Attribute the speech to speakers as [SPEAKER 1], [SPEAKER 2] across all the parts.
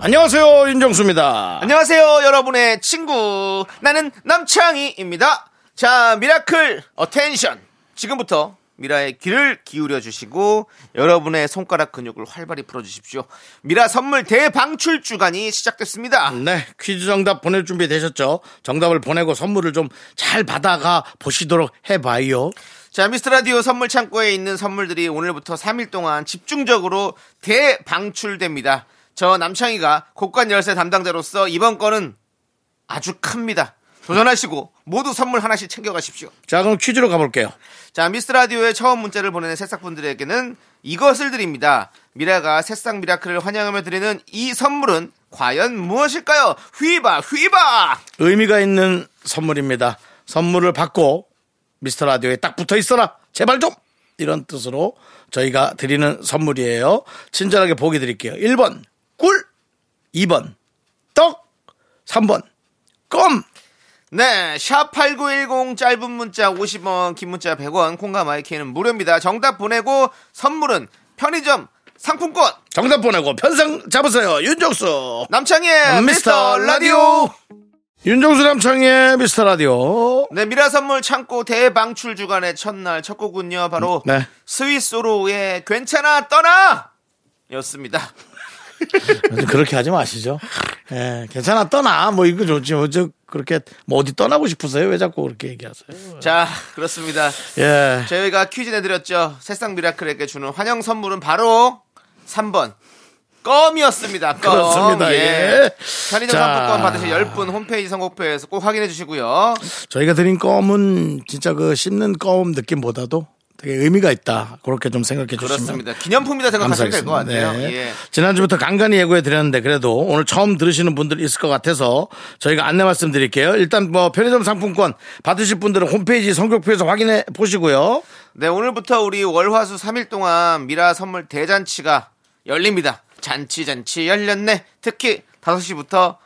[SPEAKER 1] 안녕하세요 윤정수입니다.
[SPEAKER 2] 안녕하세요, 여러분의 친구. 나는 남창희입니다. 자, 미라클, 어텐션. 지금부터 미라의 귀를 기울여 주시고, 여러분의 손가락 근육을 활발히 풀어 주십시오. 미라 선물 대방출 주간이 시작됐습니다.
[SPEAKER 1] 네 퀴즈 정답 보낼 준비 되셨죠? 정답을 보내고 선물을 좀 잘 받아가 보시도록 해봐요.
[SPEAKER 2] 자, 미스터 라디오 선물 창고에 있는 선물들이 오늘부터 3일 동안 집중적으로 대방출됩니다. 저 남창희가 곡간 열쇠 담당자로서 이번 건은 아주 큽니다. 도전하시고 모두 선물 하나씩 챙겨가십시오.
[SPEAKER 1] 자 그럼 퀴즈로 가볼게요.
[SPEAKER 2] 자, 미스 라디오에 처음 문자를 보내는 새싹분들에게는 이것을 드립니다. 미라가 새싹 미라클을 환영하며 드리는 이 선물은 과연 무엇일까요? 휘바 휘바!
[SPEAKER 1] 의미가 있는 선물입니다. 선물을 받고 미스터 라디오에 딱 붙어 있어라. 제발 좀. 이런 뜻으로 저희가 드리는 선물이에요. 친절하게 보기 드릴게요. 1번 꿀, 2번 떡, 3번 껌.
[SPEAKER 2] 네, 샵8910 짧은 문자 50원, 긴 문자 100원, 콩과 마이키는 무료입니다. 정답 보내고 선물은 편의점 상품권!
[SPEAKER 1] 정답 보내고 편상 잡으세요. 윤정수.
[SPEAKER 2] 남창희의 미스터 라디오!
[SPEAKER 1] 아, 윤정수 남창의 미스터 라디오.
[SPEAKER 2] 네, 미라 선물 창고 대방출 주간의 첫날 첫 곡은요, 바로
[SPEAKER 1] 네.
[SPEAKER 2] 스위스로의 괜찮아, 떠나! 였습니다.
[SPEAKER 1] 그렇게 하지 마시죠. 예, 괜찮아 떠나 뭐 이거 좋지 뭐저 그렇게 뭐 어디 떠나고 싶으세요? 왜 자꾸 그렇게 얘기하세요?
[SPEAKER 2] 자, 그렇습니다.
[SPEAKER 1] 예.
[SPEAKER 2] 저희가 퀴즈 내드렸죠. 새싹 미라클에게 주는 환영 선물은 바로 3번. 껌이었습니다. 껌.
[SPEAKER 1] 그렇습니다. 예.
[SPEAKER 2] 편의점
[SPEAKER 1] 자.
[SPEAKER 2] 상품권 받으실 10분 홈페이지 선곡표에서 꼭 확인해 주시고요.
[SPEAKER 1] 저희가 드린 껌은 진짜 그 씹는 껌 느낌보다도 되게 의미가 있다. 그렇게 좀 생각해 주시면
[SPEAKER 2] 그렇습니다. 기념품이다 생각하시면 될 것
[SPEAKER 1] 감사하겠습니다.
[SPEAKER 2] 같아요.
[SPEAKER 1] 네.
[SPEAKER 2] 예.
[SPEAKER 1] 지난주부터 간간히 예고해 드렸는데 그래도 오늘 처음 들으시는 분들 있을 것 같아서 저희가 안내 말씀드릴게요. 일단 뭐 편의점 상품권 받으실 분들은 홈페이지 성격표에서 확인해 보시고요.
[SPEAKER 2] 네, 오늘부터 우리 월화수 3일 동안 미라 선물 대잔치가 열립니다. 잔치 잔치 열렸네. 특히 5시부터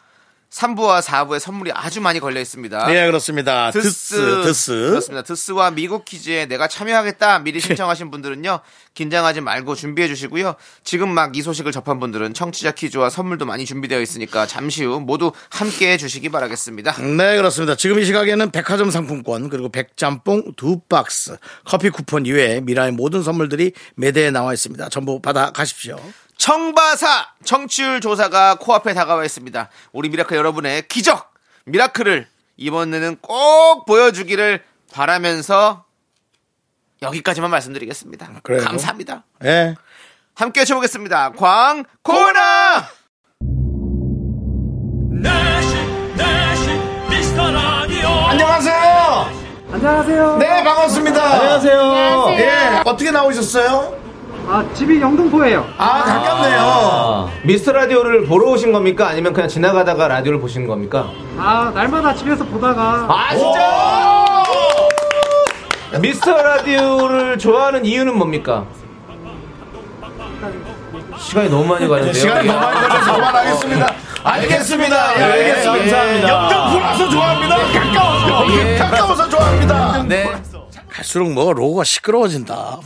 [SPEAKER 2] 3부와 4부에 선물이 아주 많이 걸려 있습니다.
[SPEAKER 1] 네 그렇습니다. 드스 드스.
[SPEAKER 2] 그렇습니다. 드스와 미국 퀴즈에 내가 참여하겠다 미리
[SPEAKER 1] 네.
[SPEAKER 2] 신청하신 분들은요 긴장하지 말고 준비해 주시고요 지금 막 이 소식을 접한 분들은 청취자 퀴즈와 선물도 많이 준비되어 있으니까 잠시 후 모두 함께해 주시기 바라겠습니다.
[SPEAKER 1] 네 그렇습니다. 지금 이 시각에는 백화점 상품권 그리고 백짬뽕 두 박스 커피 쿠폰 이외에 미라의 모든 선물들이 매대에 나와 있습니다. 전부 받아 가십시오.
[SPEAKER 2] 청바사 청취율 조사가 코앞에 다가와 있습니다. 우리 미라클 여러분의 기적 미라클을 이번에는 꼭 보여주기를 바라면서 여기까지만 말씀드리겠습니다.
[SPEAKER 1] 그래요?
[SPEAKER 2] 감사합니다.
[SPEAKER 1] 예.
[SPEAKER 2] 함께 해쳐보겠습니다. 광고나
[SPEAKER 3] 내시 내시 미스터 라디오
[SPEAKER 1] 안녕하세요.
[SPEAKER 4] 안녕하세요.
[SPEAKER 1] 네 반갑습니다.
[SPEAKER 4] 안녕하세요.
[SPEAKER 1] 예 어떻게 나오셨어요?
[SPEAKER 4] 아, 집이 영등포예요.
[SPEAKER 1] 아 가깝네요.
[SPEAKER 2] 미스터 라디오를 보러 오신 겁니까? 아니면 그냥 지나가다가 라디오를 보시는 겁니까?
[SPEAKER 4] 아, 날마다 집에서 보다가
[SPEAKER 2] 아 진짜! 미스터 라디오를 좋아하는 이유는 뭡니까? 시간이 너무 많이 가는데요. 네.
[SPEAKER 1] 시간이 너무 많이 걸려서 그만하겠습니다. 알겠습니다. 예, 알겠습니다. 감사합니다. 영등포라서 좋아합니다. 예, 가까워서. 네. 가까워서 좋아합니다.
[SPEAKER 2] 네.
[SPEAKER 1] 갈수록 뭐 로고가 시끄러워진다.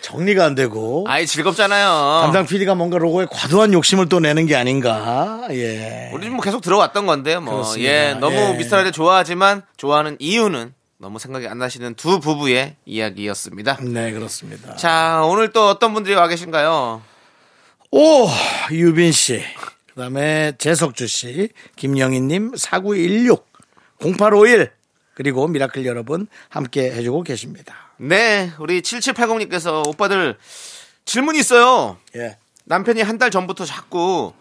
[SPEAKER 1] 정리가 안 되고.
[SPEAKER 2] 어? 아이 즐겁잖아요.
[SPEAKER 1] 담당 PD가 뭔가 로고에 과도한 욕심을 또 내는 게 아닌가. 예.
[SPEAKER 2] 우리 뭐 계속 들어왔던 건데 뭐
[SPEAKER 1] 그렇습니다.
[SPEAKER 2] 예, 너무
[SPEAKER 1] 예.
[SPEAKER 2] 미스터 라디오 좋아하지만 좋아하는 이유는 너무 생각이 안 나시는 두 부부의 이야기였습니다.
[SPEAKER 1] 네, 그렇습니다.
[SPEAKER 2] 자, 오늘 또 어떤 분들이 와 계신가요?
[SPEAKER 1] 오, 유빈 씨. 그 다음에 재석주 씨. 김영희님, 4916, 0851. 그리고 미라클 여러분 함께 해주고 계십니다.
[SPEAKER 2] 네, 우리 7780님께서 오빠들 질문이 있어요.
[SPEAKER 1] 예.
[SPEAKER 2] 남편이 한 달 전부터 자꾸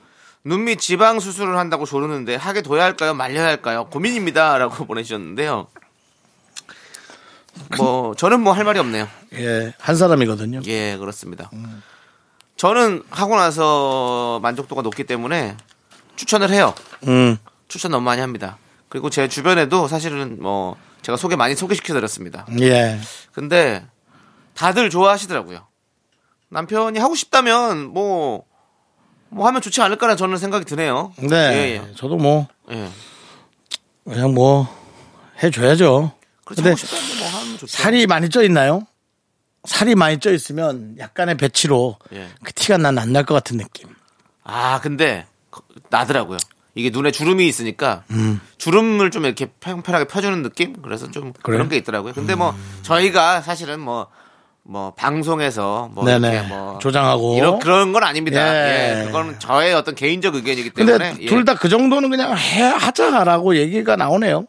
[SPEAKER 2] 눈밑 지방 수술을 한다고 조르는데 하게 둬야 할까요? 말려야 할까요? 고민입니다라고 보내주셨는데요. 뭐 저는 뭐 할 말이 없네요.
[SPEAKER 1] 예. 한 사람이거든요.
[SPEAKER 2] 예, 그렇습니다. 저는 하고 나서 만족도가 높기 때문에 추천을 해요.
[SPEAKER 1] 음.
[SPEAKER 2] 추천 너무 많이 합니다. 그리고 제 주변에도 사실은 뭐 제가 소개 많이 소개시켜 드렸습니다.
[SPEAKER 1] 예.
[SPEAKER 2] 근데 다들 좋아하시더라고요. 남편이 하고 싶다면 뭐, 뭐 하면 좋지 않을까라는 저는 생각이 드네요.
[SPEAKER 1] 네.
[SPEAKER 2] 예,
[SPEAKER 1] 저도 뭐
[SPEAKER 2] 예. 예.
[SPEAKER 1] 그냥 뭐 해줘야죠.
[SPEAKER 2] 그렇죠.
[SPEAKER 1] 근데
[SPEAKER 2] 하고 싶다면 뭐 하면 좋죠.
[SPEAKER 1] 살이 많이 쪄 있나요? 살이 많이 쪄 있으면 약간의 배치로
[SPEAKER 2] 예.
[SPEAKER 1] 그 티가 난 안 날 것 같은 느낌.
[SPEAKER 2] 아, 근데 거- 나더라고요. 이게 눈에 주름이 있으니까 주름을 좀 이렇게 평평하게 펴주는 느낌? 그래서 좀 그런
[SPEAKER 1] 그래요? 음.
[SPEAKER 2] 게 있더라고요. 근데 뭐 저희가 사실은 뭐, 뭐 방송에서 뭐
[SPEAKER 1] 네네.
[SPEAKER 2] 이렇게 뭐
[SPEAKER 1] 조장하고.
[SPEAKER 2] 이런 그런 건 아닙니다.
[SPEAKER 1] 예.
[SPEAKER 2] 예. 그거는 저의 어떤 개인적 의견이기 때문에
[SPEAKER 1] 근데
[SPEAKER 2] 예.
[SPEAKER 1] 둘 다 그 정도는 그냥 해 하자라고 얘기가 나오네요.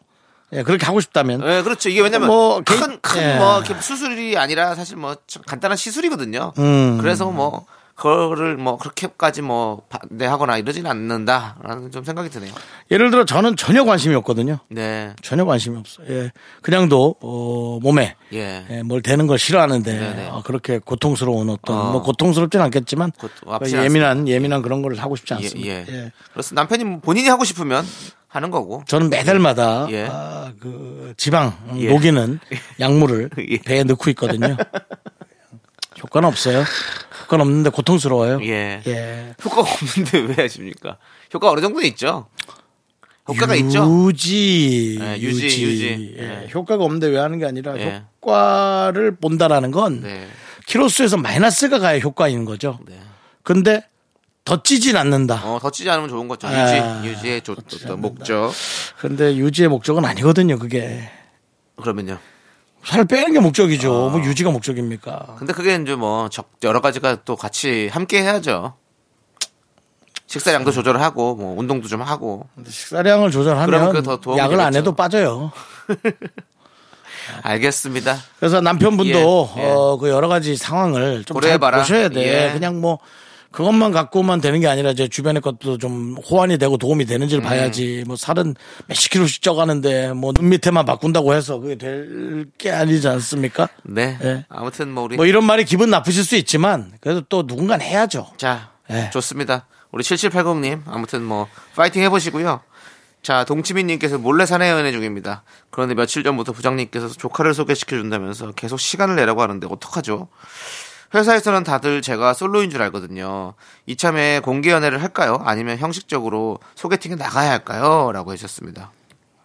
[SPEAKER 1] 예, 그렇게 하고 싶다면.
[SPEAKER 2] 예, 그렇죠. 이게 왜냐면
[SPEAKER 1] 뭐,
[SPEAKER 2] 큰
[SPEAKER 1] 개-
[SPEAKER 2] 큰 뭐
[SPEAKER 1] 예.
[SPEAKER 2] 수술이 아니라 사실 뭐참 간단한 시술이거든요.
[SPEAKER 1] 음.
[SPEAKER 2] 그래서 뭐 그거를 뭐 그렇게까지 뭐 반대하거나 이러진 않는다라는 좀 생각이 드네요.
[SPEAKER 1] 예를 들어 저는 전혀 관심이 없거든요.
[SPEAKER 2] 네.
[SPEAKER 1] 전혀 관심이 없어요. 예. 그냥도 어, 몸에
[SPEAKER 2] 예.
[SPEAKER 1] 예, 뭘 대는 걸 싫어하는데
[SPEAKER 2] 네네.
[SPEAKER 1] 어, 그렇게 고통스러운 어떤
[SPEAKER 2] 어.
[SPEAKER 1] 뭐 고통스럽진 않겠지만
[SPEAKER 2] 고- 아프진
[SPEAKER 1] 예민한 예민한 그런 걸 하고 싶지
[SPEAKER 2] 예,
[SPEAKER 1] 않습니다.
[SPEAKER 2] 예.
[SPEAKER 1] 예.
[SPEAKER 2] 그래서 남편이 본인이 하고 싶으면 하는 거고.
[SPEAKER 1] 저는 매달마다
[SPEAKER 2] 예.
[SPEAKER 1] 아, 그 지방
[SPEAKER 2] 예.
[SPEAKER 1] 녹이는 약물을
[SPEAKER 2] 예.
[SPEAKER 1] 배에 넣고 있거든요. 효과는 없어요. 효과는 없는데 고통스러워요.
[SPEAKER 2] 예.
[SPEAKER 1] 예.
[SPEAKER 2] 효과가 없는데 왜 하십니까? 효과 어느 정도는 있죠. 효과가 있죠.
[SPEAKER 1] 유지,
[SPEAKER 2] 예,
[SPEAKER 1] 유지,
[SPEAKER 2] 유지,
[SPEAKER 1] 유지.
[SPEAKER 2] 유지.
[SPEAKER 1] 예,
[SPEAKER 2] 예.
[SPEAKER 1] 효과가 없는데 왜 하는 게 아니라
[SPEAKER 2] 예.
[SPEAKER 1] 효과를 본다라는 건
[SPEAKER 2] 네.
[SPEAKER 1] 키로수에서 마이너스가 가야 효과인 거죠.
[SPEAKER 2] 네.
[SPEAKER 1] 근데 더 찌진 않는다.
[SPEAKER 2] 어, 덧치지 않으면 좋은 거죠.
[SPEAKER 1] 아,
[SPEAKER 2] 유지, 유지의 조, 어떤 목적.
[SPEAKER 1] 근데 유지의 목적은 아니거든요. 그게
[SPEAKER 2] 그러면요.
[SPEAKER 1] 살 빼는 게
[SPEAKER 2] 아.
[SPEAKER 1] 목적이죠. 뭐 유지가 목적입니까?
[SPEAKER 2] 근데 그게 이제 뭐 적- 여러 가지가 또 같이 함께 해야죠.
[SPEAKER 1] 네.
[SPEAKER 2] 식사량도 조절을 하고 뭐 운동도 좀 하고.
[SPEAKER 1] 식사량을
[SPEAKER 2] 그러면
[SPEAKER 1] 조절하면
[SPEAKER 2] 그게 더 도움이
[SPEAKER 1] 약을 안
[SPEAKER 2] 되겠죠.
[SPEAKER 1] 해도 빠져요.
[SPEAKER 2] 알겠습니다.
[SPEAKER 1] 그래서 남편분도
[SPEAKER 2] 예, 예.
[SPEAKER 1] 어, 그 여러 가지 상황을 좀 잘
[SPEAKER 2] 고려해봐라.
[SPEAKER 1] 보셔야 돼.
[SPEAKER 2] 예.
[SPEAKER 1] 그냥 뭐 그것만 갖고만 되는 게 아니라 이제 주변의 것도 좀 호환이 되고 도움이
[SPEAKER 2] 음.
[SPEAKER 1] 되는지를 봐야지. 뭐 살은 몇십 킬로씩 쪄가는데 뭐 눈 밑에만 바꾼다고 해서 그게 될 게 아니지 않습니까?
[SPEAKER 2] 네.
[SPEAKER 1] 예.
[SPEAKER 2] 아무튼 뭐 우리
[SPEAKER 1] 뭐 이런 말이 기분 나쁘실 수 있지만 그래도 또 누군간 해야죠.
[SPEAKER 2] 자,
[SPEAKER 1] 예.
[SPEAKER 2] 좋습니다. 우리 7780님, 아무튼 뭐, 파이팅 해보시고요. 자, 동치민님께서 몰래 사내 연애 중입니다. 그런데 며칠 전부터 부장님께서 조카를 소개시켜준다면서 계속 시간을 내라고 하는데 어떡하죠? 회사에서는 다들 제가 솔로인 줄 알거든요. 이참에 공개 연애를 할까요? 아니면 형식적으로 소개팅에 나가야 할까요? 라고 해주셨습니다.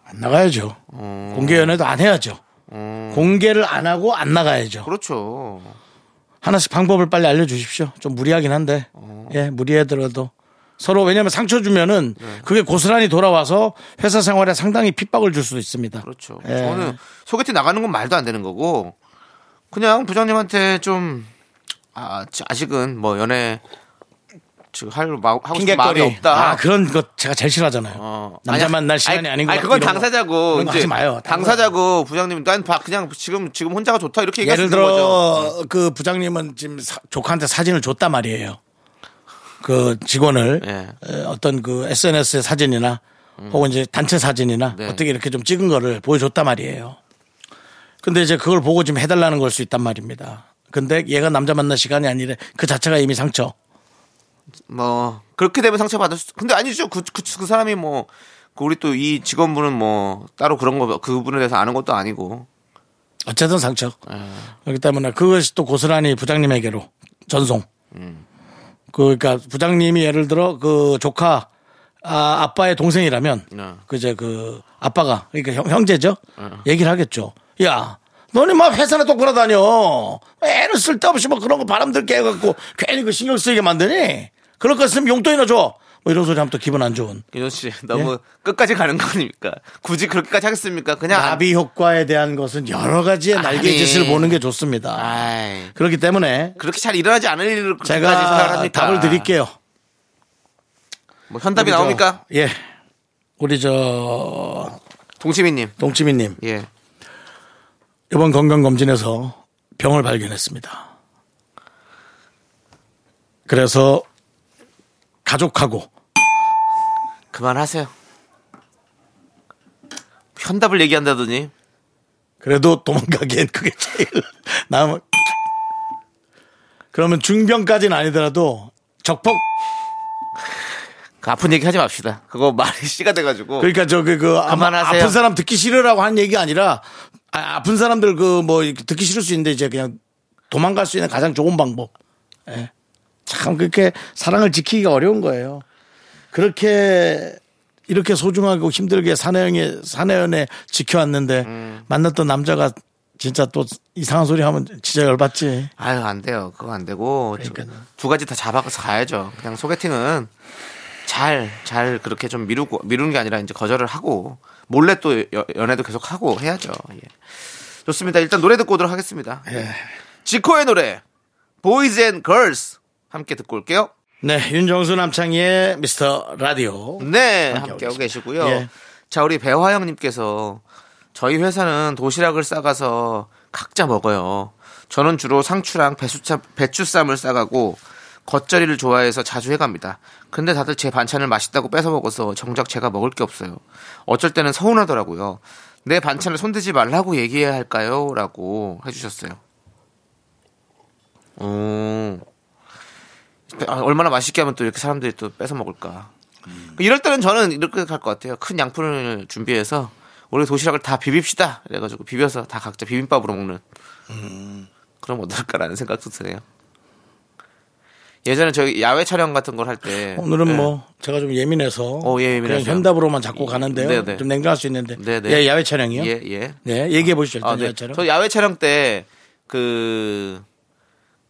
[SPEAKER 1] 안 나가야죠.
[SPEAKER 2] 어.
[SPEAKER 1] 공개 연애도 안 해야죠. 공개를 안 하고 안 나가야죠.
[SPEAKER 2] 음, 그렇죠.
[SPEAKER 1] 하나씩 방법을 빨리 알려주십시오. 좀 무리하긴 한데,
[SPEAKER 2] 어.
[SPEAKER 1] 예, 무리해더라도. 서로 왜냐면 상처 주면은
[SPEAKER 2] 네.
[SPEAKER 1] 그게 고스란히 돌아와서 회사 생활에 상당히 핍박을 줄 수도 있습니다.
[SPEAKER 2] 그렇죠.
[SPEAKER 1] 예.
[SPEAKER 2] 저는 소개팅 나가는 건 말도 안 되는 거고 그냥 부장님한테 좀 아, 직은뭐 연애 지금 할 마- 하고 싶은 마음이 없다.
[SPEAKER 1] 아, 그런 것 제가 제일 싫어하잖아요.
[SPEAKER 2] 어.
[SPEAKER 1] 남자
[SPEAKER 2] 아니,
[SPEAKER 1] 만날 시간이
[SPEAKER 2] 아니,
[SPEAKER 1] 아닌 것
[SPEAKER 2] 아니,
[SPEAKER 1] 같고
[SPEAKER 2] 그건
[SPEAKER 1] 이런 거.
[SPEAKER 2] 당사자고
[SPEAKER 1] 그런 거 하지 마요. 다른
[SPEAKER 2] 당사자고 부장님 난 봐, 그냥 지금 지금 혼자가 좋다 이렇게 얘기할 수
[SPEAKER 1] 예를
[SPEAKER 2] 있는 거죠.
[SPEAKER 1] 들어 그 부장님은 지금 사- 조카한테 사진을 줬단 말이에요. 그 직원을
[SPEAKER 2] 예. 음.
[SPEAKER 1] 에, 어떤 그 SNS의 사진이나 혹은 이제 단체 사진이나
[SPEAKER 2] 네.
[SPEAKER 1] 어떻게 이렇게 좀 찍은 거를 보여줬단 말이에요. 근데 이제 그걸 보고 좀 해달라는 걸 수 있단 말입니다. 근데 얘가 남자 만날 시간이 아니래 그 자체가 이미 상처.
[SPEAKER 2] 뭐 그렇게 되면 상처받을 수 근데 아니죠 그, 그, 그 사람이 뭐 그 우리 또 이 직원분은 뭐 따로 그런 거 그분에 대해서 아는 것도 아니고 예.
[SPEAKER 1] 어쨌든 상처. 그렇기 때문에 그것이 또 고스란히 부장님에게로 전송.
[SPEAKER 2] 음.
[SPEAKER 1] 그, 그러니까 부장님이 예를 들어 그 조카 아, 아빠의 동생이라면
[SPEAKER 2] 네.
[SPEAKER 1] 그 이제 그 아빠가 그러니까 형, 형제죠.
[SPEAKER 2] 아.
[SPEAKER 1] 얘기를 하겠죠. 야. 너네 막 회사나 똑바로 다녀. 애는 쓸데없이 막 그런 거 바람들게 해갖고 괜히 그 신경 쓰이게 만드니? 그럴 거 있으면 용돈이나 줘. 뭐 이런 소리 하면 또 기분 안 좋은.
[SPEAKER 2] 윤호 씨 너무 끝까지 가는 거 아닙니까? 굳이 그렇게까지 하겠습니까? 그냥
[SPEAKER 1] 나비 효과에 대한 것은 여러 가지의 날개짓을
[SPEAKER 2] 아. 아니.
[SPEAKER 1] 보는 게 좋습니다.
[SPEAKER 2] 아이,
[SPEAKER 1] 그렇기 때문에
[SPEAKER 2] 그렇게 잘 일어나지 않을 일을 그렇게까지
[SPEAKER 1] 제가
[SPEAKER 2] 생각합니까?
[SPEAKER 1] 답을 드릴게요.
[SPEAKER 2] 뭐 현답이
[SPEAKER 1] 우리 저-
[SPEAKER 2] 나옵니까?
[SPEAKER 1] 예. 우리 저
[SPEAKER 2] 동치민님
[SPEAKER 1] 동치미님
[SPEAKER 2] 예
[SPEAKER 1] 이번 건강 검진에서 병을 발견했습니다. 그래서 가족하고
[SPEAKER 2] 그만하세요. 현답을 얘기한다더니
[SPEAKER 1] 그래도 도망가기엔 그게 제일 남. 그러면 중병까지는 아니더라도 적폭
[SPEAKER 2] 그 아픈 얘기 하지 맙시다. 그거 말이 씨가 돼가지고.
[SPEAKER 1] 그러니까 저그 그 아마
[SPEAKER 2] 그만하세요.
[SPEAKER 1] 아픈 사람 듣기 싫으라고 한 얘기 아니라 아, 아픈 사람들 그 뭐 듣기 싫을 수 있는데 이제 그냥 도망갈 수 있는 가장 좋은 방법. 예. 참 그렇게 사랑을 지키기가 어려운 거예요. 그렇게 이렇게 소중하고 힘들게 사내연에 사내연에 지켜왔는데
[SPEAKER 2] 음.
[SPEAKER 1] 만났던 남자가 진짜 또 이상한 소리 하면 진짜 열받지.
[SPEAKER 2] 아유 안 돼요. 그거 안 되고 저- 두 가지 다 잡아서 가야죠. 그냥 소개팅은 잘 잘 그렇게 좀 미루고 미루는 게 아니라 이제 거절을 하고 몰래 또 여- 연애도 계속 하고 해야죠. 예. 좋습니다. 일단 노래 듣고 오도록 하겠습니다. 지코의 노래 보이즈 앤 걸스 함께 듣고 올게요.
[SPEAKER 1] 네, 윤정수 남창희의 미스터 라디오.
[SPEAKER 2] 네,
[SPEAKER 1] 함께하고
[SPEAKER 2] 함께하고
[SPEAKER 1] 계십니다.
[SPEAKER 2] 계시고요.
[SPEAKER 1] 예.
[SPEAKER 2] 자, 우리 배화영님께서 저희 회사는 도시락을 싸가서 각자 먹어요. 저는 주로 상추랑 배추참, 배추쌈을 싸가고 겉절이를 좋아해서 자주 해갑니다. 근데 다들 제 반찬을 맛있다고 뺏어 먹어서 정작 제가 먹을 게 없어요. 어쩔 때는 서운하더라고요. 내 반찬을 손대지 말라고 얘기해야 할까요? 라고 해주셨어요. 오. 어. 아, 얼마나 맛있게 하면 또 이렇게 사람들이 또 뺏어 먹을까.
[SPEAKER 1] 음.
[SPEAKER 2] 이럴 때는 저는 이렇게 갈 것 같아요. 큰 양푼을 준비해서 우리 도시락을 다 비빕시다. 그래가지고 비벼서 다 각자 비빔밥으로 먹는.
[SPEAKER 1] 음.
[SPEAKER 2] 그럼 어떨까라는 생각도 드네요. 예전에 저희 야외 촬영 같은 걸 할 때
[SPEAKER 1] 오늘은 뭐 제가 좀 예민해서
[SPEAKER 2] 예. 어, 예, 예민하세요.
[SPEAKER 1] 그냥 현답으로만 자꾸 가는데요.
[SPEAKER 2] 네, 네.
[SPEAKER 1] 좀 냉정할 수 있는데.
[SPEAKER 2] 네, 네.
[SPEAKER 1] 예, 야외 촬영이요?
[SPEAKER 2] 예, 예.
[SPEAKER 1] 네, 얘기해 보시죠. 일단
[SPEAKER 2] 아, 네.
[SPEAKER 1] 야외 촬영.
[SPEAKER 2] 저 야외 촬영 때 그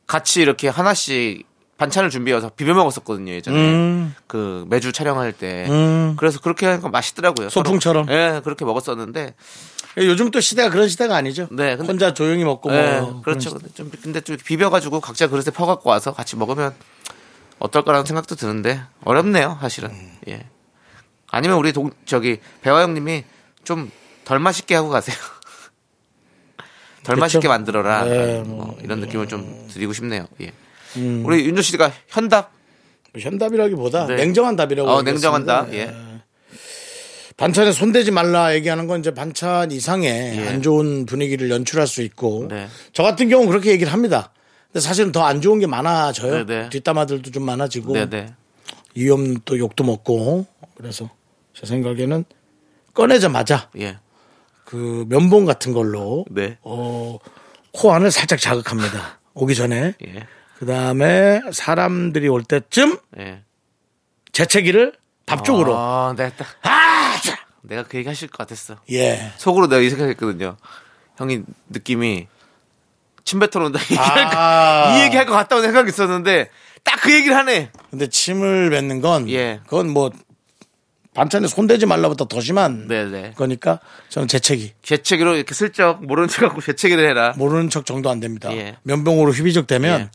[SPEAKER 2] 같이 이렇게 하나씩 반찬을 준비해서 비벼 먹었었거든요 예전에
[SPEAKER 1] 음.
[SPEAKER 2] 그 매주 촬영할 때 그래서 그렇게 하니까 맛있더라고요 서로.
[SPEAKER 1] 소풍처럼?
[SPEAKER 2] 예 그렇게 먹었었는데
[SPEAKER 1] 예, 요즘 또 시대가 그런 시대가 아니죠.
[SPEAKER 2] 네, 근데-
[SPEAKER 1] 혼자 조용히 먹고
[SPEAKER 2] 예
[SPEAKER 1] 뭐
[SPEAKER 2] 그렇죠
[SPEAKER 1] 그런
[SPEAKER 2] 근데 좀 근데 좀 비벼가지고 각자 그릇에 퍼갖고 와서 같이 먹으면 어떨까라는 생각도 드는데 어렵네요 사실은
[SPEAKER 1] 음.
[SPEAKER 2] 예 아니면 우리 동 저기 배화영님이 좀 덜 맛있게 하고 가세요 덜
[SPEAKER 1] 그쵸?
[SPEAKER 2] 맛있게 만들어라
[SPEAKER 1] 네,
[SPEAKER 2] 뭐 이런 느낌을 좀 드리고 싶네요 예
[SPEAKER 1] 음.
[SPEAKER 2] 우리 윤조 씨가 현답
[SPEAKER 1] 시- 현답이라기보다
[SPEAKER 2] 네.
[SPEAKER 1] 냉정한 답이라고.
[SPEAKER 2] 어
[SPEAKER 1] 얘기했습니다.
[SPEAKER 2] 냉정한 답
[SPEAKER 1] 예.
[SPEAKER 2] 예.
[SPEAKER 1] 반찬에 손대지 말라 얘기하는 건 이제 반찬 이상의
[SPEAKER 2] 예.
[SPEAKER 1] 안 좋은 분위기를 연출할 수 있고
[SPEAKER 2] 네.
[SPEAKER 1] 저 같은 경우는 그렇게 얘기를 합니다. 근데 사실은 더 안 좋은 게
[SPEAKER 2] 네,
[SPEAKER 1] 많아져요.
[SPEAKER 2] 네.
[SPEAKER 1] 뒷담화들도 좀 많아지고
[SPEAKER 2] 네네
[SPEAKER 1] 위험 또 욕도 먹고 그래서 제 생각에는 꺼내자마자
[SPEAKER 2] 예
[SPEAKER 1] 그 면봉 같은 걸로
[SPEAKER 2] 네.
[SPEAKER 1] 어, 코 안을 살짝 자극합니다. 오기 전에
[SPEAKER 2] 예.
[SPEAKER 1] 그 다음에 사람들이 올 때쯤
[SPEAKER 2] 예.
[SPEAKER 1] 재채기를 밥 쪽으로
[SPEAKER 2] 아, 내가 딱 내가 그 얘기 하실 것 같았어
[SPEAKER 1] 예.
[SPEAKER 2] 속으로 내가 이 생각했거든요. 형이 느낌이 침 뱉어놓는다 이 얘기할
[SPEAKER 1] 아.
[SPEAKER 2] 거- 이 얘기할 것 같다고 생각이 있었는데 딱 그 얘기를 하네.
[SPEAKER 1] 근데 침을 뱉는 건
[SPEAKER 2] 예.
[SPEAKER 1] 그건 뭐 반찬에 손대지 말라부터 더 심한
[SPEAKER 2] 네네.
[SPEAKER 1] 거니까 저는 재채기
[SPEAKER 2] 재채기로 이렇게 슬쩍 모르는 척하고 재채기를 해라.
[SPEAKER 1] 모르는 척 정도 안 됩니다.
[SPEAKER 2] 예.
[SPEAKER 1] 면봉으로 휘비적 되면 어,
[SPEAKER 2] 예.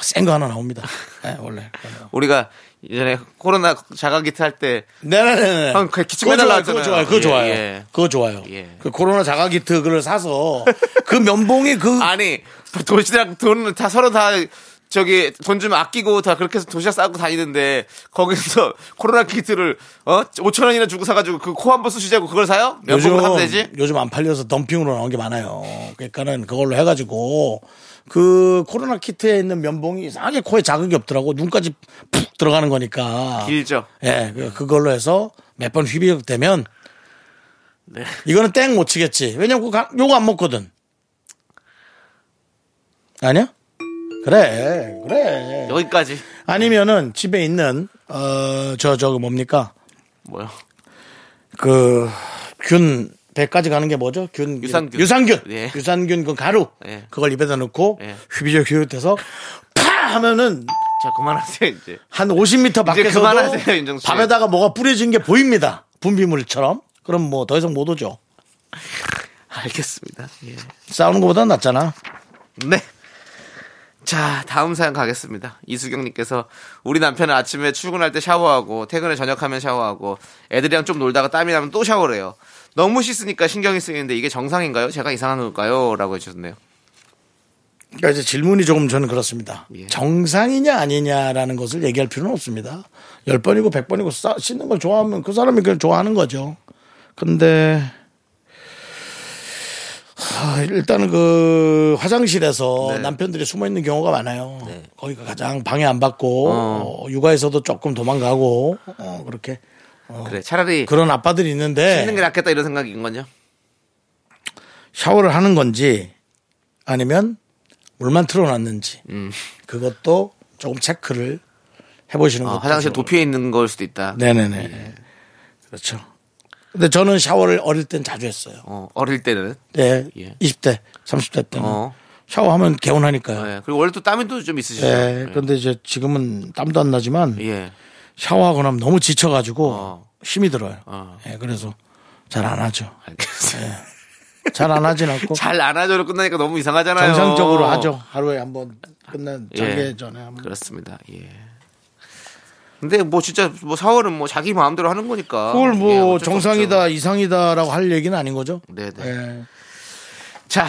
[SPEAKER 1] 센 거 하나 나옵니다. 예, 원래.
[SPEAKER 2] 우리가 예전에 코로나 자가 기트 할 때
[SPEAKER 1] 네네네.
[SPEAKER 2] 형, 그 기침해달라
[SPEAKER 1] 그거
[SPEAKER 2] 하잖아요.
[SPEAKER 1] 좋아요. 그거
[SPEAKER 2] 예,
[SPEAKER 1] 좋아요.
[SPEAKER 2] 예.
[SPEAKER 1] 그거 좋아요.
[SPEAKER 2] 예.
[SPEAKER 1] 그 코로나 자가기트 그걸 사서 그 면봉이 그
[SPEAKER 2] 아니 도시락 돈을 다 서로 다 저기 돈 좀 아끼고 다 그렇게 해서 도시락 싸고 다니는데 거기서 코로나 키트를 어 5천 원이나 주고 사가지고 그 코 한 번 쑤시자고 그걸 사요? 몇
[SPEAKER 1] 요즘
[SPEAKER 2] 번을 하면 되지?
[SPEAKER 1] 요즘 안 팔려서 덤핑으로 나온 게 많아요. 그러니까는 그걸로 해가지고 그 코로나 키트에 있는 면봉이 이상하게 코에 자극이 없더라고 눈까지 푹 들어가는 거니까.
[SPEAKER 2] 길죠.
[SPEAKER 1] 예, 그- 그걸로 해서 몇 번 휘비되면
[SPEAKER 2] 네.
[SPEAKER 1] 이거는 땡 못 치겠지. 왜냐면 그거 가- 요거 안 먹거든. 아니야? 그래, 그래.
[SPEAKER 2] 여기까지
[SPEAKER 1] 아니면은 집에 있는 어저 저거 뭡니까?
[SPEAKER 2] 뭐요?
[SPEAKER 1] 그 균 배까지 가는 게 뭐죠? 균
[SPEAKER 2] 유산균.
[SPEAKER 1] 유산균.
[SPEAKER 2] 예.
[SPEAKER 1] 유산균 그 가루.
[SPEAKER 2] 예.
[SPEAKER 1] 그걸 입에다 넣고
[SPEAKER 2] 예.
[SPEAKER 1] 휘비적 휘빗해서 파 하면은
[SPEAKER 2] 자 그만하세요 이제.
[SPEAKER 1] 한 50m
[SPEAKER 2] 그만하세요, 윤정수
[SPEAKER 1] 밖에서도
[SPEAKER 2] 씨.
[SPEAKER 1] 밥에다가 뭐가 뿌려진 게 보입니다. 분비물처럼. 그럼 뭐 더 이상 못 오죠.
[SPEAKER 2] 알겠습니다. 예.
[SPEAKER 1] 싸우는 것보다 낫잖아.
[SPEAKER 2] 네. 자, 다음 사연 가겠습니다. 이수경님께서 우리 남편은 아침에 출근할 때 샤워하고 퇴근에 저녁하면 샤워하고 애들이랑 좀 놀다가 땀이 나면 또 샤워를 해요. 너무 씻으니까 신경이 쓰이는데 이게 정상인가요? 제가 이상한 걸까요? 라고 해주셨네요.
[SPEAKER 1] 그러니까 이제 질문이 조금 저는 그렇습니다.
[SPEAKER 2] 예.
[SPEAKER 1] 정상이냐 아니냐라는 것을 얘기할 필요는 없습니다. 열 번이고 백 번이고 싸- 씻는 걸 좋아하면 그 사람이 그걸 좋아하는 거죠. 근데 하, 아, 일단은 그 화장실에서
[SPEAKER 2] 네.
[SPEAKER 1] 남편들이 숨어 있는 경우가 많아요. 거기가 가장 방해 안 받고 어, 육아에서도 조금 도망가고 어, 그렇게
[SPEAKER 2] 그래 차라리
[SPEAKER 1] 예. 그런 아빠들이 있는데
[SPEAKER 2] 있는 게 낫겠다 이런 생각인 거죠.
[SPEAKER 1] 샤워를 하는 건지 아니면 물만 틀어놨는지
[SPEAKER 2] 음.
[SPEAKER 1] 그것도 조금 체크를 해보시는
[SPEAKER 2] 어,
[SPEAKER 1] 것도
[SPEAKER 2] 화장실 예.
[SPEAKER 1] 좋을
[SPEAKER 2] 도피에 있는 걸 수도 있다.
[SPEAKER 1] 네네네. 그렇죠. 근데 저는 샤워를 어릴 땐 자주 했어요.
[SPEAKER 2] 어, 어릴 때는
[SPEAKER 1] 네.
[SPEAKER 2] 예.
[SPEAKER 1] 20대, 30대 때는.
[SPEAKER 2] 어.
[SPEAKER 1] 샤워하면 개운하니까요.
[SPEAKER 2] 예, 그리고 원래 또 땀이 네, 또 좀 있으시죠.
[SPEAKER 1] 예. 그런데 이제 지금은 땀도 안 나지만
[SPEAKER 2] 예. 예.
[SPEAKER 1] 샤워하고 나면 너무 지쳐가지고
[SPEAKER 2] 어.
[SPEAKER 1] 힘이 들어요.
[SPEAKER 2] 어.
[SPEAKER 1] 예. 그래서 잘 안 하죠.
[SPEAKER 2] 알겠어요.
[SPEAKER 1] 잘 안 하진 않고
[SPEAKER 2] 잘 안 하죠로 끝나니까 너무 이상하잖아요.
[SPEAKER 1] 정상적으로 하죠. 하루에 한 번 끝난
[SPEAKER 2] 예.
[SPEAKER 1] 자기 전에 한 번.
[SPEAKER 2] 그렇습니다. 예. 근데 뭐 진짜 뭐 사월은 뭐 자기 마음대로 하는 거니까.
[SPEAKER 1] 그걸
[SPEAKER 2] 예,
[SPEAKER 1] 뭐
[SPEAKER 2] 어쩔 수
[SPEAKER 1] 정상이다 이상이다라고 할 얘기는 아닌 거죠.
[SPEAKER 2] 네네.
[SPEAKER 1] 예.
[SPEAKER 2] 없죠. 자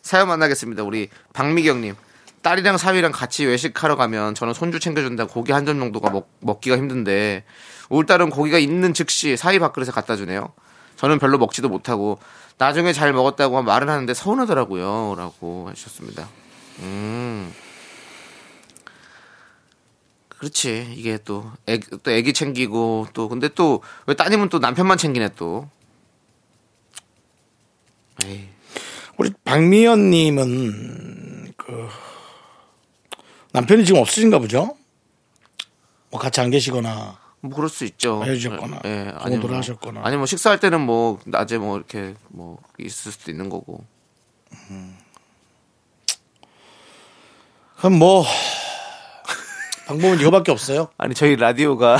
[SPEAKER 2] 사연 만나겠습니다. 우리 박미경님. 딸이랑 사위랑 같이 외식하러 가면 저는 손주 챙겨준다 고기 한 점 정도가 먹, 먹기가 힘든데 올 딸은 고기가 있는 즉시 사위 밥그릇에 갖다 주네요. 저는 별로 먹지도 못하고 나중에 잘 먹었다고 말은 하는데 서운하더라고요. 라고 하셨습니다. 음. 그렇지. 이게 또, 애기, 또 애기 챙기고, 또, 근데 또, 왜 따님은 또 남편만 챙기네, 또. 에이,
[SPEAKER 1] 우리 박미연 님은 그 남편이 지금 없으신가 보죠? 뭐 같이 안 계시거나
[SPEAKER 2] 뭐, 그럴 수 있죠.
[SPEAKER 1] 헤어지셨거나,
[SPEAKER 2] 아니면
[SPEAKER 1] 공부를
[SPEAKER 2] 뭐-
[SPEAKER 1] 하셨거나. 음.
[SPEAKER 2] 아니면 뭐, 식사할 때는 뭐, 낮에 뭐, 이렇게, 뭐, 있을 수도 있는 거고.
[SPEAKER 1] 그럼 뭐 방법은 이거밖에 없어요.
[SPEAKER 2] 아니, 저희 라디오가,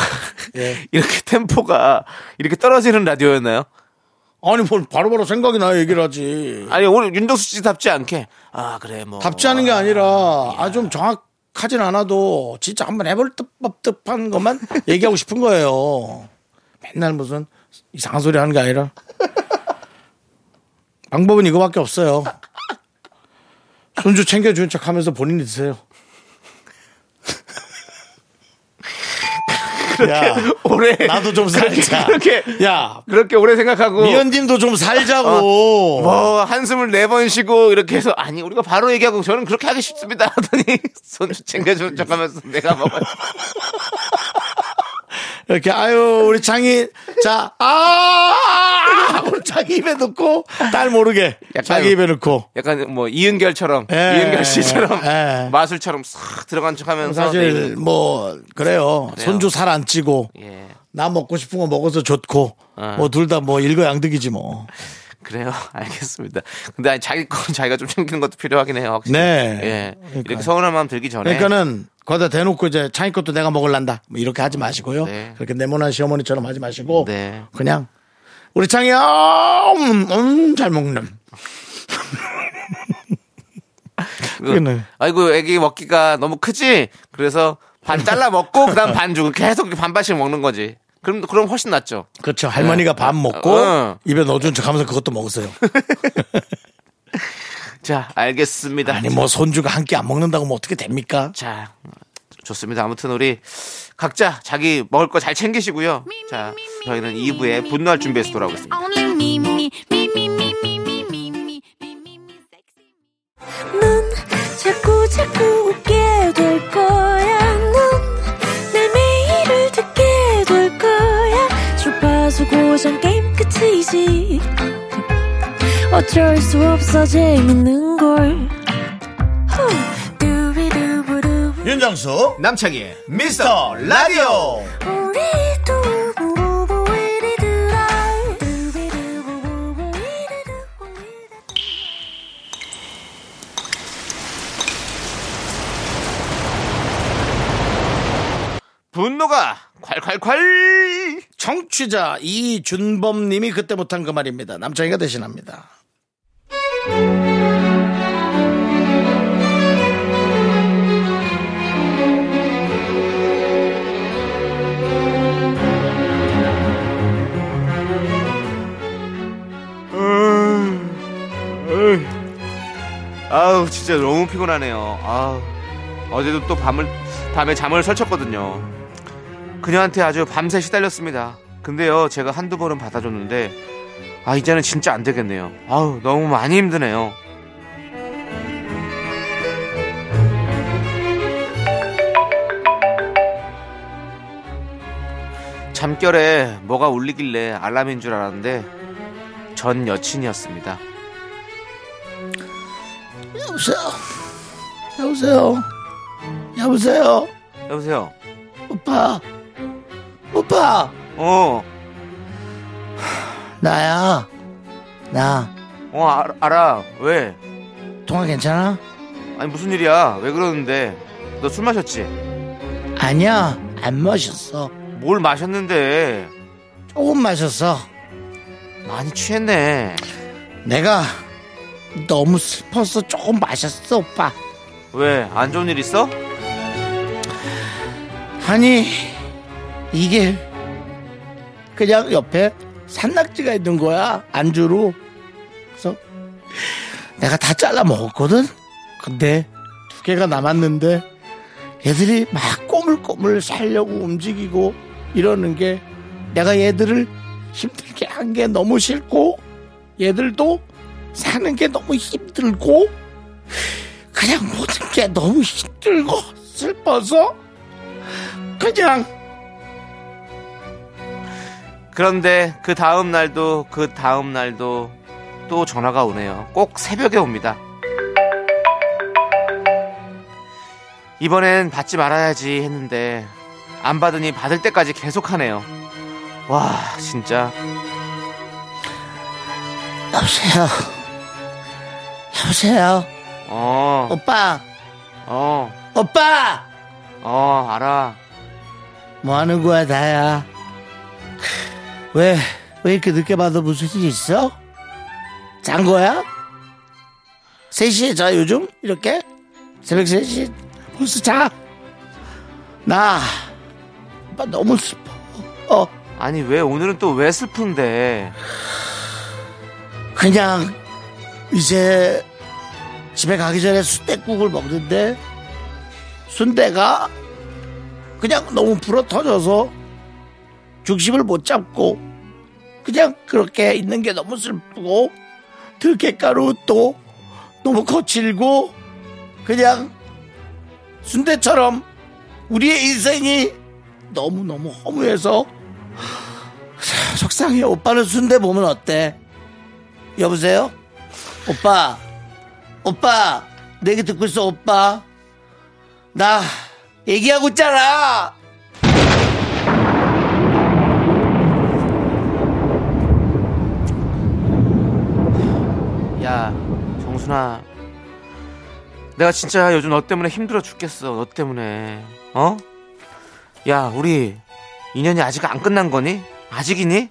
[SPEAKER 1] 예.
[SPEAKER 2] 이렇게 템포가, 이렇게 떨어지는 라디오였나요?
[SPEAKER 1] 아니 뭘 바로바로 생각이 나야 얘기를 하지.
[SPEAKER 2] 아니, 오늘 윤정수 씨 답지 않게, 아, 그래, 뭐.
[SPEAKER 1] 답지 않은 게 아니라 아 좀 정확하진 않아도 진짜 한번 해볼 듯법듯한 것만 얘기하고 싶은 거예요. 맨날 무슨 이상한 소리 하는 게 아니라 방법은 이거밖에 없어요. 손주 챙겨주는 척 하면서 본인이 드세요. 야,
[SPEAKER 2] 오래.
[SPEAKER 1] 나도 좀 살자.
[SPEAKER 2] 어. 그렇게,
[SPEAKER 1] 야,
[SPEAKER 2] 그렇게 오래 생각하고.
[SPEAKER 1] 미연님도 좀 살자고.
[SPEAKER 2] 뭐 한숨을 네 번 쉬고 이렇게 해서 아니 우리가 바로 얘기하고 저는 그렇게 하기 쉽습니다 하더니 손 챙겨주는 척하면서 내가 먹어요
[SPEAKER 1] 이렇게 아유 우리 창이 자 아! 우리 창이 입에 넣고 딸 모르게
[SPEAKER 2] 약간-
[SPEAKER 1] 자기 입에 넣고
[SPEAKER 2] 약간 뭐 이은결처럼
[SPEAKER 1] 예.
[SPEAKER 2] 이은결 씨처럼
[SPEAKER 1] 예.
[SPEAKER 2] 마술처럼 싹 들어간 척하면서
[SPEAKER 1] 사실
[SPEAKER 2] 네.
[SPEAKER 1] 뭐 그래요 손주 살 안 찌고
[SPEAKER 2] 예 아.
[SPEAKER 1] 나 먹고 싶은 거 먹어서 좋고 뭐 둘 다 뭐 일거양득이지 뭐
[SPEAKER 2] 그래요 알겠습니다 근데 아니, 자기 건 자기가 좀 챙기는 것도 필요하긴 해요 확실히
[SPEAKER 1] 네.
[SPEAKER 2] 예
[SPEAKER 1] 그러니까요.
[SPEAKER 2] 이렇게 서운한 마음 들기 전에
[SPEAKER 1] 그러니까는 거기다 대놓고 이제 창이 것도 내가 먹을란다 뭐 이렇게 하지 마시고요
[SPEAKER 2] 네.
[SPEAKER 1] 그렇게 네모난 시어머니처럼 하지 마시고
[SPEAKER 2] 네.
[SPEAKER 1] 그냥 우리 창이 아, 음, 음, 잘 먹는
[SPEAKER 2] 그,
[SPEAKER 1] 그러네.
[SPEAKER 2] 아이고 애기 먹기가 너무 크지 그래서 반 잘라 먹고 그다음 반 주고 계속 반반씩 먹는 거지 그럼 그럼 훨씬 낫죠
[SPEAKER 1] 그렇죠. 할머니가 밥 먹고
[SPEAKER 2] 네. 어.
[SPEAKER 1] 입에 넣어준 척 하면서 그것도 먹으세요.
[SPEAKER 2] 자 알겠습니다
[SPEAKER 1] 아니 뭐 손주가 한 끼 안 먹는다고 뭐 어떻게 됩니까?
[SPEAKER 2] 자, 좋습니다. 아무튼 우리 각자 자기 먹을 거 잘 챙기시고요. 자, 저희는 2부에 분노할 준비해서 돌아오겠습니다.
[SPEAKER 5] Only me, me, me, me, me, me, me, me, me, me, me, me, sexy me. 넌 자꾸 자꾸 웃게 될 거야. 넌내 매일을 듣게 될 거야. 주파수 고정 게임 끝이지. 어쩔 수 없어 재밌는 걸. 후. 두비두부두.
[SPEAKER 1] 윤정수
[SPEAKER 2] 남창희의 미스터 라디오
[SPEAKER 5] 우리 두부부부 우리 두라. 두비두부부부 우리 두부 우리 두부.
[SPEAKER 2] 분노가 콸콸콸
[SPEAKER 1] 청취자 이준범님이 그때 못한 그 말입니다. 남창이가 대신합니다.
[SPEAKER 2] 아우 진짜 너무 피곤하네요. 아우 어제도 또 밤을 밤에 잠을 설쳤거든요. 그녀한테 아주 밤새 시달렸습니다. 근데요 제가 한두 번은 받아줬는데 아 이제는 진짜 안 되겠네요. 아우 너무 많이 힘드네요. 잠결에 뭐가 울리길래 알람인 줄 알았는데 전 여친이었습니다.
[SPEAKER 1] 여보세요. 여보세요. 여보세요.
[SPEAKER 2] 여보세요.
[SPEAKER 1] 오빠. 오빠.
[SPEAKER 2] 어,
[SPEAKER 1] 나야. 나
[SPEAKER 2] 어 알, 알아. 왜?
[SPEAKER 1] 통화 괜찮아?
[SPEAKER 2] 아니 무슨 일이야? 왜 그러는데? 너 술 마셨지?
[SPEAKER 1] 아니야. 안 마셨어.
[SPEAKER 2] 뭘 마셨는데?
[SPEAKER 1] 조금 마셨어.
[SPEAKER 2] 많이 취했네.
[SPEAKER 1] 내가 너무 슬퍼서 조금 마셨어, 오빠.
[SPEAKER 2] 왜? 안 좋은 일 있어?
[SPEAKER 1] 아니 이게 그냥 옆에 산낙지가 있는 거야 안주로 그래서 내가 다 잘라 먹었거든 근데 두 개가 남았는데 얘들이 막 꼬물꼬물 살려고 움직이고 이러는 게 내가 얘들을 힘들게 한 게 너무 싫고 얘들도 사는 게 너무 힘들고 그냥 모든 게 너무 힘들고 슬퍼서 그냥
[SPEAKER 2] 그런데 그 다음 날도 그 다음 날도 또 전화가 오네요. 꼭 새벽에 옵니다. 이번엔 받지 말아야지 했는데 안 받으니 받을 때까지 계속하네요. 와 진짜
[SPEAKER 1] 여보세요 여보세요
[SPEAKER 2] 어어어
[SPEAKER 1] 오빠
[SPEAKER 2] 어,
[SPEAKER 1] 오빠
[SPEAKER 2] 어, 알아
[SPEAKER 1] 뭐하는 거야 다야 왜 왜 이렇게 늦게 받아 무슨 일 있어 잔 거야 3시에 자 요즘 이렇게 새벽 3시 벌써 자나 오빠 너무 슬퍼 어
[SPEAKER 2] 아니 왜 오늘은 또 왜 슬픈데
[SPEAKER 1] 그냥 이제 집에 가기 전에 순대국을 먹는데 순대가 그냥 너무 불어 터져서 중심을 못 잡고 그냥 그렇게 있는 게 너무 슬프고 들깨가루도 너무 거칠고 그냥 순대처럼 우리의 인생이 너무너무 허무해서 속상해 오빠는 순대 보면 어때? 여보세요? 오빠, 오빠, 내 얘기 듣고 있어, 오빠. 나 얘기하고 있잖아!
[SPEAKER 2] 야 정순아 내가 진짜 요즘 너 때문에 힘들어 죽겠어 너 때문에 어? 야 우리 인연이 아직 안 끝난 거니? 아직이니?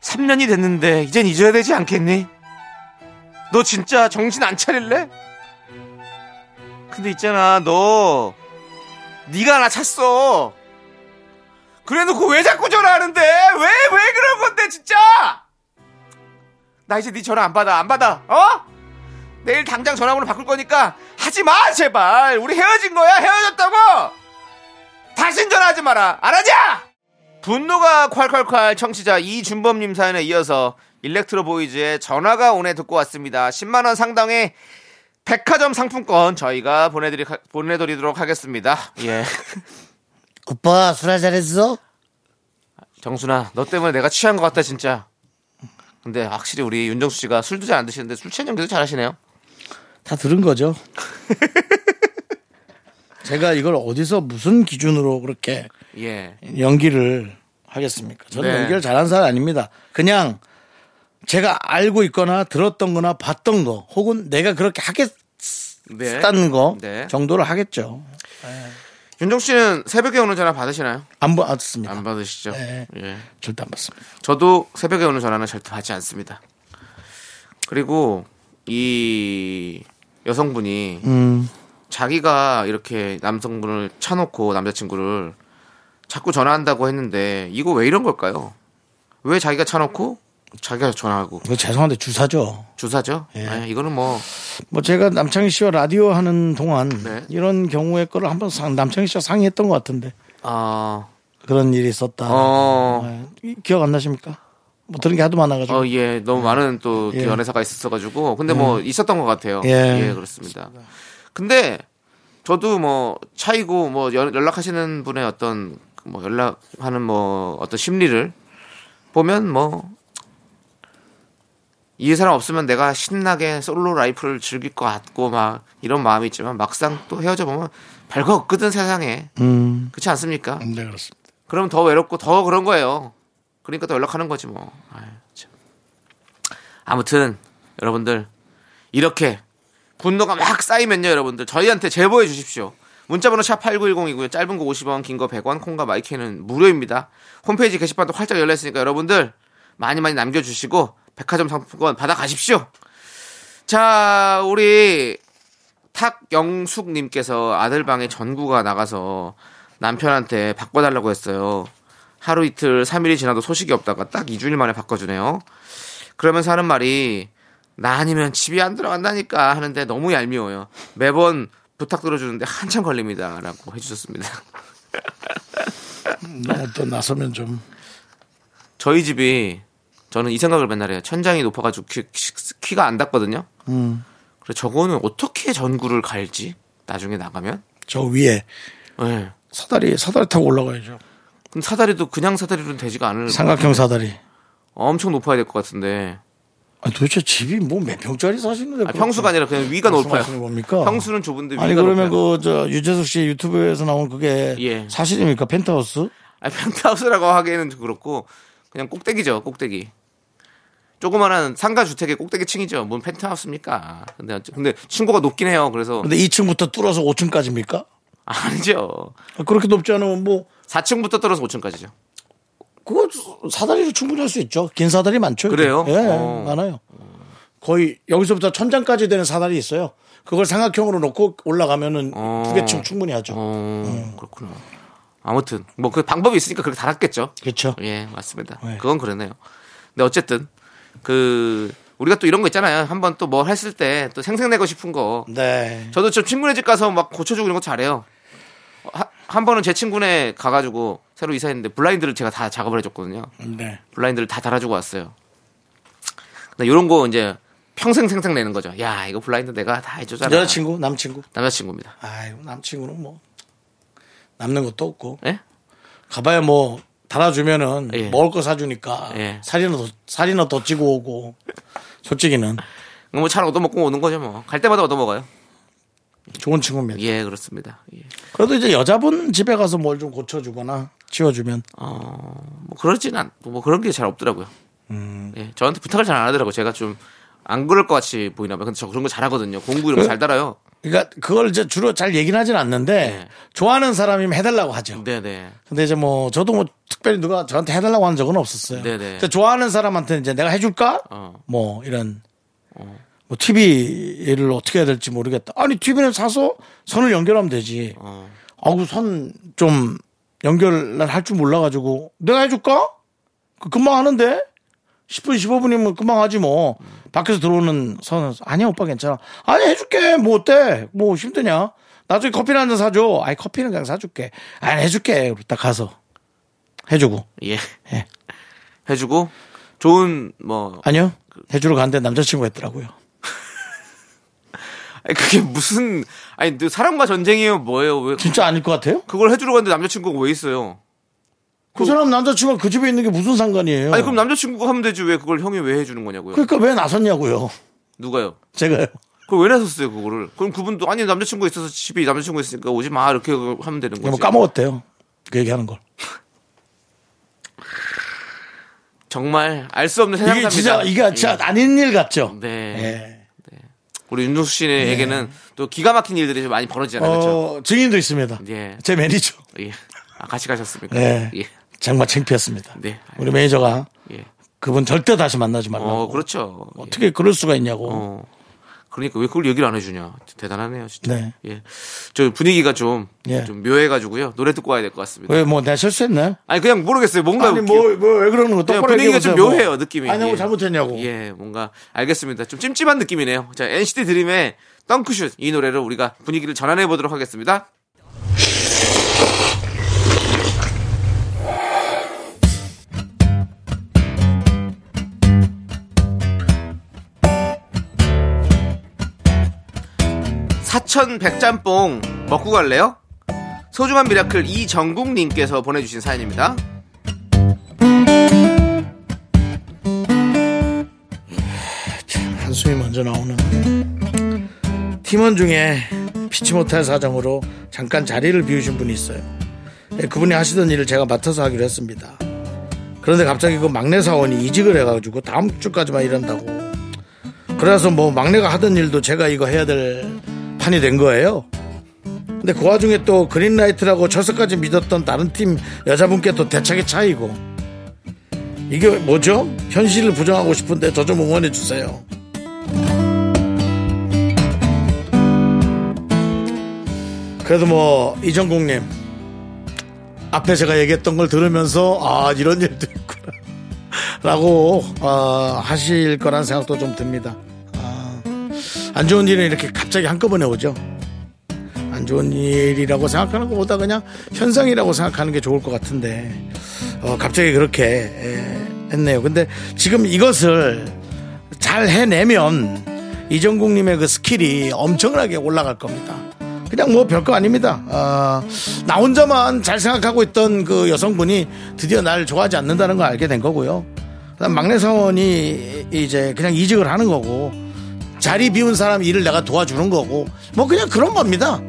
[SPEAKER 2] 3년이 됐는데 이젠 잊어야 되지 않겠니? 너 진짜 정신 안 차릴래? 근데 있잖아 너 네가 나 찼어 그래놓고 왜 자꾸 전화하는데 왜 왜 그런 건데 진짜 나 이제 네 전화 안 받아 안 받아 어? 내일 당장 전화번호 바꿀 거니까 하지 마 제발 우리 헤어진 거야 헤어졌다고 다신 전화하지 마라 안 하자 분노가 콸콸콸 청취자 이준범님 사연에 이어서 일렉트로 보이즈의 전화가 오네 듣고 왔습니다 10만원 상당의 백화점 상품권 저희가 보내드리, 보내드리도록 하겠습니다 예
[SPEAKER 1] 오빠, 술 한잔 했어?
[SPEAKER 2] 정순아 너 때문에 내가 취한 것 같다 진짜 근데 확실히 우리 윤정수 씨가 술도 잘 안 드시는데 술 취한 연기도 잘하시네요
[SPEAKER 1] 다 들은 거죠. 제가 이걸 어디서 무슨 기준으로 그렇게
[SPEAKER 2] 예.
[SPEAKER 1] 연기를 하겠습니까? 저는
[SPEAKER 2] 네.
[SPEAKER 1] 연기를 잘하는 사람 아닙니다. 그냥 제가 알고 있거나 들었던 거나 봤던 거 혹은 내가 그렇게 하겠다는
[SPEAKER 2] 네.
[SPEAKER 1] 거
[SPEAKER 2] 네.
[SPEAKER 1] 정도를 하겠죠.
[SPEAKER 2] 윤정 씨는 새벽에 오는 전화 받으시나요?
[SPEAKER 1] 안 받습니다.
[SPEAKER 2] 안 받으시죠?
[SPEAKER 1] 네.
[SPEAKER 2] 예.
[SPEAKER 1] 절대 안 받습니다.
[SPEAKER 2] 저도 새벽에 오는 전화는 절대 받지 않습니다. 그리고 이 여성분이
[SPEAKER 1] 음.
[SPEAKER 2] 자기가 이렇게 남성분을 차놓고 남자친구를 자꾸 전화한다고 했는데 이거 왜 이런 걸까요? 왜 자기가 차놓고 자기가 전화하고
[SPEAKER 1] 이거 그 죄송한데 주사죠.
[SPEAKER 2] 주사죠?
[SPEAKER 1] 예.
[SPEAKER 2] 아니, 이거는 뭐
[SPEAKER 1] 뭐 제가 남창희 씨와 라디오 하는 동안
[SPEAKER 2] 네.
[SPEAKER 1] 이런 경우의 거를 한번 상- 남창희 씨와 상의했던 것 같은데
[SPEAKER 2] 아,
[SPEAKER 1] 그런 일이 있었다.
[SPEAKER 2] 어,
[SPEAKER 1] 네. 이- 기억 안 나십니까? 뭐 들은 게 하도 많아가지고.
[SPEAKER 2] 어, 예. 너무 많은 또
[SPEAKER 1] 예.
[SPEAKER 2] 연애사가 있었어가지고. 근데 뭐 있었던 것 같아요.
[SPEAKER 1] 예.
[SPEAKER 2] 예, 그렇습니다. 근데 저도 뭐 차이고 뭐 연- 연락하시는 분의 어떤 뭐 연락하는 뭐 어떤 심리를 보면 뭐 이 사람 없으면 내가 신나게 솔로 라이프를 즐길 것 같고 막 이런 마음이 있지만 막상 또 헤어져 보면 발거없거든 세상에
[SPEAKER 1] 음.
[SPEAKER 2] 그렇지 않습니까?
[SPEAKER 1] 네, 그렇습니다.
[SPEAKER 2] 그럼 더 외롭고 더 그런 거예요. 그러니까 더 연락하는 거지 뭐. 아유, 참. 아무튼 여러분들 이렇게 분노가 막 쌓이면요 여러분들 저희한테 제보해 주십시오. 문자번호 샵 8910이고요. 짧은 거 50원, 긴 거 100원, 콩과 마이크는 무료입니다. 홈페이지 게시판도 활짝 열려 있으니까 여러분들 많이 많이 남겨주시고 백화점 상품권 받아가십시오. 자, 우리 탁영숙님께서 아들방에 전구가 나가서 남편한테 바꿔달라고 했어요. 하루 이틀, 삼일이 지나도 소식이 없다가 딱 2주일 만에 바꿔주네요. 그러면서 하는 말이 나 아니면 집이 안 들어간다니까 하는데 너무 얄미워요. 매번 부탁 들어주는데 한참 걸립니다. 라고 해주셨습니다.
[SPEAKER 1] 너무 네. 뭐 또 나서면 좀.
[SPEAKER 2] 저희 집이 저는 이 생각을 맨날 해요. 천장이 높아가지고 키, 키, 가안 닿거든요. 그래서 저거는 어떻게 전구를 갈지 나중에 나가면.
[SPEAKER 1] 저 위에
[SPEAKER 2] 예.
[SPEAKER 1] 사다리, 사다리 타고 올라가야죠.
[SPEAKER 2] 그럼 사다리도 그냥 사다리로는 되지가 않을
[SPEAKER 1] 삼각형 사다리.
[SPEAKER 2] 엄청 높아야 될 것 같은데
[SPEAKER 1] 아, 도대체 집이 뭐 몇 평짜리 사시는데?
[SPEAKER 2] 아, 평수가 아니라 그냥 위가 높아요.
[SPEAKER 1] 그렇죠. 말씀하시는 겁니까?
[SPEAKER 2] 평수는 좁은데 위가
[SPEAKER 1] 아니 그러면
[SPEAKER 2] 높아요.
[SPEAKER 1] 그 저 유재석 씨 유튜브에서 나온 그게
[SPEAKER 2] 예.
[SPEAKER 1] 사실입니까? 펜트하우스?
[SPEAKER 2] 아, 펜트하우스라고 하기에는 좀 그렇고 그냥 꼭대기죠, 꼭대기. 조그마한 상가 주택의 꼭대기 층이죠. 뭔 펜트하우스입니까? 근데 근데 층고가 높긴 해요. 그래서
[SPEAKER 1] 근데 2층부터 뚫어서 5층까지입니까?
[SPEAKER 2] 아니죠.
[SPEAKER 1] 그렇게 높지 않으면 뭐
[SPEAKER 2] 4층부터 떨어서 5층까지죠.
[SPEAKER 1] 그거 사다리로 충분히 할 수 있죠. 긴 사다리 많죠.
[SPEAKER 2] 그래요?
[SPEAKER 1] 예,
[SPEAKER 2] 어.
[SPEAKER 1] 많아요. 거의 여기서부터 천장까지 되는 사다리 있어요. 그걸 삼각형으로 놓고 올라가면은
[SPEAKER 2] 어.
[SPEAKER 1] 두 개 층 충분히 하죠.
[SPEAKER 2] 어,
[SPEAKER 1] 음.
[SPEAKER 2] 그렇구나. 아무튼 뭐 그 방법이 있으니까 그렇게 달았겠죠.
[SPEAKER 1] 그렇죠.
[SPEAKER 2] 예, 맞습니다.
[SPEAKER 1] 네.
[SPEAKER 2] 그건 그러네요. 근데 어쨌든 그 우리가 또 이런 거 있잖아요. 한번 또 뭐 했을 때 또 생색내고 싶은 거.
[SPEAKER 1] 네.
[SPEAKER 2] 저도 저 친구네 집 가서 막 고쳐주고 이런 거 잘해요. 하- 한 번은 제 친구네 가가지고 새로 이사했는데 블라인드를 제가 다 작업을 해줬거든요.
[SPEAKER 1] 네.
[SPEAKER 2] 블라인드를 다 달아주고 왔어요. 근데 이런 거 이제 평생 생색내는 거죠. 야 이거 블라인드 내가 다 해줬잖아.
[SPEAKER 1] 여자친구, 남친구.
[SPEAKER 2] 남자친구입니다.
[SPEAKER 1] 아이고, 남친구는 뭐 남는 것도 없고
[SPEAKER 2] 예?
[SPEAKER 1] 가봐야 뭐 달아주면은
[SPEAKER 2] 예.
[SPEAKER 1] 먹을 거 사주니까
[SPEAKER 2] 예.
[SPEAKER 1] 살이나 더, 살이나 더 찌고 오고 솔직히는
[SPEAKER 2] 뭐 차를 얻어먹고 오는 거죠 뭐. 갈 때마다 얻어먹어요.
[SPEAKER 1] 좋은 친구입니다.
[SPEAKER 2] 예 그렇습니다. 예.
[SPEAKER 1] 그래도 이제 여자분 집에 가서 뭘 좀 고쳐주거나 치워주면
[SPEAKER 2] 뭐 그러진 않, 뭐 그런 게 잘 없더라고요.
[SPEAKER 1] 음.
[SPEAKER 2] 예, 저한테 부탁을 잘 안 하더라고요. 제가 좀 안 그럴 것 같이 보이나 봐요. 근데 저 그런 거 잘하거든요. 공부 이런
[SPEAKER 1] 그-
[SPEAKER 2] 거 잘 달아요.
[SPEAKER 1] 그러니까 그걸 이제 주로 잘 얘기는 하진 않는데
[SPEAKER 2] 네. 음.
[SPEAKER 1] 좋아하는 사람이면 해달라고 하죠.
[SPEAKER 2] 네네.
[SPEAKER 1] 근데 이제 뭐 저도 뭐 특별히 누가 저한테 해달라고 하는 적은 없었어요.
[SPEAKER 2] 네네.
[SPEAKER 1] 근데 좋아하는 사람한테 이제 내가 해줄까?
[SPEAKER 2] 어.
[SPEAKER 1] 뭐 이런 뭐 TV를 어떻게 해야 될지 모르겠다. 아니 TV는 사서 선을 연결하면 되지.
[SPEAKER 2] 어.
[SPEAKER 1] 아우 선 좀 연결 난 할 줄 몰라가지고 내가 해줄까? 그 금방 하는데 10분 15분이면 금방 하지 뭐 밖에서 들어오는 선은 아니야 오빠 괜찮아 아니 해줄게 뭐 어때 뭐 힘드냐 나중에 커피나 한잔 사줘 아니 커피는 그냥 사줄게 아니 해줄게 그리고 딱 가서 해주고
[SPEAKER 2] 예.
[SPEAKER 1] 예.
[SPEAKER 2] 해주고 좋은 뭐
[SPEAKER 1] 아니요 해주러 갔는데 남자친구가 있더라고요
[SPEAKER 2] 아니, 그게 무슨 아니 너 사랑과 전쟁이에요 뭐예요 왜
[SPEAKER 1] 진짜 아닐 것 같아요
[SPEAKER 2] 그걸 해주러 갔는데 남자친구가 왜 있어요?
[SPEAKER 1] 그 사람 남자친구가 그 집에 있는 게 무슨 상관이에요
[SPEAKER 2] 아니 그럼 남자친구가 하면 되지 왜 그걸 형이 왜 해주는 거냐고요?
[SPEAKER 1] 그러니까 왜 나섰냐고요
[SPEAKER 2] 누가요?
[SPEAKER 1] 제가요
[SPEAKER 2] 그걸 왜 나섰어요 그거를? 그럼 그분도 아니 남자친구 있어서 집에 남자친구 있으니까 오지 마 이렇게 하면 되는 거지.
[SPEAKER 1] 뭐 까먹었대요 그 얘기하는 걸
[SPEAKER 2] 정말 알 수 없는 세상입니다. 예.
[SPEAKER 1] 이게 진짜 이게 진짜 아닌 일 같죠
[SPEAKER 2] 네.
[SPEAKER 1] 예.
[SPEAKER 2] 우리 윤종수 씨에게는 또 기가 막힌 일들이 좀 많이 벌어지잖아요. 그렇죠?
[SPEAKER 1] 네. 어, 증인도 있습니다.
[SPEAKER 2] 예.
[SPEAKER 1] 제 매니저.
[SPEAKER 2] 예. 아, 같이 가셨습니까?
[SPEAKER 1] 네.
[SPEAKER 2] 예.
[SPEAKER 1] 정말 창피했습니다.
[SPEAKER 2] 네,
[SPEAKER 1] 우리 매니저가
[SPEAKER 2] 예.
[SPEAKER 1] 그분 절대 다시 만나지 말라고.
[SPEAKER 2] 어, 그렇죠. 예.
[SPEAKER 1] 어떻게 그럴 수가 있냐고.
[SPEAKER 2] 어. 그러니까 왜 그걸 얘기를 안 해주냐. 대단하네요, 진짜.
[SPEAKER 1] 네.
[SPEAKER 2] 예. 저 분위기가 좀,
[SPEAKER 1] 예.
[SPEAKER 2] 좀 묘해가지고요. 노래 듣고 와야 될 것 같습니다.
[SPEAKER 1] 왜 뭐 내가 실수했나요?
[SPEAKER 2] 아니, 그냥 모르겠어요. 뭔가.
[SPEAKER 1] 아니
[SPEAKER 2] 웃기고.
[SPEAKER 1] 뭐 왜 그러는 거
[SPEAKER 2] 그냥
[SPEAKER 1] 똑바로
[SPEAKER 2] 네, 분위기가
[SPEAKER 1] 얘기해보세요,
[SPEAKER 2] 좀
[SPEAKER 1] 뭐.
[SPEAKER 2] 묘해요, 느낌이.
[SPEAKER 1] 아니 뭐
[SPEAKER 2] 예.
[SPEAKER 1] 잘못했냐고.
[SPEAKER 2] 예, 뭔가 알겠습니다. 좀 찜찜한 느낌이네요. 자, NCT 드림의 덩크슛 이 노래를 우리가 분위기를 전환해 보도록 하겠습니다. 사천 백짬뽕 먹고 갈래요? 소중한 미라클 이정국님께서 보내주신 사연입니다.
[SPEAKER 1] 한숨이 먼저 나오는 팀원 중에 피치 못할 사정으로 잠깐 자리를 비우신 분이 있어요. 예, 그분이 하시던 일을 제가 맡아서 하기로 했습니다. 그런데 갑자기 그 막내 사원이 이직을 해가지고 다음 주까지만 일한다고. 그래서 뭐 막내가 하던 일도 제가 이거 해야 될 판이 된 거예요. 근데 그 와중에 또 그린라이트라고 철석까지 믿었던 다른 팀 여자분께 또 대차게 차이고. 이게 뭐죠? 현실을 부정하고 싶은데 저 좀 응원해 주세요. 그래도 뭐 이정국님 앞에 제가 얘기했던 걸 들으면서 아 이런 일도 있구나라고 어, 하실 거란 생각도 좀 듭니다. 아, 안 좋은 일은 이렇게 갑자기 한꺼번에 오죠. 안 좋은 일이라고 생각하는 것보다 그냥 현상이라고 생각하는 게 좋을 것 같은데 어, 갑자기 그렇게 예, 했네요. 근데 지금 이것을 잘 해내면 이정국님의 그 스킬이 엄청나게 올라갈 겁니다. 그냥 뭐 별거 아닙니다. 아, 나 혼자만 잘 생각하고 있던 그 여성분이 드디어 날 좋아하지 않는다는 걸 알게 된 거고요. 그다음 막내 사원이 이제 그냥 이직을 하는 거고 자리 비운 사람 일을 내가 도와주는 거고 뭐 그냥 그런 겁니다.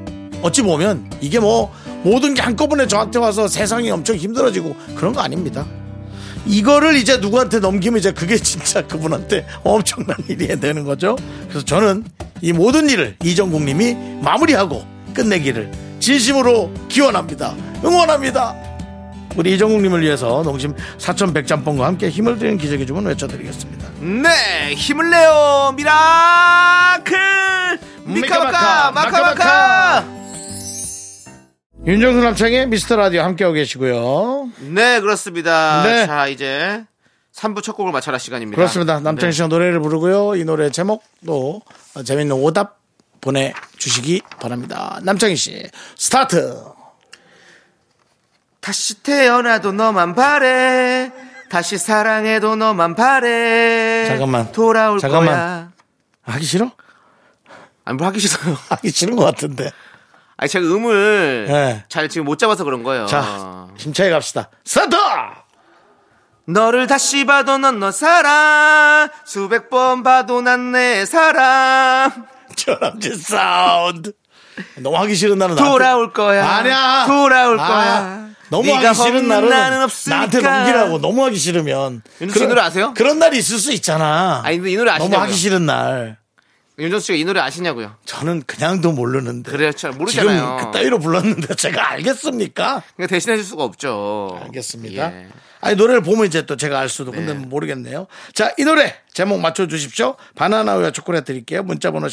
[SPEAKER 1] 어찌 보면 이게 뭐 모든 게 한꺼번에 저한테 와서 세상이 엄청 힘들어지고 그런 거 아닙니다. 이거를 이제 누구한테 넘기면 이제 그게 진짜 그분한테 엄청난 일이 되는 거죠. 그래서 저는 이 모든 일을 이정국님이 마무리하고 끝내기를 진심으로 기원합니다. 응원합니다. 우리 이정국님을 위해서 농심 4,100짬뽕과 함께 힘을 드리는 기적의 주문 외쳐드리겠습니다.
[SPEAKER 2] 네, 힘을 내요 미라클 미카마카
[SPEAKER 1] 미카마카,
[SPEAKER 2] 마카마카.
[SPEAKER 1] 윤정수 남창의 미스터 라디오 함께하고 계시고요.
[SPEAKER 2] 네, 그렇습니다.
[SPEAKER 1] 네.
[SPEAKER 2] 자, 이제 3부 첫 곡을 마쳐라 시간입니다. 네.
[SPEAKER 1] 그렇습니다. 네. 남창희 씨가 노래를 부르고요. 이 노래 제목도 재밌는 오답 보내주시기 바랍니다. 남창희 씨, 스타트!
[SPEAKER 2] 다시 태어나도 너만 바래. 다시 사랑해도 너만 바래.
[SPEAKER 1] 잠깐만.
[SPEAKER 2] 돌아올
[SPEAKER 1] 잠깐만.
[SPEAKER 2] 거야.
[SPEAKER 1] 하기 싫어?
[SPEAKER 2] 아니, 뭐 하기 싫어요.
[SPEAKER 1] 하기 싫은 것 같은데.
[SPEAKER 2] 아니, 제가 음을
[SPEAKER 1] 네.
[SPEAKER 2] 잘 지금 못 잡아서 그런 거예요.
[SPEAKER 1] 자, 힘차게 갑시다. 스타트!
[SPEAKER 2] 너를 다시 봐도 넌 너 사랑. 수백 번 봐도 난 내 사랑.
[SPEAKER 1] 저람진 사운드. 너무 하기 싫은 날은 나한테-
[SPEAKER 2] 돌아올 거야.
[SPEAKER 1] 아니야.
[SPEAKER 2] 돌아올
[SPEAKER 1] 아,
[SPEAKER 2] 거야.
[SPEAKER 1] 너무
[SPEAKER 2] 네가
[SPEAKER 1] 하기 싫은
[SPEAKER 2] 없는
[SPEAKER 1] 날은
[SPEAKER 2] 나는 없으니까.
[SPEAKER 1] 나한테 넘기라고. 너무 하기 싫으면.
[SPEAKER 2] 윤수 씨 노래 아세요?
[SPEAKER 1] 그런 날이 있을 수 있잖아.
[SPEAKER 2] 아니, 근데 이 노래 아시냐고요?
[SPEAKER 1] 너무 하기 싫은 날.
[SPEAKER 2] 윤정수 씨가 이 노래 아시냐고요?
[SPEAKER 1] 저는 그냥도 모르는데.
[SPEAKER 2] 그래요, 잘 모르잖아요.
[SPEAKER 1] 지금 그따위로 불렀는데 제가 알겠습니까?
[SPEAKER 2] 그냥 대신해 줄 수가 없죠.
[SPEAKER 1] 알겠습니다.
[SPEAKER 2] 예.
[SPEAKER 1] 아니 노래를 보면 이제 또 제가 알 수도 근데 모르겠네요. 자, 이 노래 제목 맞춰 주십시오. 바나나우유 초콜릿 드릴게요. 문자 번호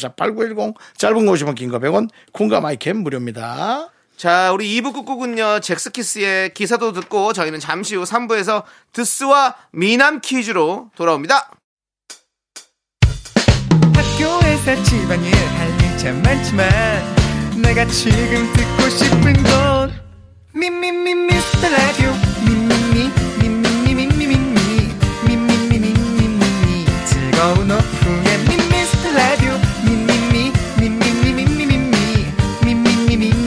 [SPEAKER 1] 샵8910 짧은 거 50원 긴 거 100원. 콩과 마이캠 무료입니다.
[SPEAKER 2] 자, 우리 2부 끝곡은요, 잭스키스의 기사도 듣고, 저희는 잠시 후 3부에서 드스와 미남 퀴즈로 돌아옵니다.
[SPEAKER 6] 학교에서 집안일 할 일 참 많지만 내가 지금 듣고 싶은 건 미미미 미스터 라디오 미미미 미미미 미미미 미미미 미미미 즐거운 오후에 미스터 라디오 미미미 미미미 미미미 미미미 미미미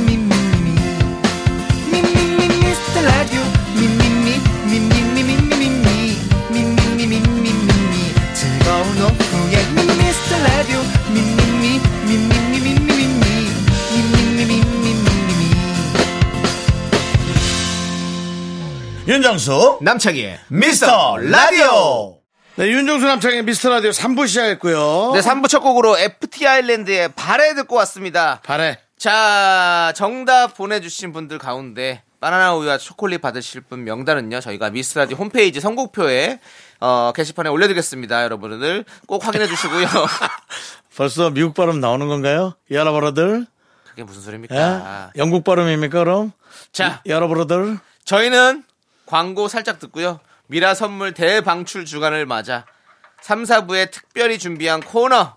[SPEAKER 1] 윤정수
[SPEAKER 2] 남창희의
[SPEAKER 1] 미스터 라디오. 네, 윤정수 남창의 미스터 라디오 3부 시작했고요.
[SPEAKER 2] 네, 3부 첫 곡으로 FT 아일랜드의 발에 듣고 왔습니다.
[SPEAKER 1] 발에
[SPEAKER 2] 자, 정답 보내주신 분들 가운데 바나나 우유와 초콜릿 받으실 분 명단은요, 저희가 미스라디 홈페이지 선곡표에 어, 게시판에 올려드리겠습니다. 여러분들 꼭 확인해 주시고요.
[SPEAKER 1] 벌써 미국 발음 나오는 건가요? 여러 버러들?
[SPEAKER 2] 그게 무슨
[SPEAKER 1] 예?
[SPEAKER 2] 소리입니까?
[SPEAKER 1] 영국 발음입니까, 그럼?
[SPEAKER 2] 아. 자,
[SPEAKER 1] 여러 버러들?
[SPEAKER 2] 저희는 광고 살짝 듣고요. 미라 선물 대방출 주간을 맞아 3, 4부에 특별히 준비한 코너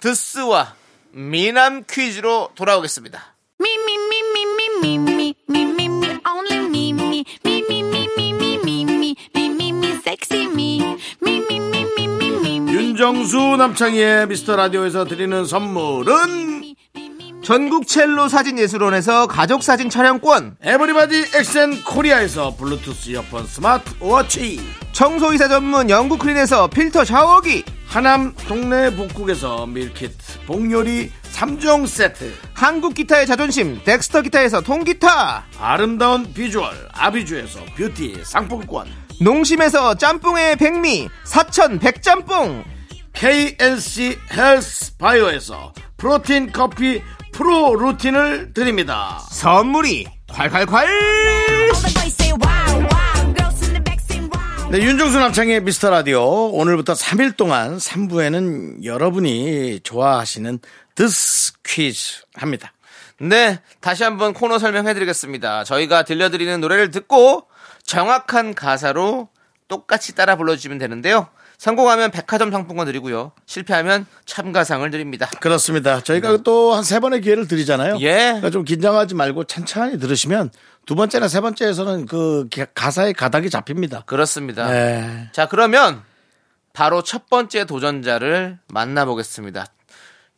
[SPEAKER 2] 드스와 미남 퀴즈로 돌아오겠습니다.
[SPEAKER 5] Me, me, me, me, me, me, me, me, me, me, only me, me, me, me, me, me, me, me, me, me, me, me, sexy me, me, me, me, me, me, me, me,
[SPEAKER 1] 윤정수 남창희의 미스터 라디오에서 드리는 선물은
[SPEAKER 5] me, me, me,
[SPEAKER 2] 전국 첼로 사진 예술원에서 가족 사진 촬영권,
[SPEAKER 1] 에브리바디 엑센 코리아에서 블루투스 이어폰 스마트 워치
[SPEAKER 2] 청소이사 전문 영국 클린에서 필터 샤워기,
[SPEAKER 1] 하남 동네 북국에서 밀키트 복요리 3종 세트
[SPEAKER 2] 한국 기타의 자존심, 덱스터 기타에서 통기타,
[SPEAKER 1] 아름다운 비주얼 아비주에서 뷰티 상품권
[SPEAKER 2] 농심에서 짬뽕의 백미, 사천 백짬뽕,
[SPEAKER 1] KNC 헬스 바이오에서 프로틴 커피 프로 루틴을 드립니다
[SPEAKER 2] 선물이 콸콸콸!
[SPEAKER 1] 네, 윤종수 남창의 미스터 라디오 오늘부터 3일 동안 3부에는 여러분이 좋아하시는 드스 퀴즈 합니다
[SPEAKER 2] 네, 다시 한번 코너 설명해드리겠습니다. 저희가 들려드리는 노래를 듣고 정확한 가사로 똑같이 따라 불러주시면 되는데요. 성공하면 백화점 상품권 드리고요. 실패하면 참가상을 드립니다.
[SPEAKER 1] 그렇습니다. 저희가 또 한 세 번의 기회를 드리잖아요.
[SPEAKER 2] 네. 예.
[SPEAKER 1] 그러니까 좀 긴장하지 말고 천천히 들으시면 두 번째나 세 번째에서는 그 기- 가사의 가닥이 잡힙니다.
[SPEAKER 2] 그렇습니다.
[SPEAKER 1] 네.
[SPEAKER 2] 자, 그러면 바로 첫 번째 도전자를 만나보겠습니다.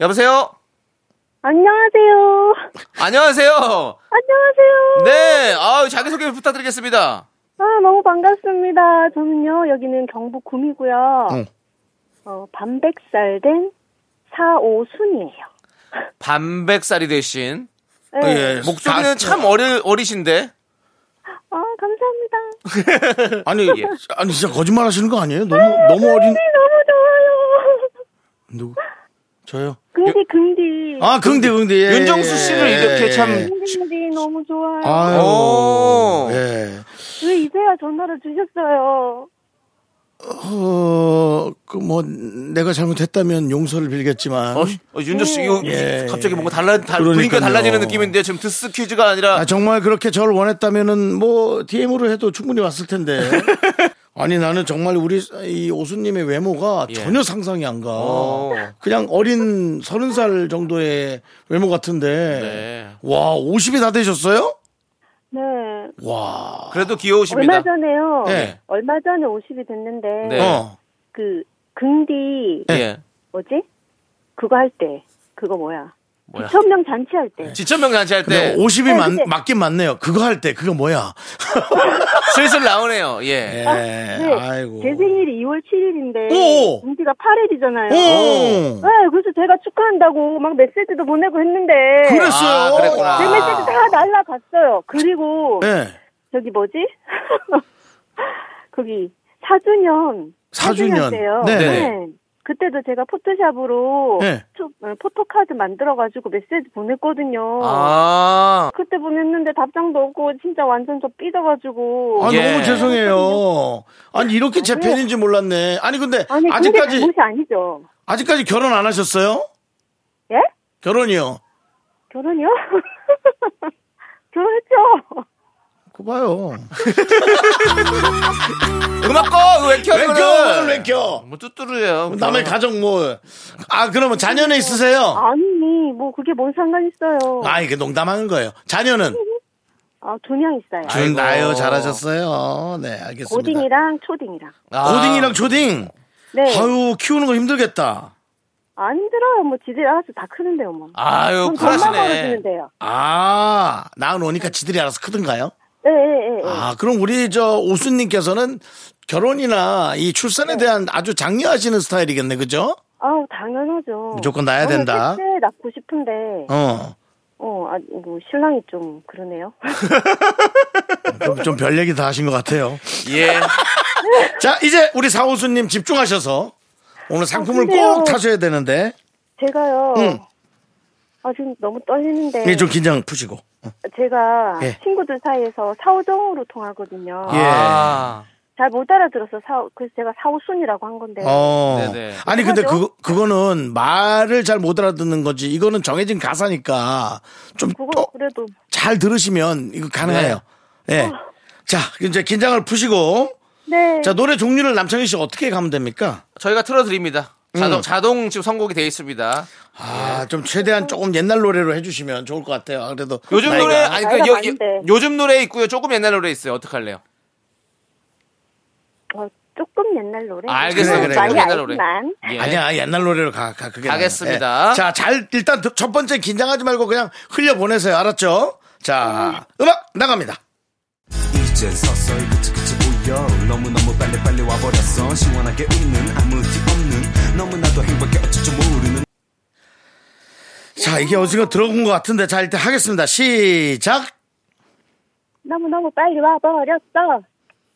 [SPEAKER 2] 여보세요?
[SPEAKER 7] 안녕하세요.
[SPEAKER 2] 안녕하세요.
[SPEAKER 7] 안녕하세요.
[SPEAKER 2] 네, 아 자기소개 부탁드리겠습니다.
[SPEAKER 7] 아, 너무 반갑습니다. 저는요, 여기는 경북 구미고요.
[SPEAKER 1] 응.
[SPEAKER 7] 어, 반백살 된 사오순이에요.
[SPEAKER 2] 반백살이 되신
[SPEAKER 7] 네.
[SPEAKER 1] 예.
[SPEAKER 2] 목소리는 참 어리, 어리신데
[SPEAKER 7] 아, 감사합니다.
[SPEAKER 1] 아니,
[SPEAKER 2] 예.
[SPEAKER 1] 아니 진짜 거짓말 하시는 거 아니에요? 너무 너무 어린
[SPEAKER 7] 네, 너무 좋아요.
[SPEAKER 1] 누구? 저요.
[SPEAKER 7] 긍디, 긍디.
[SPEAKER 1] 아, 긍디 긍디. 예,
[SPEAKER 2] 윤정수 씨를
[SPEAKER 1] 예,
[SPEAKER 2] 이렇게
[SPEAKER 1] 예,
[SPEAKER 2] 참-
[SPEAKER 1] 예.
[SPEAKER 7] 긍디, 긍디 너무 좋아요.
[SPEAKER 1] 아유.
[SPEAKER 2] 오.
[SPEAKER 1] 예.
[SPEAKER 7] 왜 이제야 전화를 주셨어요?
[SPEAKER 1] 어, 그 뭐 내가 잘못했다면 용서를 빌겠지만
[SPEAKER 2] 어, 어, 윤조 씨 이거
[SPEAKER 1] 예,
[SPEAKER 2] 갑자기 뭔가 달라 달,
[SPEAKER 1] 그러니까요.
[SPEAKER 2] 분위기가 달라지는 느낌인데 지금 드스 퀴즈가 아니라
[SPEAKER 1] 아, 정말 그렇게 저를 원했다면은 뭐 DM으로 해도 충분히 왔을 텐데. 아니 나는 정말 우리 이 오수님의
[SPEAKER 2] 예.
[SPEAKER 1] 외모가 전혀 상상이 안 가.
[SPEAKER 2] 어.
[SPEAKER 1] 그냥 어린 서른 살 정도의 외모 같은데.
[SPEAKER 2] 네.
[SPEAKER 1] 와 50이 다 되셨어요?
[SPEAKER 7] 네.
[SPEAKER 1] 와.
[SPEAKER 2] 그래도
[SPEAKER 7] 얼마
[SPEAKER 2] 귀여우십니다.
[SPEAKER 7] 전에요.
[SPEAKER 1] 네.
[SPEAKER 7] 얼마 전에 50이 됐는데,
[SPEAKER 2] 네.
[SPEAKER 1] 어.
[SPEAKER 7] 그, 긍디,
[SPEAKER 2] 예.
[SPEAKER 7] 뭐지? 그거 할 때, 그거 뭐야?
[SPEAKER 2] 뭐야?
[SPEAKER 7] 천명 잔치할 때.
[SPEAKER 2] 지천명 잔치할 때
[SPEAKER 1] 근데 50이
[SPEAKER 7] 어,
[SPEAKER 1] 맞,
[SPEAKER 7] 근데-
[SPEAKER 1] 맞긴 맞네요. 그거 할 때 그거 뭐야?
[SPEAKER 2] 슬슬 나오네요. 예.
[SPEAKER 1] 예.
[SPEAKER 7] 아, 네.
[SPEAKER 1] 아이고.
[SPEAKER 7] 제 생일이 2월 7일인데
[SPEAKER 1] 오!
[SPEAKER 7] 공지가 8일이잖아요. 네,
[SPEAKER 1] 오.
[SPEAKER 7] 그래서 제가 축하한다고 막 메시지도 보내고 했는데
[SPEAKER 1] 그랬어요.
[SPEAKER 2] 아, 그랬구나.
[SPEAKER 7] 제 메시지 다 날라갔어요. 그리고
[SPEAKER 1] 예.
[SPEAKER 7] 저기 뭐지? 거기 4주년
[SPEAKER 1] 사주년.
[SPEAKER 7] 때요.
[SPEAKER 1] 네.
[SPEAKER 7] 그때도 제가 포토샵으로
[SPEAKER 1] 네.
[SPEAKER 7] 투- 어, 포토카드 만들어가지고 메시지 보냈거든요.
[SPEAKER 2] 아.
[SPEAKER 7] 그때 보냈는데 답장도 없고 진짜 완전 저 삐져가지고
[SPEAKER 1] 아
[SPEAKER 2] 예.
[SPEAKER 1] 너무 죄송해요. 아니 이렇게 제 팬인지 몰랐네. 아니 근데
[SPEAKER 7] 아니 근데 뭐-
[SPEAKER 1] 아직까지
[SPEAKER 7] 잘못이 아니죠.
[SPEAKER 1] 아직까지 결혼 안 하셨어요?
[SPEAKER 7] 예?
[SPEAKER 1] 결혼이요.
[SPEAKER 7] 결혼이요? 결혼했죠.
[SPEAKER 1] 그 봐요.
[SPEAKER 2] 음악 꺼! 왜 켜?
[SPEAKER 1] 왜 껴?
[SPEAKER 2] 이거를?
[SPEAKER 1] 왜 껴?
[SPEAKER 2] 뭐 뚜뚜루예요.
[SPEAKER 1] 남의 가정 뭐. 아 그러면 자녀는 있으세요?
[SPEAKER 7] 아니, 뭐 그게 뭔 상관 있어요.
[SPEAKER 1] 아 이게 농담하는 거예요. 자녀는
[SPEAKER 7] 아, 두 명 있어요.
[SPEAKER 2] 아이고.
[SPEAKER 1] 준다요 잘하셨어요. 네 알겠습니다.
[SPEAKER 7] 고딩이랑 초딩이랑.
[SPEAKER 2] 아.
[SPEAKER 1] 고딩이랑 초딩.
[SPEAKER 7] 네.
[SPEAKER 1] 아유 키우는 거 힘들겠다.
[SPEAKER 7] 안 힘들어요. 뭐 지들 알아서 다 크는데요, 뭐.
[SPEAKER 2] 아유,
[SPEAKER 7] 전 돈만
[SPEAKER 2] 쿨하시네.
[SPEAKER 7] 벌어주면 돼요.
[SPEAKER 1] 아 나은 오니까 지들이 알아서 크든가요?
[SPEAKER 7] 예, 예, 예.
[SPEAKER 1] 아, 그럼 우리 저 오수님께서는 결혼이나 이
[SPEAKER 7] 네.
[SPEAKER 1] 출산에 대한 아주 장려하시는 스타일이겠네, 그죠?
[SPEAKER 7] 아우, 당연하죠.
[SPEAKER 1] 무조건 낳아야 된다.
[SPEAKER 7] 셋째 낳고 싶은데,
[SPEAKER 1] 어.
[SPEAKER 7] 어, 아, 뭐, 신랑이 좀 그러네요.
[SPEAKER 1] 좀 별 얘기 다 하신 것 같아요.
[SPEAKER 2] 예.
[SPEAKER 1] 자, 이제 우리 사오수님 집중하셔서 오늘 상품을
[SPEAKER 7] 근데요.
[SPEAKER 1] 꼭 타셔야 되는데,
[SPEAKER 7] 제가요,
[SPEAKER 1] 응.
[SPEAKER 7] 아, 지금 너무 떨리는데,
[SPEAKER 1] 예, 좀 긴장 푸시고.
[SPEAKER 7] 제가
[SPEAKER 1] 예.
[SPEAKER 7] 친구들 사이에서 사오정으로 통하거든요.
[SPEAKER 1] 예.
[SPEAKER 2] 아.
[SPEAKER 7] 잘 못 알아들어서 사, 그래서 제가 사오순이라고 한 건데.
[SPEAKER 1] 어.
[SPEAKER 2] 네네.
[SPEAKER 1] 아니, 근데
[SPEAKER 7] 하죠?
[SPEAKER 1] 그, 그거는 말을 잘 못 알아듣는 거지. 이거는 정해진 가사니까 좀
[SPEAKER 7] 그거 그래도
[SPEAKER 1] 잘 들으시면 이거 가능해요. 예. 자, 이제 긴장을 푸시고.
[SPEAKER 7] 네.
[SPEAKER 1] 자, 노래 종류를 남창희 씨 어떻게 가면 됩니까?
[SPEAKER 2] 저희가 틀어드립니다. 자동,
[SPEAKER 1] 음.
[SPEAKER 2] 자동 지금 선곡이 돼 있습니다.
[SPEAKER 1] 아, 좀 최대한 조금 옛날 노래로 해주시면 좋을 것 같아요. 아, 그래도
[SPEAKER 2] 요즘
[SPEAKER 1] 나이가.
[SPEAKER 2] 노래, 아니, 그,
[SPEAKER 7] 나이가
[SPEAKER 2] 요,
[SPEAKER 7] 많은데.
[SPEAKER 2] 요, 즘 노래 있고요. 조금 옛날 노래 있어요. 어떡할래요?
[SPEAKER 7] 어, 조금 옛날 노래.
[SPEAKER 2] 아, 알겠어요.
[SPEAKER 1] 그래, 그래,
[SPEAKER 7] 많이
[SPEAKER 1] 그래.
[SPEAKER 2] 옛날 노래.
[SPEAKER 7] 알지만
[SPEAKER 2] 예.
[SPEAKER 1] 아니야 옛날 노래로 가, 가 그게 나아요.
[SPEAKER 2] 가겠습니다.
[SPEAKER 1] 예. 자, 잘 일단 두- 첫 번째 긴장하지 말고 그냥 흘려 보내세요. 알았죠? 자, 음악 나갑니다.
[SPEAKER 8] 이젠 서서히 그치그치 보여 너무너무 빨리빨리 와버렸어 시원하게 웃는 아무 티 없는 너무나도 행복해 어쩔 줄 모르는
[SPEAKER 1] 자, 이게 어디가 들어온 것 같은데 자 일단 하겠습니다. 시작.
[SPEAKER 7] 너무 너무 빨리 와 버렸어.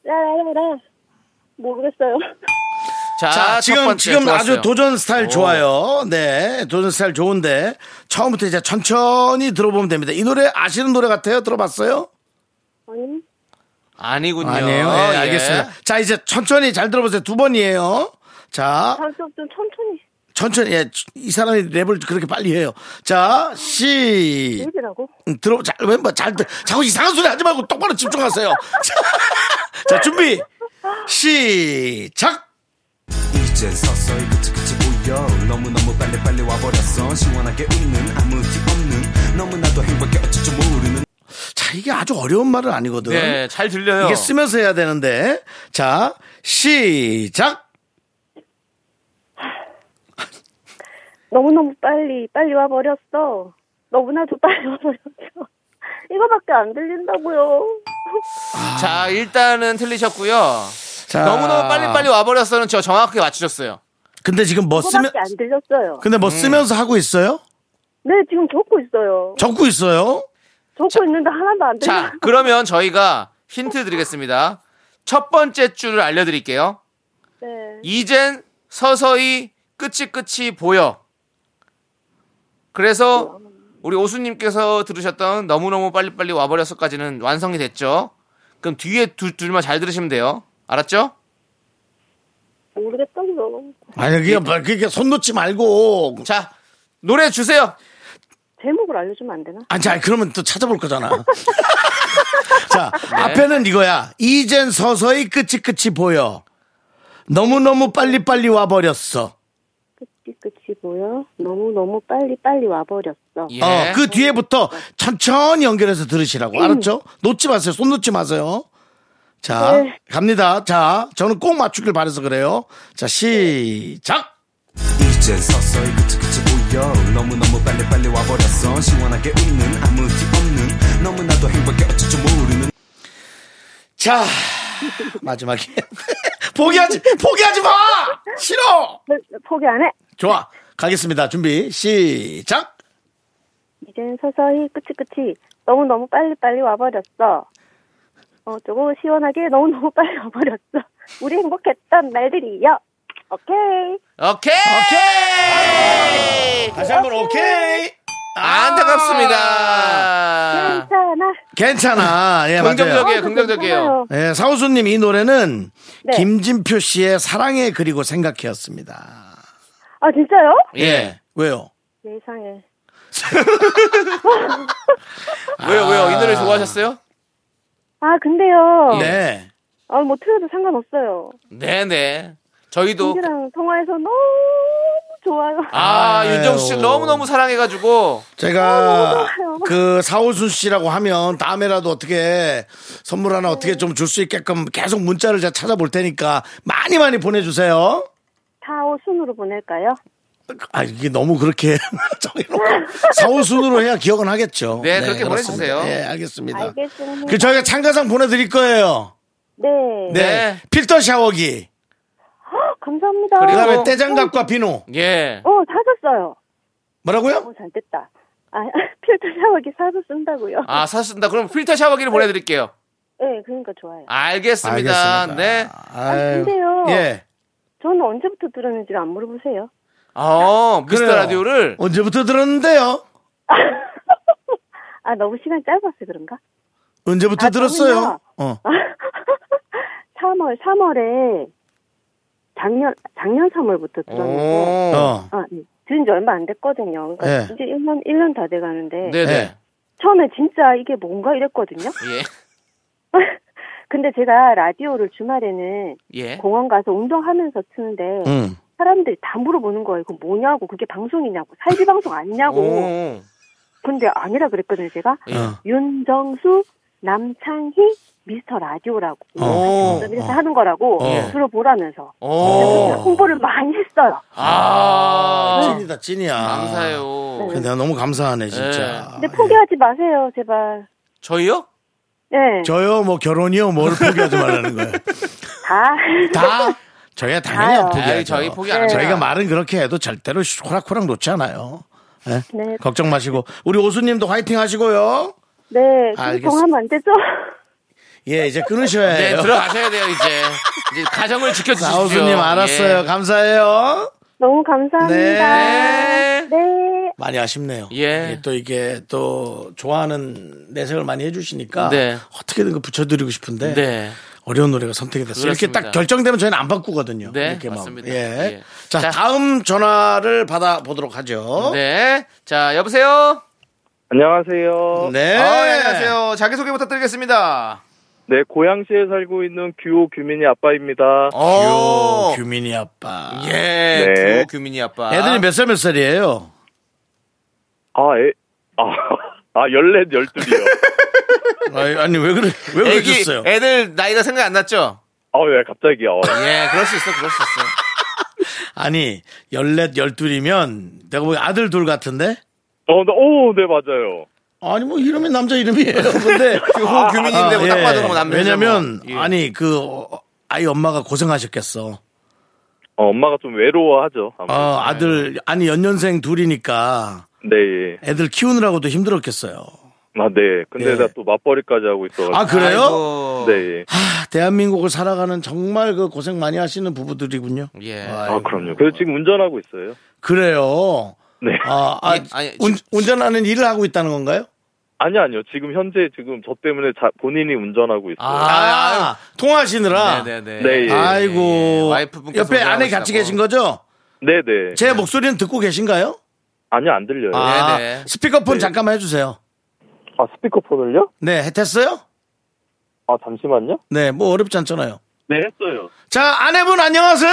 [SPEAKER 7] 라라라라. 모르겠어요.
[SPEAKER 2] 자,
[SPEAKER 1] 자,
[SPEAKER 2] 첫
[SPEAKER 1] 지금
[SPEAKER 2] 번째
[SPEAKER 1] 지금 아주
[SPEAKER 2] 좋았어요.
[SPEAKER 1] 도전 스타일 좋아요. 네, 도전 스타일 좋은데 처음부터 이제 천천히 들어보면 됩니다. 이 노래 아시는 노래 같아요. 들어봤어요?
[SPEAKER 7] 아니,
[SPEAKER 2] 아니군요.
[SPEAKER 1] 아니에요. 예,
[SPEAKER 2] 예.
[SPEAKER 1] 알겠습니다. 자, 이제 천천히 잘 들어보세요. 두 번이에요. 자,
[SPEAKER 7] 다음 주좀 천천히
[SPEAKER 1] 천천히 예, 이 사람이 랩을 그렇게 빨리 해요. 자, 시
[SPEAKER 7] 읽으라고.
[SPEAKER 1] 음, 들어 잘 멤버 잘 들. 자꾸 이상한 소리 하지 말고 똑바로 집중하세요. 자, 준비 시작.
[SPEAKER 8] 이젠 서서히 그치그치 보여 너무너무 빨리빨리 와버렸어 시원하게 웃는 아무 티 없는 너무나도 행복해 어쩔 줄 모르는
[SPEAKER 1] 자, 이게 아주 어려운 말은 아니거든.
[SPEAKER 2] 네, 잘 들려요.
[SPEAKER 1] 음? 이게 쓰면서 해야 되는데. 자, 시작.
[SPEAKER 7] 너무 너무 빨리 빨리 와 버렸어. 너무나도 빨리 와 버렸어. 이거밖에 안 들린다고요.
[SPEAKER 1] 어,
[SPEAKER 2] 자, 일단은 틀리셨고요.
[SPEAKER 1] 자,
[SPEAKER 2] 너무너무 빨리빨리 와버렸어는 저 정확하게 맞추셨어요.
[SPEAKER 1] 근데 지금 뭐 쓰면
[SPEAKER 7] 이거밖에 안 들렸어요.
[SPEAKER 1] 근데
[SPEAKER 2] 음.
[SPEAKER 1] 뭐 쓰면서 하고 있어요?
[SPEAKER 7] 네, 지금 적고 있어요.
[SPEAKER 1] 적고 있어요?
[SPEAKER 7] 적고 있는데 하나도 안 들려.
[SPEAKER 2] 자, 그러면 저희가 힌트 드리겠습니다. 첫 번째 줄을 알려드릴게요.
[SPEAKER 7] 네.
[SPEAKER 2] 이젠 서서히 끝이 끝이 보여. 그래서 우리 오수님께서 들으셨던 너무너무 빨리빨리 와버렸어까지는 완성이 됐죠. 그럼 뒤에 두 줄만 잘 들으시면 돼요. 알았죠?
[SPEAKER 7] 모르겠다고요.
[SPEAKER 1] 아니, 그게 뭐, 그게 손 놓지 말고.
[SPEAKER 2] 자, 노래 주세요.
[SPEAKER 7] 제목을 알려주면 안 되나?
[SPEAKER 1] 아니, 자, 그러면 또 찾아볼 거잖아. 자, 앞에는 이거야. 이젠 서서히 끝이 끝이 보여. 너무너무 빨리빨리 와버렸어.
[SPEAKER 7] 끝이 끝이 보여. 너무 너무 빨리 빨리 와버렸어.
[SPEAKER 2] 예.
[SPEAKER 1] 어, 그 뒤에부터 천천히 연결해서 들으시라고. 알았죠? 놓지 마세요. 손 놓지 마세요. 자,
[SPEAKER 7] 네.
[SPEAKER 1] 갑니다. 자, 저는 꼭 맞추길 바라서 그래요. 자, 시작!
[SPEAKER 8] 이젠 서서히 그치그치 보여 너무너무 빨리빨리 와버렸어 시원하게 웃는 아무 티 없는 너무나도 행복해 어쩔 줄 모르는
[SPEAKER 1] 자, 마지막에. 포기하지, 포기하지 마! 싫어!
[SPEAKER 7] 네, 네, 포기 안 해.
[SPEAKER 1] 좋아. 가겠습니다. 준비, 시작!
[SPEAKER 7] 이젠 서서히 끝이 끝이 너무 너무 빨리 빨리 와버렸어. 어쩌고 시원하게 너무 너무 빨리 와버렸어. 우리 행복했던 날들이요. 오케이.
[SPEAKER 2] 그- 오케이!
[SPEAKER 1] 다시 한 번, 오케이!
[SPEAKER 2] 아, 안타깝습니다.
[SPEAKER 7] 괜찮아.
[SPEAKER 1] 괜찮아. 예, 맞아요.
[SPEAKER 2] 긍정적이에요,
[SPEAKER 7] 어,
[SPEAKER 2] 긍정적이에요.
[SPEAKER 7] 괜찮아요.
[SPEAKER 1] 예, 사우수님 이 노래는
[SPEAKER 7] 네.
[SPEAKER 1] 김진표 씨의 사랑해 그리고 생각해였습니다.
[SPEAKER 7] 아 진짜요?
[SPEAKER 2] 예.
[SPEAKER 1] 왜요?
[SPEAKER 7] 세상에.
[SPEAKER 2] 왜요, 왜요? 이 노래 좋아하셨어요?
[SPEAKER 7] 아 근데요.
[SPEAKER 1] 네.
[SPEAKER 7] 아 뭐 틀려도 상관없어요.
[SPEAKER 2] 네네. 저희도.
[SPEAKER 7] 민지랑 통화해서 너무 좋아요.
[SPEAKER 2] 아,
[SPEAKER 1] 아유.
[SPEAKER 2] 윤정수 씨 너무너무 사랑해가지고.
[SPEAKER 1] 제가 그 사오순 씨라고 하면 다음에라도 어떻게 선물 하나 어떻게 좀 줄 수 있게끔 계속 문자를 제가 찾아볼 테니까 많이 많이 보내주세요.
[SPEAKER 7] 타오 순으로 보낼까요?
[SPEAKER 1] 아 이게 너무 그렇게 정해놓고 사오순으로 해야 기억은 하겠죠.
[SPEAKER 2] 네, 그렇게
[SPEAKER 1] 그렇습니다.
[SPEAKER 2] 보내주세요.
[SPEAKER 1] 네, 알겠습니다.
[SPEAKER 7] 알겠습니다.
[SPEAKER 1] 그 저희가 참가상 보내드릴 거예요.
[SPEAKER 7] 네.
[SPEAKER 1] 네,
[SPEAKER 2] 네.
[SPEAKER 1] 필터 샤워기,
[SPEAKER 7] 아, 감사합니다.
[SPEAKER 2] 그리고-
[SPEAKER 1] 그다음에 떼장갑과 비누.
[SPEAKER 2] 예.
[SPEAKER 7] 어, 사줬어요.
[SPEAKER 1] 뭐라고요?
[SPEAKER 7] 어, 잘 됐다. 아, 필터 샤워기 사서 쓴다고요.
[SPEAKER 2] 아, 사셨습니다. 그럼 필터 샤워기를 보내드릴게요.
[SPEAKER 7] 네, 그러니까 좋아요.
[SPEAKER 2] 알겠습니다. 네.
[SPEAKER 1] 아유.
[SPEAKER 7] 근데요.
[SPEAKER 1] 예.
[SPEAKER 7] 저는 언제부터 들었는지를 안 물어보세요.
[SPEAKER 2] 어, 미스터
[SPEAKER 1] 그래요.
[SPEAKER 2] 라디오를.
[SPEAKER 1] 언제부터 들었는데요?
[SPEAKER 7] 아, 너무 시간 짧아서 그런가?
[SPEAKER 1] 언제부터
[SPEAKER 7] 아,
[SPEAKER 1] 들었어요?
[SPEAKER 7] 저는요.
[SPEAKER 1] 어.
[SPEAKER 7] 3월, 3월에 작년, 작년 3월부터 들었는데.
[SPEAKER 2] 오.
[SPEAKER 1] 어.
[SPEAKER 7] 아, 네. 들은 지 얼마 안 됐거든요. 그러니까
[SPEAKER 1] 네.
[SPEAKER 7] 이제 1년, 1년 다 돼가는데.
[SPEAKER 2] 네네.
[SPEAKER 1] 네.
[SPEAKER 7] 처음에 진짜 이게 뭔가 이랬거든요.
[SPEAKER 2] 예.
[SPEAKER 7] 근데 제가 라디오를 주말에는
[SPEAKER 2] 예.
[SPEAKER 7] 공원 가서 운동하면서 트는데.
[SPEAKER 1] 음.
[SPEAKER 7] 사람들이 다 물어보는 거예요. 이거 뭐냐고, 그게 방송이냐고, 살기 방송 아니냐고.
[SPEAKER 2] 오.
[SPEAKER 7] 근데 아니라 그랬거든요, 제가.
[SPEAKER 2] 예.
[SPEAKER 1] 어.
[SPEAKER 7] 윤정수 남창희 미스터 라디오라고
[SPEAKER 1] 어.
[SPEAKER 7] 그래서 하는 거라고
[SPEAKER 1] 어.
[SPEAKER 7] 들어보라면서
[SPEAKER 2] 오.
[SPEAKER 7] 홍보를 많이 했어요.
[SPEAKER 2] 아.
[SPEAKER 1] 찐이다 찐이야.
[SPEAKER 2] 감사해요.
[SPEAKER 1] 근데 내가 너무 감사하네 진짜.
[SPEAKER 7] 근데 포기하지 마세요, 제발.
[SPEAKER 2] 저희요?
[SPEAKER 7] 네,
[SPEAKER 1] 저요 뭐 결혼이요 뭘 포기하지 말라는 거예요.
[SPEAKER 7] 다.
[SPEAKER 1] 다 저희야 당연히 안
[SPEAKER 7] 다요.
[SPEAKER 1] 포기하죠.
[SPEAKER 2] 에이, 저희 포기
[SPEAKER 7] 네.
[SPEAKER 2] 안
[SPEAKER 1] 저희가
[SPEAKER 2] 합니다.
[SPEAKER 1] 말은 그렇게 해도 절대로 호락호락 놓지 않아요. 예?
[SPEAKER 7] 네.
[SPEAKER 1] 걱정 마시고 우리 오수님도 화이팅 하시고요.
[SPEAKER 7] 네,
[SPEAKER 1] 알겠습니다.
[SPEAKER 7] 동하면 안 되죠?
[SPEAKER 1] 예 이제 끊으셔야
[SPEAKER 2] 네,
[SPEAKER 1] 해요.
[SPEAKER 2] 들어가셔야 돼요, 이제. 이제 가정을 지켜주십시오. 예.
[SPEAKER 1] 나오수님 알았어요. 감사해요.
[SPEAKER 7] 너무 감사합니다.
[SPEAKER 2] 예.
[SPEAKER 7] 네.
[SPEAKER 1] 많이 아쉽네요.
[SPEAKER 2] 예.
[SPEAKER 1] 또 이게 또 좋아하는 내색을 많이 해주시니까
[SPEAKER 2] 네.
[SPEAKER 1] 어떻게든 그 붙여드리고 싶은데
[SPEAKER 2] 네.
[SPEAKER 1] 어려운 노래가 선택이 됐어요. 이렇게
[SPEAKER 2] 그렇습니다.
[SPEAKER 1] 딱 결정되면 저희는 안 바꾸거든요.
[SPEAKER 2] 네,
[SPEAKER 1] 이렇게 마음.
[SPEAKER 2] 맞습니다.
[SPEAKER 1] 예.
[SPEAKER 2] 예.
[SPEAKER 1] 자,
[SPEAKER 2] 자.
[SPEAKER 1] 다음 전화를 받아보도록 하죠.
[SPEAKER 2] 네. 자, 여보세요?
[SPEAKER 9] 안녕하세요.
[SPEAKER 1] 네.
[SPEAKER 2] 아, 예, 안녕하세요. 자기소개 부탁드리겠습니다.
[SPEAKER 9] 네, 고양시에 살고 있는 규호 규민이 아빠입니다.
[SPEAKER 2] 오.
[SPEAKER 1] 요, 어. 규민이 아빠.
[SPEAKER 2] 어, 예,
[SPEAKER 9] 네.
[SPEAKER 2] 두 규민이 아빠.
[SPEAKER 1] 애들이 몇 살 몇 살이에요?
[SPEAKER 9] 아, 에, 아, 아, 14, 12이요.
[SPEAKER 1] 아니, 아니, 왜 그래, 왜
[SPEAKER 2] 애기,
[SPEAKER 1] 그러셨어요?
[SPEAKER 2] 애들 나이가 생각 안 났죠?
[SPEAKER 9] 아, 왜 갑자기, 어.
[SPEAKER 2] 예, 그럴 수 있어, 그럴 수 있어.
[SPEAKER 1] 아니, 14, 12이면 내가 보기 아들 둘 같은데?
[SPEAKER 9] 어, 나- 오, 네, 맞아요.
[SPEAKER 1] 아니, 뭐, 이름이 남자 이름이에요. 근데.
[SPEAKER 2] 호 규민인데 뭐
[SPEAKER 1] 아,
[SPEAKER 2] 딱
[SPEAKER 1] 예.
[SPEAKER 2] 봐도 뭐 남자.
[SPEAKER 1] 왜냐면
[SPEAKER 2] 뭐. 예.
[SPEAKER 1] 아니 그 어, 아이 엄마가 고생하셨겠어.
[SPEAKER 9] 어, 엄마가 좀 외로워하죠.
[SPEAKER 1] 어,
[SPEAKER 9] 아무래도. 예.
[SPEAKER 1] 아들 아니 연년생 둘이니까
[SPEAKER 9] 네, 예.
[SPEAKER 1] 애들 키우느라고도 힘들었겠어요.
[SPEAKER 9] 아, 네. 근데
[SPEAKER 1] 예.
[SPEAKER 9] 나 또 맞벌이까지 하고 있어가지고.
[SPEAKER 1] 아 그래요?
[SPEAKER 2] 아이고.
[SPEAKER 9] 네, 예.
[SPEAKER 1] 아, 대한민국을 살아가는 정말 그 고생 많이 하시는 부부들이군요.
[SPEAKER 2] 예.
[SPEAKER 9] 아, 그럼요. 그래서 지금 운전하고 있어요.
[SPEAKER 1] 그래요.
[SPEAKER 9] 네.
[SPEAKER 1] 아, 아,
[SPEAKER 2] 예, 아니,
[SPEAKER 1] 운, 운전하는 일을 하고 있다는 건가요?
[SPEAKER 9] 아니, 아니요. 지금 현재 지금 저 때문에 자, 본인이 운전하고 있어요.
[SPEAKER 1] 아, 통화하시느라.
[SPEAKER 2] 아. 네네네.
[SPEAKER 9] 네, 예.
[SPEAKER 1] 아이고.
[SPEAKER 2] 와이프분께서
[SPEAKER 1] 옆에 아내
[SPEAKER 2] 운전하고
[SPEAKER 1] 같이
[SPEAKER 2] 있다고.
[SPEAKER 1] 계신 거죠?
[SPEAKER 9] 네, 네.
[SPEAKER 1] 제 목소리는 듣고 계신가요?
[SPEAKER 9] 아니요, 안 들려요. 아,
[SPEAKER 1] 아,
[SPEAKER 2] 네네.
[SPEAKER 1] 스피커폰
[SPEAKER 9] 네. 아,
[SPEAKER 1] 잠깐만 해주세요.
[SPEAKER 9] 스피커폰을요?
[SPEAKER 1] 네, 했어요?
[SPEAKER 9] 아, 잠시만요.
[SPEAKER 1] 네, 뭐 어렵지 않잖아요.
[SPEAKER 9] 네, 했어요.
[SPEAKER 1] 자, 아내분 안녕하세요.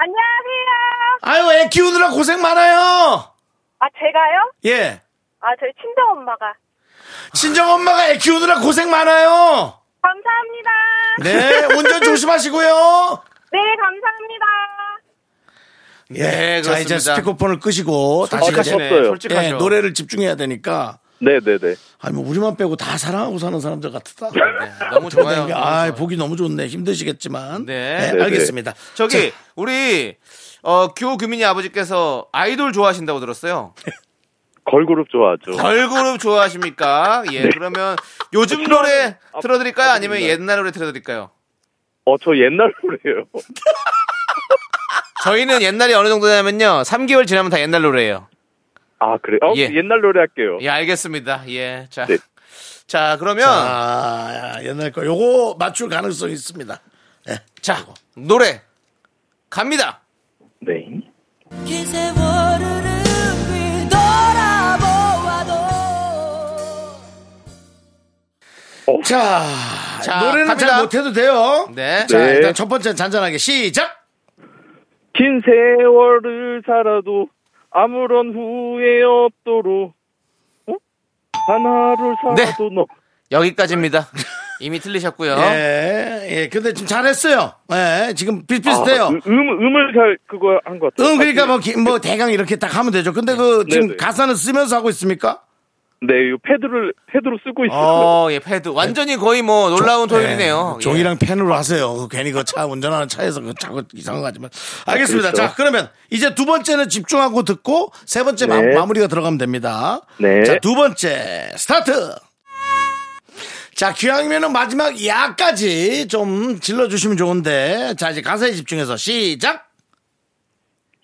[SPEAKER 7] 안녕하세요.
[SPEAKER 1] 아유, 애 키우느라 고생 많아요.
[SPEAKER 7] 아, 제가요?
[SPEAKER 1] 예.
[SPEAKER 7] 아, 저희 친정엄마가.
[SPEAKER 1] 친정 엄마가 애 키우느라 고생 많아요.
[SPEAKER 7] 감사합니다.
[SPEAKER 1] 네, 운전 조심하시고요.
[SPEAKER 7] 네, 감사합니다.
[SPEAKER 1] 예,
[SPEAKER 2] 네,
[SPEAKER 1] 자 이제
[SPEAKER 2] 그렇습니다.
[SPEAKER 1] 스피커폰을 끄시고 다시
[SPEAKER 9] 아,
[SPEAKER 1] 이제
[SPEAKER 9] 네.
[SPEAKER 2] 네,
[SPEAKER 9] 없어요.
[SPEAKER 2] 솔직하죠.
[SPEAKER 1] 예, 노래를 집중해야 되니까.
[SPEAKER 9] 네, 네, 네.
[SPEAKER 1] 아니 뭐 우리만 빼고 다 사랑하고 사는 사람들 같았다.
[SPEAKER 2] 너무 네. 좋아요.
[SPEAKER 1] 아, 보기 너무 좋네. 힘드시겠지만.
[SPEAKER 2] 네.
[SPEAKER 1] 네, 알겠습니다.
[SPEAKER 2] 저기 우리 어, 규 규민이 아버지께서 아이돌 좋아하신다고 들었어요.
[SPEAKER 9] 걸그룹 좋아하죠.
[SPEAKER 2] 걸그룹 좋아하십니까? 예. 그러면 요즘 노래
[SPEAKER 9] 아,
[SPEAKER 2] 틀어드릴까요? 아니면
[SPEAKER 9] 아버지입니다.
[SPEAKER 2] 옛날 노래 틀어드릴까요?
[SPEAKER 9] 어, 저 옛날 노래예요.
[SPEAKER 2] 저희는 옛날이 어느 정도냐면요. 3개월 지나면 다 옛날 노래예요.
[SPEAKER 9] 아, 그래. 어,
[SPEAKER 2] 예.
[SPEAKER 9] 옛날 노래 할게요.
[SPEAKER 2] 예, 알겠습니다. 예. 자.
[SPEAKER 9] 네.
[SPEAKER 2] 자, 그러면 자,
[SPEAKER 1] 아, 옛날 거. 요거 맞출 가능성이 있습니다. 네.
[SPEAKER 2] 노래 갑니다.
[SPEAKER 9] 네.
[SPEAKER 5] 그 세월을 흘 돌아보아도
[SPEAKER 1] 자,
[SPEAKER 2] 자,
[SPEAKER 1] 노래는
[SPEAKER 2] 갑니다.
[SPEAKER 1] 잘 못해도 돼요.
[SPEAKER 2] 네.
[SPEAKER 1] 자,
[SPEAKER 9] 네.
[SPEAKER 1] 일단 첫 번째 잔잔하게 시작.
[SPEAKER 9] 긴 세월을 살아도 아무런 후회 없도록 어? 하나를
[SPEAKER 1] 네.
[SPEAKER 9] 살아도 너.
[SPEAKER 2] 여기까지입니다. 이미 틀리셨고요.
[SPEAKER 1] 예, 예, 근데 지금 잘했어요. 예, 지금 비슷비슷해요.
[SPEAKER 9] 아, 음, 음, 음을 잘 그거 한 것 같아요.
[SPEAKER 1] 응, 그러니까 뭐,
[SPEAKER 2] 네.
[SPEAKER 1] 기- 뭐 대강 이렇게 딱 하면 되죠. 근데 그 지금
[SPEAKER 9] 네네.
[SPEAKER 1] 가사는 쓰면서 하고 있습니까?
[SPEAKER 9] 네, 이 패드를 패드로 쓰고 있어요.
[SPEAKER 2] 어, 예, 패드. 완전히 거의 뭐 놀라운 토요일이네요.
[SPEAKER 1] 예, 종이랑 펜으로 하세요. 그 괜히 그 차 운전하는 차에서 그 자꾸 이상한 거 하지만. 알겠습니다.
[SPEAKER 9] 그렇죠.
[SPEAKER 1] 자, 그러면 이제 두 번째는 집중하고 듣고 세 번째 마,
[SPEAKER 9] 네.
[SPEAKER 1] 무리가 들어가면 됩니다.
[SPEAKER 9] 네.
[SPEAKER 1] 자, 두 번째 스타트. 자, 기왕이면은 마지막 야까지 좀 질러주시면 좋은데. 자, 이제 가사에 집중해서 시작.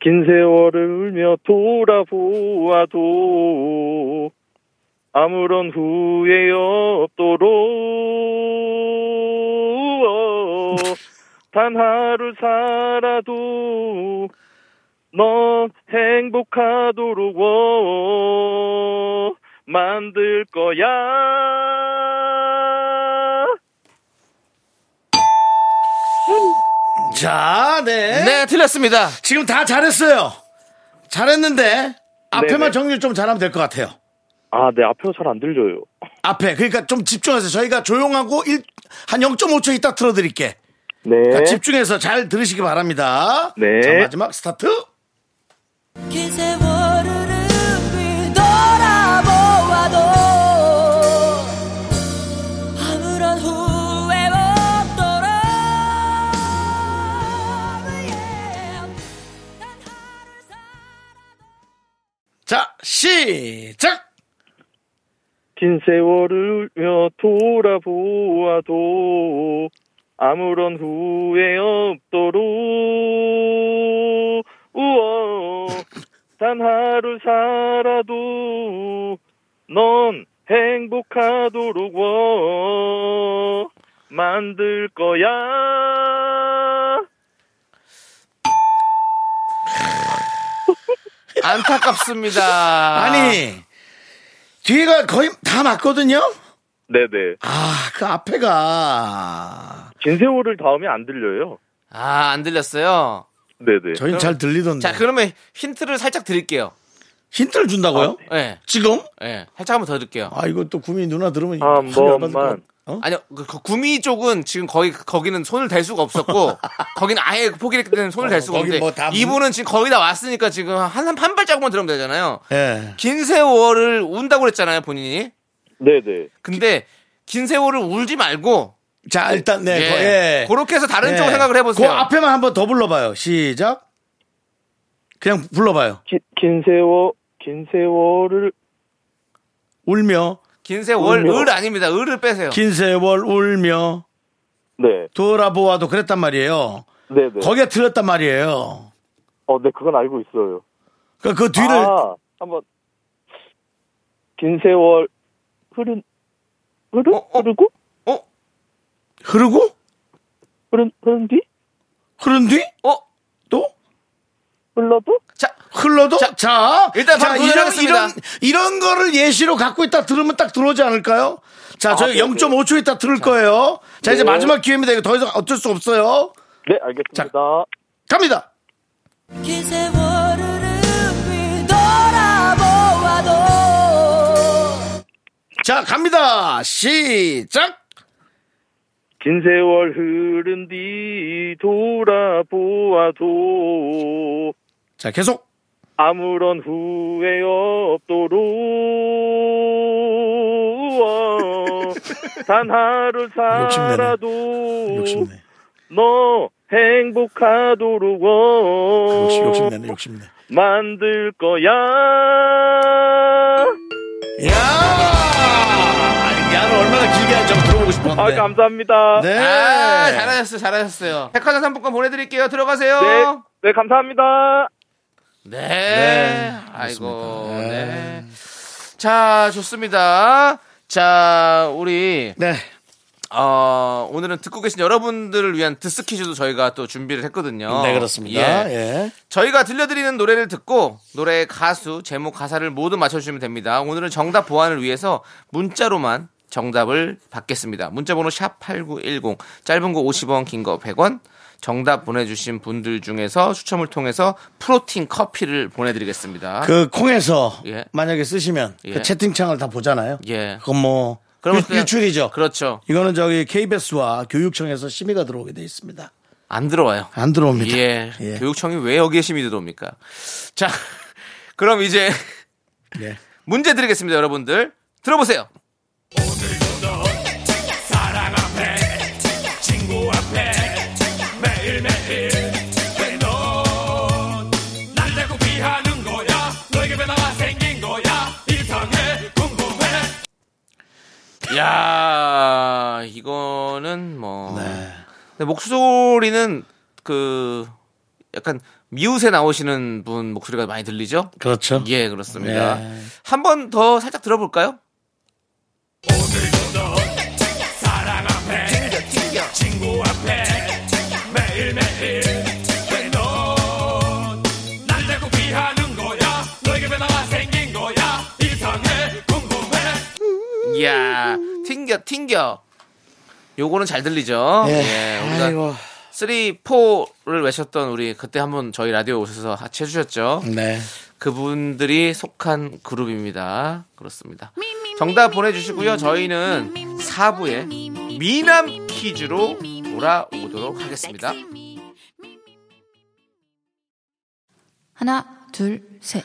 [SPEAKER 9] 긴 세월을 울며 돌아보아도 아무런 후회 없도록 단 하루 살아도 넌 행복하도록 어, 만들 거야.
[SPEAKER 1] 자, 네.
[SPEAKER 2] 네, 틀렸습니다.
[SPEAKER 1] 지금 다 잘했어요. 잘했는데 앞에만
[SPEAKER 9] 네네.
[SPEAKER 1] 정리 좀 잘하면 될 것 같아요.
[SPEAKER 9] 아, 네, 앞에서 잘 안 들려요.
[SPEAKER 1] 앞에 그러니까 좀 집중해서 저희가 조용하고 일- 한 0.5초 있다 틀어드릴게.
[SPEAKER 9] 네.
[SPEAKER 1] 그러니까 집중해서 잘 들으시기 바랍니다.
[SPEAKER 9] 네.
[SPEAKER 1] 자, 마지막 스타트.
[SPEAKER 5] 긴 세월을 돌아보아도 아무런 후회 없도록
[SPEAKER 1] 자, 시작.
[SPEAKER 9] 긴 세월을 울며 돌아보아도 아무런 후회 없도록 우어 단 하루 살아도 넌 행복하도록 워 만들 거야
[SPEAKER 2] 안타깝습니다.
[SPEAKER 1] 아니 뒤에가 거의 다 맞거든요.
[SPEAKER 9] 네네
[SPEAKER 1] 아, 그 앞에가
[SPEAKER 9] 긴 세월을 다음에 안 들려요
[SPEAKER 2] 아, 안 들렸어요.
[SPEAKER 9] 네네
[SPEAKER 1] 저희는 잘 들리던데.
[SPEAKER 2] 자, 그러면 힌트를 살짝 드릴게요.
[SPEAKER 1] 힌트를 준다고요?
[SPEAKER 2] 예. 네,
[SPEAKER 1] 지금?
[SPEAKER 2] 예. 살짝 한번 더 드릴게요.
[SPEAKER 1] 아, 이거 또 구미 누나 들으면
[SPEAKER 2] 아,
[SPEAKER 9] 한
[SPEAKER 2] 뭐,
[SPEAKER 1] 화를 안 받을 것
[SPEAKER 9] 번만.
[SPEAKER 1] 같- 어?
[SPEAKER 2] 아니요, 그- 그 구미 쪽은 지금 거의 거기는 손을 댈 수가 없었고, 거기는 아예 그 포기했기 때문에 손을 댈 수가
[SPEAKER 1] 거긴
[SPEAKER 2] 없는데
[SPEAKER 1] 뭐다 문-
[SPEAKER 2] 이분은 지금 거의 다 왔으니까 지금 한한 한 발자국만 들으면 되잖아요.
[SPEAKER 1] 예.
[SPEAKER 2] 긴 세월을 운다고 그랬잖아요, 본인이.
[SPEAKER 9] 네네
[SPEAKER 2] 근데 긴 세월을 울지 말고
[SPEAKER 1] 자, 일단 네.
[SPEAKER 2] 예.
[SPEAKER 1] 거- 예.
[SPEAKER 2] 그렇게 해서 다른
[SPEAKER 1] 예.
[SPEAKER 2] 쪽으로 생각을 해보세요.
[SPEAKER 1] 그 앞에만 한 번 더 불러봐요. 시작. 그냥 불러봐요.
[SPEAKER 9] 긴, 긴 세월 긴 세월을
[SPEAKER 1] 울며
[SPEAKER 2] 긴
[SPEAKER 1] 음,
[SPEAKER 2] 세월
[SPEAKER 1] 뭐.
[SPEAKER 9] 울며.
[SPEAKER 2] 을 아닙니다. 을을 빼세요.
[SPEAKER 1] 긴 세월 울며
[SPEAKER 9] 네
[SPEAKER 1] 돌아보아도 그랬단 말이에요.
[SPEAKER 9] 네네
[SPEAKER 1] 거기가 틀렸단 말이에요.
[SPEAKER 9] 어, 네, 그건 알고 있어요.
[SPEAKER 1] 그러니까 그 뒤를
[SPEAKER 9] 아, 한번 긴 세월 흐른 흐른
[SPEAKER 2] 어, 어.
[SPEAKER 9] 흐르고
[SPEAKER 2] 어?
[SPEAKER 1] 흐르고
[SPEAKER 9] 흐른 흐른 뒤
[SPEAKER 1] 흐른 뒤 또
[SPEAKER 2] 어?
[SPEAKER 9] 흘러도
[SPEAKER 2] 자,
[SPEAKER 1] 흘러도 자,
[SPEAKER 2] 일단
[SPEAKER 1] 자,
[SPEAKER 2] 바로
[SPEAKER 1] 이런
[SPEAKER 2] 도전하겠습니다.
[SPEAKER 1] 이런 이런 거를 예시로 갖고 있다 들으면 딱 들어오지 않을까요? 자, 저희 0.5초 있다 들을 거예요. 아, 네, 자, 네. 이제 마지막 기회입니다. 이거 더 이상 어쩔 수 없어요.
[SPEAKER 9] 네, 알겠습니다.
[SPEAKER 1] 갑니다.
[SPEAKER 5] 긴 세월을 흘리 돌아보아도
[SPEAKER 1] 자, 갑니다. 시작.
[SPEAKER 9] 긴 세월 흐른 뒤 돌아보아도
[SPEAKER 1] 자, 계속.
[SPEAKER 9] 아무런 후회 없도록 단 하루
[SPEAKER 1] 욕심내네.
[SPEAKER 9] 살아도
[SPEAKER 1] 욕심내.
[SPEAKER 9] 너 행복하도록 워.
[SPEAKER 1] 욕심, 욕심내네. 욕심내.
[SPEAKER 9] 만들 거야.
[SPEAKER 1] 야! 야는 얼마나 길게 아, 하는지 한번 들어보고 싶었는데.
[SPEAKER 9] 아 감사합니다.
[SPEAKER 1] 네.
[SPEAKER 2] 아, 잘하셨어요, 잘하셨어요. 백화점 상품권 보내드릴게요. 들어가세요.
[SPEAKER 9] 네, 네, 감사합니다.
[SPEAKER 2] 네.
[SPEAKER 1] 네,
[SPEAKER 2] 아이고.
[SPEAKER 1] 그렇습니다.
[SPEAKER 2] 네.
[SPEAKER 1] 네.
[SPEAKER 2] 자, 좋습니다. 자, 우리,
[SPEAKER 1] 네.
[SPEAKER 2] 어, 오늘은 듣고 계신 여러분들을 위한 드스 퀴즈도 저희가 또 준비를 했거든요.
[SPEAKER 1] 네, 그렇습니다.
[SPEAKER 2] 어, 예.
[SPEAKER 1] 예.
[SPEAKER 2] 저희가 들려드리는 노래를 듣고 노래의 가수, 제목, 가사를 모두 맞춰주시면 됩니다. 오늘은 정답 보완을 위해서 문자로만 정답을 받겠습니다. 문자번호 샵8910, 짧은 거 50원, 긴 거 100원. 정답 보내주신 분들 중에서 추첨을 통해서 프로틴 커피를 보내드리겠습니다.
[SPEAKER 1] 그 콩에서
[SPEAKER 2] 아, 예.
[SPEAKER 1] 만약에 쓰시면
[SPEAKER 2] 예.
[SPEAKER 1] 그 채팅창을 다 보잖아요.
[SPEAKER 2] 예.
[SPEAKER 1] 그건 뭐
[SPEAKER 2] 그러면
[SPEAKER 1] 일-
[SPEAKER 2] 그냥-
[SPEAKER 1] 일출이죠.
[SPEAKER 2] 그렇죠.
[SPEAKER 1] 이거는 저기 KBS와 교육청에서 심의가 들어오게 돼 있습니다.
[SPEAKER 2] 안 들어와요.
[SPEAKER 1] 안 들어옵니다.
[SPEAKER 2] 예.
[SPEAKER 1] 예.
[SPEAKER 2] 교육청이 왜 여기에 심의 들어옵니까? 자, 그럼 이제
[SPEAKER 1] 예.
[SPEAKER 2] 문제 드리겠습니다, 여러분들. 들어보세요. 야 이거는 뭐.
[SPEAKER 1] 네.
[SPEAKER 2] 근데 목소리는 그 약간 미웃에 나오시는 분 목소리가 많이 들리죠?
[SPEAKER 1] 그렇죠.
[SPEAKER 2] 예, 그렇습니다.
[SPEAKER 1] 네.
[SPEAKER 2] 한 번 더 살짝 들어볼까요? 이야, 튕겨, 튕겨. 요거는 잘 들리죠?
[SPEAKER 1] 예.
[SPEAKER 2] 우리가
[SPEAKER 1] 아이고.
[SPEAKER 2] 3, 4를 외쳤던 우리 그때 한번 저희 라디오 오셔서 같이 해주셨죠?
[SPEAKER 1] 네.
[SPEAKER 2] 그분들이 속한 그룹입니다. 그렇습니다. 정답 보내주시고요. 저희는 4부에 미남 퀴즈로 돌아오도록 하겠습니다.
[SPEAKER 10] 하나, 둘, 셋.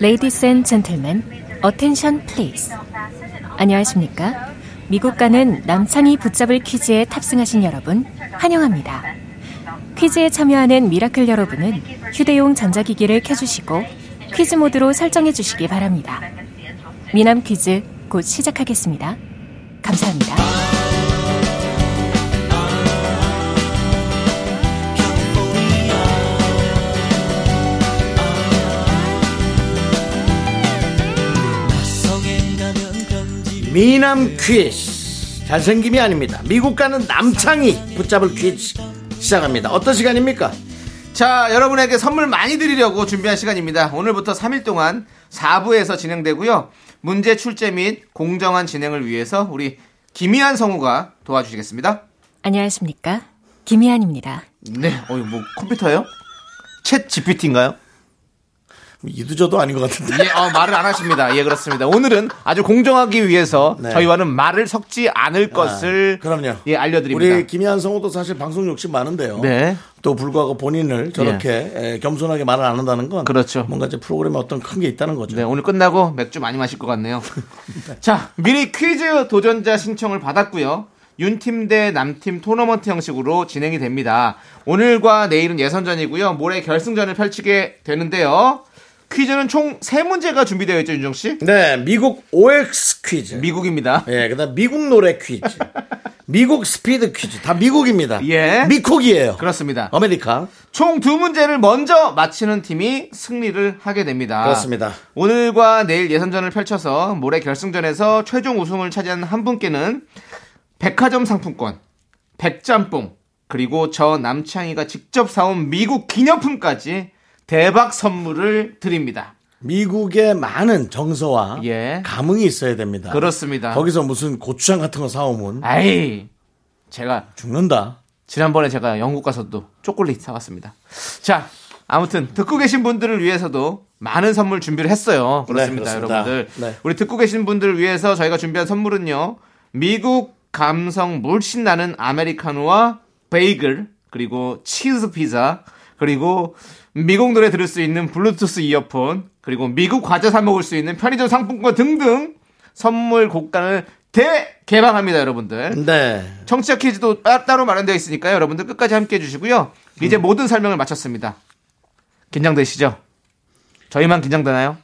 [SPEAKER 10] Ladies and gentlemen, attention please. 안녕하십니까? 미국 가는 남창희 붙잡을 퀴즈에 탑승하신 여러분, 환영합니다. 퀴즈에 참여하는 미라클 여러분은 휴대용 전자기기를 켜주시고 퀴즈 모드로 설정해 주시기 바랍니다. 미남 퀴즈 곧 시작하겠습니다. 감사합니다.
[SPEAKER 1] 미남 퀴즈 잘생김이 아닙니다 미국 가는 남창이 붙잡을 퀴즈 시작합니다 어떤 시간입니까?
[SPEAKER 2] 자, 여러분에게 선물 많이 드리려고 준비한 시간입니다. 오늘부터 3일 동안 4부에서 진행되고요. 문제 출제 및 공정한 진행을 위해서 우리 김희한 성우가 도와주시겠습니다.
[SPEAKER 10] 안녕하십니까? 김희안입니다.
[SPEAKER 2] 네, 어이 뭐 컴퓨터요? 챗 GPT인가요?
[SPEAKER 1] 이두저도 아닌 것 같은데
[SPEAKER 2] 예, 어, 말을 안 하십니다. 예, 그렇습니다. 오늘은 아주 공정하기 위해서
[SPEAKER 1] 네. 아,
[SPEAKER 2] 저희와는 말을 섞지 않을 것을
[SPEAKER 1] 그럼요.
[SPEAKER 2] 예, 알려드립니다.
[SPEAKER 1] 우리 김희한 성우도 사실 방송 욕심 많은데요.
[SPEAKER 2] 네. 예.
[SPEAKER 1] 또 불구하고 본인을 저렇게 에, 겸손하게 말을 안 한다는 건
[SPEAKER 2] 그렇죠.
[SPEAKER 1] 뭔가 이제 프로그램에 어떤 큰 게 있다는 거죠.
[SPEAKER 2] 네, 오늘 끝나고 맥주 많이 마실 것 같네요. 자, 미리 퀴즈 도전자 신청을 받았고요. 윤팀 대 남팀 토너먼트 형식으로 진행이 됩니다. 오늘과 내일은 예선전이고요. 모레 결승전을 펼치게 되는데요. 퀴즈는 총 3문제가 준비되어 있죠, 윤정 씨?
[SPEAKER 1] 네, 미국 OX 퀴즈.
[SPEAKER 2] 미국입니다.
[SPEAKER 1] 예, 그다음 미국 노래 퀴즈. 미국 스피드 퀴즈. 다 미국입니다.
[SPEAKER 2] 예.
[SPEAKER 1] 미국이에요.
[SPEAKER 2] 그렇습니다.
[SPEAKER 1] 아메리카.
[SPEAKER 2] 총 두 문제를 먼저 맞히는 팀이 승리를 하게 됩니다.
[SPEAKER 1] 그렇습니다.
[SPEAKER 2] 오늘과 내일 예선전을 펼쳐서 모레 결승전에서 최종 우승을 차지한 한 분께는 백화점 상품권, 백짬뽕, 그리고 저 남창희가 직접 사온 미국 기념품까지 대박 선물을 드립니다.
[SPEAKER 1] 미국의 많은 정서와
[SPEAKER 2] 예.
[SPEAKER 1] 감흥이 있어야 됩니다.
[SPEAKER 2] 그렇습니다.
[SPEAKER 1] 거기서 무슨 고추장 같은 거 사오면
[SPEAKER 2] 아이, 제가
[SPEAKER 1] 죽는다.
[SPEAKER 2] 지난번에 제가 영국 가서도 초콜릿 사왔습니다. 자, 아무튼 듣고 계신 분들을 위해서도 많은 선물 준비를 했어요. 그렇습니다,
[SPEAKER 1] 네, 그렇습니다.
[SPEAKER 2] 여러분들.
[SPEAKER 1] 네.
[SPEAKER 2] 우리 듣고 계신 분들을 위해서 저희가 준비한 선물은요. 미국 감성 물씬 나는 아메리카노와 베이글, 그리고 치즈 피자, 그리고 미국 노래 들을 수 있는 블루투스 이어폰, 그리고 미국 과자 사 먹을 수 있는 편의점 상품권 등등 선물 곡간을 대개방합니다, 여러분들.
[SPEAKER 1] 네.
[SPEAKER 2] 청취자 퀴즈도 따- 따로 마련되어 있으니까요. 여러분들 끝까지 함께 해주시고요. 이제
[SPEAKER 1] 음.
[SPEAKER 2] 모든 설명을 마쳤습니다. 긴장되시죠? 저희만 긴장되나요?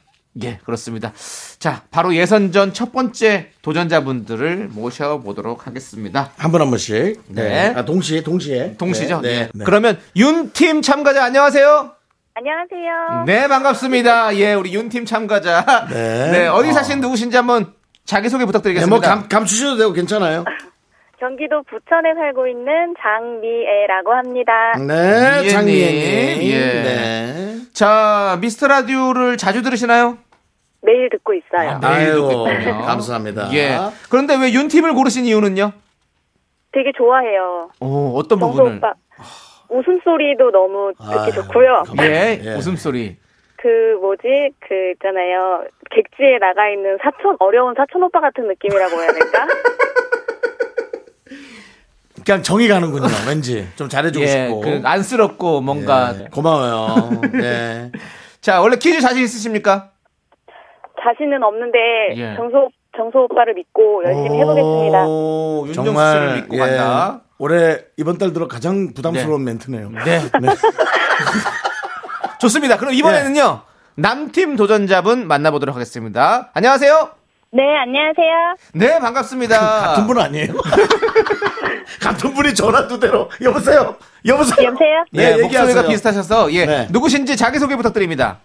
[SPEAKER 2] 예, 그렇습니다. 자, 바로 예선전 첫 번째 도전자분들을 모셔보도록 하겠습니다.
[SPEAKER 1] 한 분 한 분씩. 네.
[SPEAKER 2] 네.
[SPEAKER 1] 아, 동시에, 동시에.
[SPEAKER 2] 동시죠?
[SPEAKER 1] 네.
[SPEAKER 2] 예.
[SPEAKER 1] 네.
[SPEAKER 2] 그러면 윤팀 참가자 안녕하세요.
[SPEAKER 7] 안녕하세요.
[SPEAKER 2] 네, 반갑습니다. 예, 우리 윤팀 참가자.
[SPEAKER 1] 네.
[SPEAKER 2] 어디
[SPEAKER 1] 어.
[SPEAKER 2] 사시는 누구신지 한번 자기소개
[SPEAKER 1] 네,
[SPEAKER 2] 부탁드리겠습니다.
[SPEAKER 1] 뭐 감, 감추셔도 되고 괜찮아요.
[SPEAKER 7] 경기도 부천에 살고 있는 장미애라고 합니다.
[SPEAKER 1] 네,
[SPEAKER 2] 예,
[SPEAKER 1] 장미애님.
[SPEAKER 2] 예.
[SPEAKER 1] 네.
[SPEAKER 2] 자, 미스터 라디오를 자주 들으시나요?
[SPEAKER 7] 매일 듣고 있어요.
[SPEAKER 1] 아이고,
[SPEAKER 2] 그랬군요.
[SPEAKER 1] 감사합니다.
[SPEAKER 2] 예. 그런데 왜 윤팀을 고르신 이유는요?
[SPEAKER 7] 되게 좋아해요.
[SPEAKER 2] 오, 어떤
[SPEAKER 7] 정수
[SPEAKER 2] 부분을?
[SPEAKER 7] 오빠 아. 웃음소리도 너무
[SPEAKER 1] 아유.
[SPEAKER 7] 듣기 좋고요.
[SPEAKER 2] 예,
[SPEAKER 1] 예.
[SPEAKER 2] 웃음소리.
[SPEAKER 7] 그 뭐지 그 있잖아요 객지에 나가 있는 사촌 어려운 사촌 오빠 같은 느낌이라고 해야 될까?
[SPEAKER 1] 그냥 정이 가는군요. 왠지 좀 잘해주고
[SPEAKER 2] 예,
[SPEAKER 1] 싶고.
[SPEAKER 2] 그 아, 네. 안쓰럽고 뭔가.
[SPEAKER 1] 예, 고마워요. 네.
[SPEAKER 2] 자, 원래 퀴즈 자신 있으십니까?
[SPEAKER 7] 자신은 없는데
[SPEAKER 2] 예.
[SPEAKER 7] 정수 정수 오빠를 믿고 열심히 해보겠습니다.
[SPEAKER 2] 오, 윤정수 씨를
[SPEAKER 1] 정말 예,
[SPEAKER 2] 믿고 간다.
[SPEAKER 1] 올해 이번 달 들어 가장 부담스러운 멘트네요.
[SPEAKER 2] 네. 좋습니다. 그럼 이번에는요. 남팀 도전자분 만나보도록 하겠습니다. 안녕하세요.
[SPEAKER 7] 네 안녕하세요.
[SPEAKER 2] 네, 반갑습니다.
[SPEAKER 1] 같은 분 아니에요? 같은 분이 전화 두 대로 여보세요. 여보세요.
[SPEAKER 11] 여보세요?
[SPEAKER 1] 네,
[SPEAKER 2] 예,
[SPEAKER 1] 얘기하세요.
[SPEAKER 2] 목소리가 비슷하셔서 예 누구신지 자기소개 부탁드립니다.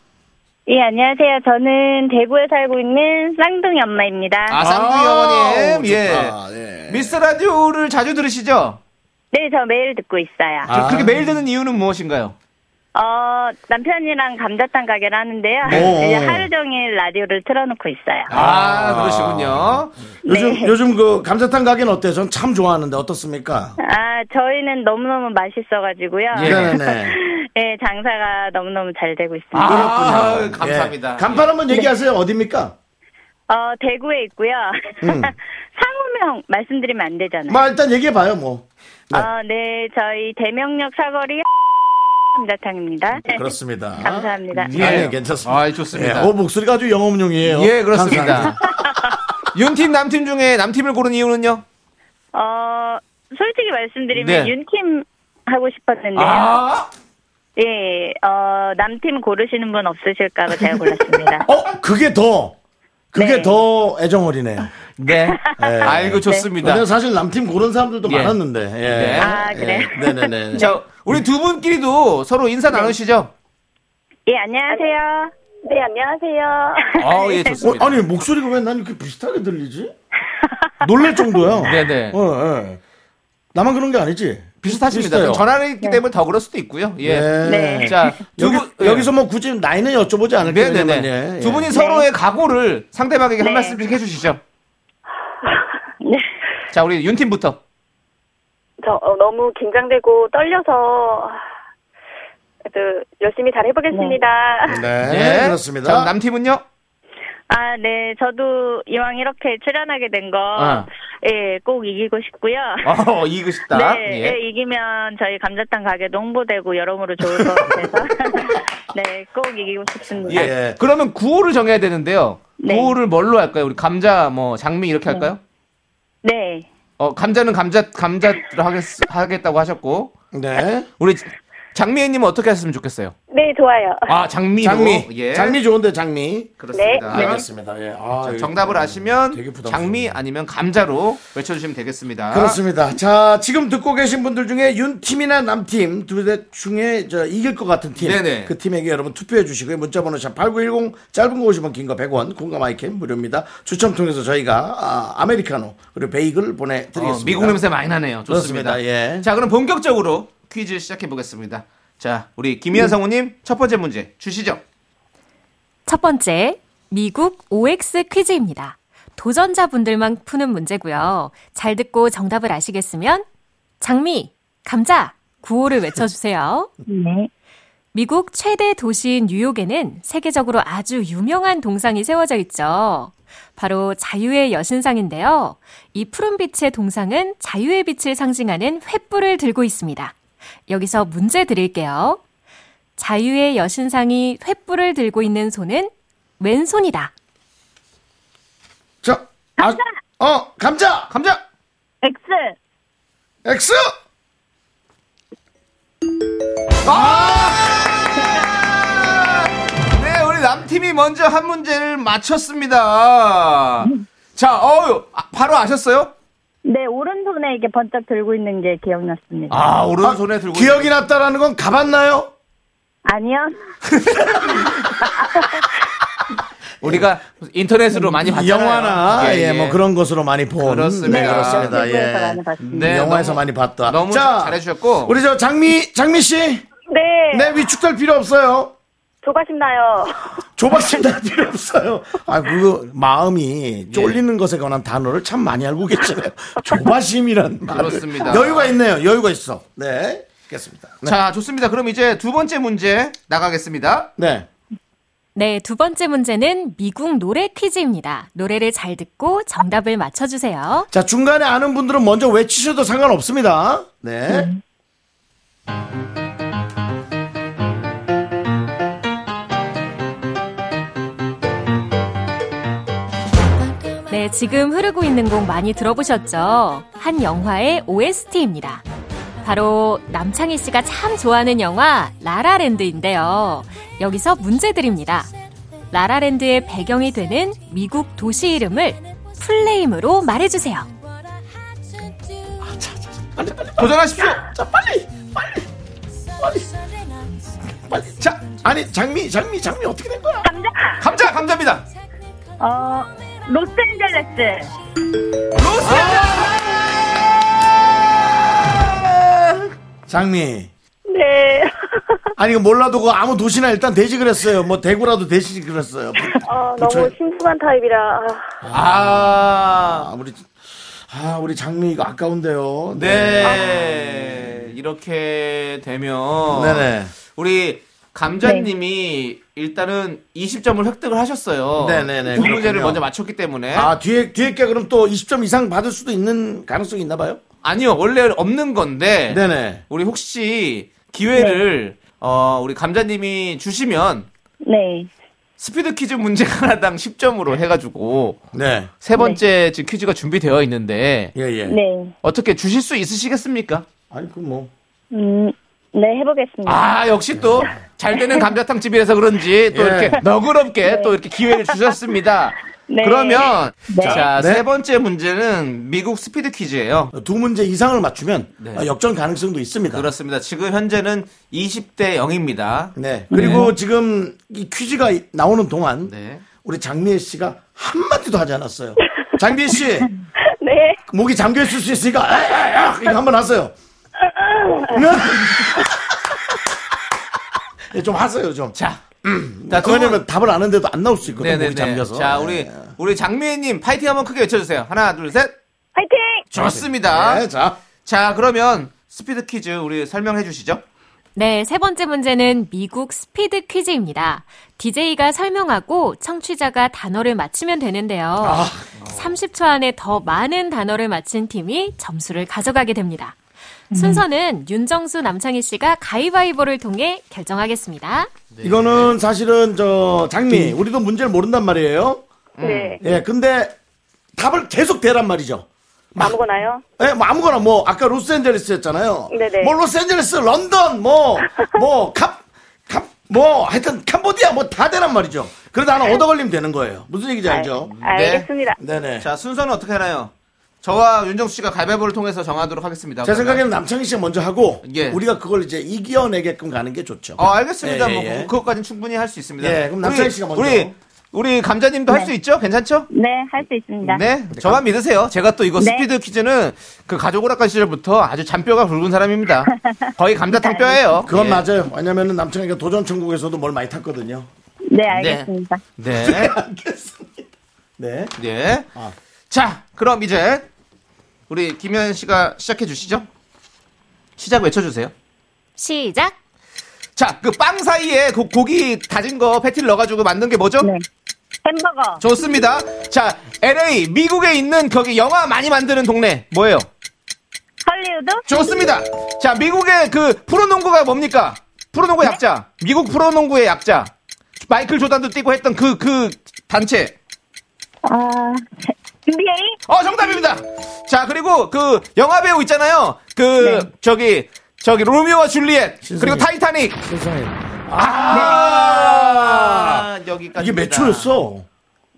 [SPEAKER 11] 예, 안녕하세요. 저는 대구에 살고 있는 쌍둥이 엄마입니다.
[SPEAKER 2] 아, 쌍둥이 어머님.
[SPEAKER 1] 좋다.
[SPEAKER 2] 예. 미스 라디오를 자주 들으시죠?
[SPEAKER 11] 네, 저 매일 듣고 있어요.
[SPEAKER 1] 아.
[SPEAKER 2] 저 그렇게 매일 듣는 이유는 무엇인가요?
[SPEAKER 11] 어, 남편이랑 감자탕 가게를 하는데요.
[SPEAKER 2] 오.
[SPEAKER 11] 이제 하루 종일 라디오를 틀어놓고 있어요.
[SPEAKER 2] 아, 그러시군요.
[SPEAKER 1] 요즘
[SPEAKER 11] 네.
[SPEAKER 1] 요즘 그 감자탕 가게는 어때요? 전 참 좋아하는데 어떻습니까?
[SPEAKER 11] 아, 저희는 너무너무 맛있어가지고요.
[SPEAKER 1] 예. 네네.
[SPEAKER 11] 예, 장사가 너무너무 잘 되고 있습니다.
[SPEAKER 2] 아,
[SPEAKER 1] 그렇군요.
[SPEAKER 2] 감사합니다.
[SPEAKER 1] 예. 간판 한번
[SPEAKER 11] 네.
[SPEAKER 1] 얘기하세요. 어디입니까?
[SPEAKER 11] 어, 대구에 있고요.
[SPEAKER 1] 음.
[SPEAKER 11] 상호명 말씀드리면 안 되잖아요.
[SPEAKER 1] 뭐 일단 얘기해 봐요. 뭐. 네.
[SPEAKER 11] 어, 네, 저희 대명역 사거리 감자탕입니다. 네,
[SPEAKER 1] 그렇습니다.
[SPEAKER 11] 감사합니다.
[SPEAKER 1] 예. 아니, 괜찮습니다.
[SPEAKER 2] 아, 좋습니다.
[SPEAKER 1] 예. 어, 목소리가 아주 영업용이에요.
[SPEAKER 2] 예, 그렇습니다.
[SPEAKER 1] 항상.
[SPEAKER 2] 윤팀 남팀 중에 남팀을 고른 이유는요?
[SPEAKER 1] 예.
[SPEAKER 11] 어, 솔직히 말씀드리면
[SPEAKER 2] 네.
[SPEAKER 11] 윤팀 하고 싶었는데요.
[SPEAKER 2] 아,
[SPEAKER 11] 예, 어, 남팀 고르시는 분 없으실까봐 제가 골랐습니다.
[SPEAKER 1] 어, 그게 더 그게
[SPEAKER 11] 네.
[SPEAKER 1] 더 애정어리네요.
[SPEAKER 2] 네.
[SPEAKER 1] 예.
[SPEAKER 2] 아이고 좋습니다.
[SPEAKER 1] 근데 사실 남팀 고른 사람들도
[SPEAKER 2] 예.
[SPEAKER 1] 많았는데. 예.
[SPEAKER 2] 네.
[SPEAKER 11] 아, 그래요?
[SPEAKER 1] 예. 네네네.
[SPEAKER 2] 자, 우리 두 분끼리도 서로 인사 나누시죠?
[SPEAKER 11] 예, 안녕하세요.
[SPEAKER 7] 네, 안녕하세요.
[SPEAKER 2] 아, 예,
[SPEAKER 1] 어,
[SPEAKER 2] 좋습니다.
[SPEAKER 1] 아니 목소리가 왜 난 이렇게 비슷하게 들리지? 놀랄 정도야.
[SPEAKER 2] 네네.
[SPEAKER 1] 어, 예. 나만 그런 게 아니지.
[SPEAKER 2] 비슷하십니다. 그럼
[SPEAKER 1] 비슷해요.
[SPEAKER 2] 전화를 했기 때문에 더 그럴 수도 있고요. 예.
[SPEAKER 1] 네.
[SPEAKER 2] 자, 두
[SPEAKER 1] 여기,
[SPEAKER 2] 분, 예.
[SPEAKER 1] 여기서 뭐 굳이 나이는 여쭤보지 않을 거예요.
[SPEAKER 2] 네네네. 두 분이 서로의 각오를 상대방에게 한
[SPEAKER 11] 네.
[SPEAKER 2] 말씀씩 해주시죠.
[SPEAKER 11] 네.
[SPEAKER 2] 자, 우리 윤팀부터.
[SPEAKER 7] 저 어, 너무 긴장되고 떨려서 아, 그래도 열심히 잘 해보겠습니다.
[SPEAKER 1] 네, 그렇습니다.
[SPEAKER 2] 예. 자, 남팀은요?
[SPEAKER 11] 아, 네, 저도 이왕 이렇게 출연하게 된 거,
[SPEAKER 2] 아.
[SPEAKER 11] 예, 꼭 이기고 싶고요.
[SPEAKER 2] 어, 이기고 싶다.
[SPEAKER 11] 네,
[SPEAKER 2] 예.
[SPEAKER 11] 예, 이기면 저희 감자탕 가게도 홍보되고 여러모로 좋을 것 같아서. 네, 꼭 이기고
[SPEAKER 2] 예.
[SPEAKER 11] 싶습니다.
[SPEAKER 1] 예.
[SPEAKER 2] 그러면 구호를 정해야 되는데요.
[SPEAKER 11] 네.
[SPEAKER 2] 구호를 뭘로 할까요? 우리 감자, 뭐, 장미 이렇게 할까요?
[SPEAKER 11] 네.
[SPEAKER 2] 어, 감자는 감자, 감자로 하겠, 하겠다고 하셨고.
[SPEAKER 1] 네.
[SPEAKER 2] 우리 장미애님은 어떻게 하셨으면 좋겠어요?
[SPEAKER 7] 네, 좋아요.
[SPEAKER 2] 아, 장미로.
[SPEAKER 1] 장미.
[SPEAKER 2] 예.
[SPEAKER 1] 장미 좋은데 장미.
[SPEAKER 2] 그렇습니다.
[SPEAKER 1] 네, 알겠습니다. 예. 아,
[SPEAKER 2] 자,
[SPEAKER 1] 여기-
[SPEAKER 2] 어, 정답을 아시면
[SPEAKER 1] 되게 부담스럽네요.
[SPEAKER 2] 장미 아니면 감자로 외쳐주시면 되겠습니다. 어,
[SPEAKER 1] 그렇습니다. 자, 지금 듣고 계신 분들 중에 윤팀이나 남팀 두 대 중에 저 이길 것 같은 팀.
[SPEAKER 2] 네네.
[SPEAKER 1] 그 팀에게 여러분 투표해 주시고요. 문자번호 샵8910 짧은 거 50원, 긴 거 100원, 공감 아이캔 무료입니다. 추첨 통해서 저희가 아, 메리카노 그리고 베이글 보내드리겠습니다.
[SPEAKER 2] 어, 미국 냄새 많이 나네요. 좋습니다.
[SPEAKER 1] 그렇습니다. 예.
[SPEAKER 2] 자, 그럼 본격적으로 퀴즈 시작해 보겠습니다. 자, 우리
[SPEAKER 1] 네.
[SPEAKER 2] 김희연 성우님 첫 번째 문제 주시죠.
[SPEAKER 10] 첫 번째, 미국 OX 퀴즈입니다. 도전자분들만 푸는 문제고요. 잘 듣고 정답을 아시겠으면 장미, 감자, 구호를 외쳐주세요.
[SPEAKER 11] 네.
[SPEAKER 10] 미국 최대 도시인 뉴욕에는 세계적으로 아주 유명한 동상이 세워져 있죠. 바로 자유의 여신상인데요. 이 푸른 빛의 동상은 자유의 빛을 상징하는 횃불을 들고 있습니다. 여기서 문제 드릴게요. 자유의 여신상이 횃불을 들고 있는 손은 왼손이다.
[SPEAKER 1] 자, 아, 어, 감자! 감자!
[SPEAKER 11] X.
[SPEAKER 1] 엑스!
[SPEAKER 2] 네, 우리 남팀이 먼저 한 문제를 맞췄습니다. 자, 어유, 아, 바로 아셨어요?
[SPEAKER 11] 네, 오른손에 이게 번쩍 들고 있는 게 기억났습니다.
[SPEAKER 2] 아, 오른손에 들고
[SPEAKER 1] 기억이 났다라는 건 가봤나요?
[SPEAKER 11] 아니요.
[SPEAKER 2] 우리가 인터넷으로 많이 봤잖아요.
[SPEAKER 1] 영화나 예, 뭐 그런 것으로 많이 본
[SPEAKER 2] 그렇습니다.
[SPEAKER 1] 네, 그렇습니다.
[SPEAKER 11] 대구에서 많이
[SPEAKER 1] 예.
[SPEAKER 11] 봤습니다.
[SPEAKER 2] 네,
[SPEAKER 1] 영화에서
[SPEAKER 2] 너무-
[SPEAKER 1] 많이 봤다.
[SPEAKER 2] 너무 잘해주셨고.
[SPEAKER 1] 우리 저 장미 장미 씨,
[SPEAKER 7] 네,
[SPEAKER 1] 네 위축될 필요 없어요.
[SPEAKER 7] 조가심나요.
[SPEAKER 1] 조바심다 필요 없어요. 아, 그거
[SPEAKER 2] 예.
[SPEAKER 1] 마음이 쫄리는 것에 관한 단어를 참 많이 알고 계시네요. 조바심이란 말.
[SPEAKER 2] 그렇습니다.
[SPEAKER 1] 여유가 있네요. 여유가 있어. 네, 알겠습니다. 네.
[SPEAKER 2] 자, 좋습니다. 그럼 이제 두 번째 문제 나가겠습니다.
[SPEAKER 1] 네.
[SPEAKER 10] 네, 두 번째 문제는 미국 노래 퀴즈입니다. 노래를 잘 듣고 정답을 맞춰주세요.
[SPEAKER 1] 자 중간에 아는 분들은 먼저 외치셔도 상관없습니다.
[SPEAKER 2] 음.
[SPEAKER 1] 네.
[SPEAKER 10] 네, 지금 흐르고 있는 곡 많이 들어보셨죠? 한 영화의 OST입니다. 바로 남창희 씨가 참 좋아하는 영화 라라랜드인데요. 여기서 문제 드립니다. 라라랜드의 배경이 되는 미국 도시 이름을 풀네임으로 말해주세요.
[SPEAKER 2] 도전하십시오.
[SPEAKER 1] 자 빨리 빨리 빨리 빨리 자 아니 장미 장미 장미 어떻게 된 거야?
[SPEAKER 11] 감자.
[SPEAKER 2] 감자 감자입니다.
[SPEAKER 11] 어, 로스앤젤레스.
[SPEAKER 1] 장미
[SPEAKER 11] 네.
[SPEAKER 1] 아니 이거 몰라도 그 아무 도시나 일단 되지 그랬어요. 뭐 대구라도 되시 그랬어요.
[SPEAKER 7] 어,
[SPEAKER 1] 그쵸.
[SPEAKER 7] 너무 심플한 타입이라. 아.
[SPEAKER 1] 아 우리 아 우리 장미 이거 아까운데요. 네.
[SPEAKER 2] 네. 이렇게 되면
[SPEAKER 1] 네네.
[SPEAKER 2] 우리 감자님이 일단은 20점을 획득을 하셨어요.
[SPEAKER 1] 네네네,
[SPEAKER 2] 두 문제를
[SPEAKER 1] 그렇군요.
[SPEAKER 2] 먼저 맞췄기 때문에
[SPEAKER 1] 아 뒤에 뒤에 게 그럼 또 20점 이상 받을 수도 있는 가능성이 있나 봐요.
[SPEAKER 2] 아니요 원래 없는 건데
[SPEAKER 1] 네네.
[SPEAKER 2] 우리 혹시 기회를 어, 우리 감자님이 주시면
[SPEAKER 11] 네.
[SPEAKER 2] 스피드 퀴즈 문제 하나당 10점으로 해가지고
[SPEAKER 1] 네.
[SPEAKER 2] 세 번째 지금 퀴즈가 준비되어 있는데
[SPEAKER 1] 예 예.
[SPEAKER 11] 네.
[SPEAKER 2] 어떻게 주실 수 있으시겠습니까?
[SPEAKER 1] 아니 그 뭐.
[SPEAKER 11] 음, 네, 해보겠습니다.
[SPEAKER 2] 아 역시 또 잘 되는 감자탕 집이라서 그런지 또
[SPEAKER 1] 예.
[SPEAKER 2] 이렇게 너그럽게 또 이렇게 기회를 주셨습니다.
[SPEAKER 11] 네.
[SPEAKER 2] 그러면
[SPEAKER 11] 네.
[SPEAKER 2] 자,
[SPEAKER 1] 네.
[SPEAKER 2] 세 번째 문제는 미국 스피드 퀴즈예요.
[SPEAKER 1] 두 문제 이상을 맞추면
[SPEAKER 2] 네.
[SPEAKER 1] 아, 역전 가능성도 있습니다.
[SPEAKER 2] 그렇습니다. 지금 현재는 20대 0입니다.
[SPEAKER 1] 네. 그리고 지금 이 퀴즈가 이- 나오는 동안
[SPEAKER 2] 네.
[SPEAKER 1] 우리 장미애 씨가 한마디도 하지 않았어요. 장미애 씨
[SPEAKER 7] 네.
[SPEAKER 1] 목이 잠겨 있을 수 있으니까 아, 아, 아, 이거 한번 하세요. 네, 좀 하세요 좀. 네,
[SPEAKER 2] 자, 음. 자, 두
[SPEAKER 1] 왜냐면
[SPEAKER 2] 분-
[SPEAKER 1] 답을 아는데도 안 나올 수 있거든요. 그 목이 잠겨서.
[SPEAKER 2] 자, 우리
[SPEAKER 1] 네.
[SPEAKER 2] 우리 장미애님 파이팅 한번 크게 외쳐주세요. 하나, 둘, 셋.
[SPEAKER 7] 화이팅!
[SPEAKER 2] 좋습니다.
[SPEAKER 1] 네, 자.
[SPEAKER 2] 자, 그러면 스피드 퀴즈 우리 설명해 주시죠.
[SPEAKER 10] 네, 세 번째 문제는 미국 스피드 퀴즈입니다. DJ가 설명하고 청취자가 단어를 맞히면 되는데요. 30초 안에 더 많은 단어를 맞힌 팀이 점수를 가져가게 됩니다. 순서는 윤정수 남창희 씨가 가위바위보를 통해 결정하겠습니다.
[SPEAKER 2] 네.
[SPEAKER 1] 이거는 사실은 저 장미 우리도 문제를 모른단 말이에요.
[SPEAKER 7] 네.
[SPEAKER 1] 예, 근데 답을 계속 대란 말이죠.
[SPEAKER 7] 아무거나요?
[SPEAKER 1] 예, 뭐 아무거나 뭐 아까 로스앤젤레스였잖아요.
[SPEAKER 7] 네네.
[SPEAKER 1] 뭐 로스앤젤레스, 런던, 뭐, 뭐뭐캅캅뭐 하여튼 캄보디아 뭐 다 되란 말이죠. 그러다 하나 얻어 걸리면 되는 거예요. 무슨
[SPEAKER 7] 아,
[SPEAKER 1] 얘기인지 알죠?
[SPEAKER 2] 네.
[SPEAKER 7] 알겠습니다.
[SPEAKER 1] 네네.
[SPEAKER 2] 자, 순서는 어떻게 하나요? 저와 윤정수 씨가 가위바위보를 통해서 정하도록 하겠습니다.
[SPEAKER 1] 제
[SPEAKER 2] 그러면.
[SPEAKER 1] 생각에는 남창희 씨가 먼저 하고
[SPEAKER 2] 예.
[SPEAKER 1] 우리가 그걸 이제 이겨내게끔 가는 게 좋죠.
[SPEAKER 2] 어, 알겠습니다.
[SPEAKER 1] 예,
[SPEAKER 2] 뭐
[SPEAKER 1] 예, 예.
[SPEAKER 2] 그것까지는 충분히 할 수 있습니다.
[SPEAKER 1] 예, 그럼 남창희
[SPEAKER 2] 우리-
[SPEAKER 1] 씨가 먼저.
[SPEAKER 2] 우리 우리 감자님도 할 수 있죠? 괜찮죠?
[SPEAKER 11] 네, 할 수 있습니다.
[SPEAKER 2] 네, 저만 믿으세요. 제가 또 이거
[SPEAKER 11] 네.
[SPEAKER 2] 스피드 퀴즈는 그 가족 오락관 시절부터 아주 잔뼈가 굵은 사람입니다. 거의
[SPEAKER 7] 네,
[SPEAKER 2] 감자탕 뼈예요.
[SPEAKER 1] 그건
[SPEAKER 2] 예.
[SPEAKER 1] 맞아요. 왜냐면은 남창희가 도전 천국에서도 뭘 많이 탔거든요.
[SPEAKER 11] 네, 알겠습니다.
[SPEAKER 2] 네,
[SPEAKER 1] 네.
[SPEAKER 2] 네.
[SPEAKER 1] 아.
[SPEAKER 2] 자, 그럼 이제 우리 김현 씨가 시작해 주시죠. 시작 외쳐주세요.
[SPEAKER 10] 시작!
[SPEAKER 2] 자, 그 빵 사이에 고, 고기 다진 거 패티를 넣어가지고 만든 게 뭐죠?
[SPEAKER 11] 네. 햄버거,
[SPEAKER 2] 좋습니다. 자, LA 미국에 있는 거기 영화 많이 만드는 동네 뭐예요?
[SPEAKER 11] 헐리우드,
[SPEAKER 2] 좋습니다. 자, 미국의 그 프로농구가 뭡니까? 프로농구 약자. 미국 프로농구의 약자. 마이클 조단도 뛰고 했던 그, 그 단체.
[SPEAKER 11] 아, NBA,
[SPEAKER 2] 어, 정답입니다. 자, 그리고 그 영화 배우 있잖아요. 그,
[SPEAKER 1] 네.
[SPEAKER 2] 저기, 저기, 로미오와 줄리엣. 그리고 타이타닉.
[SPEAKER 1] 세상에. 아!
[SPEAKER 2] 아, 여기까지.
[SPEAKER 1] 이게 몇 초였어?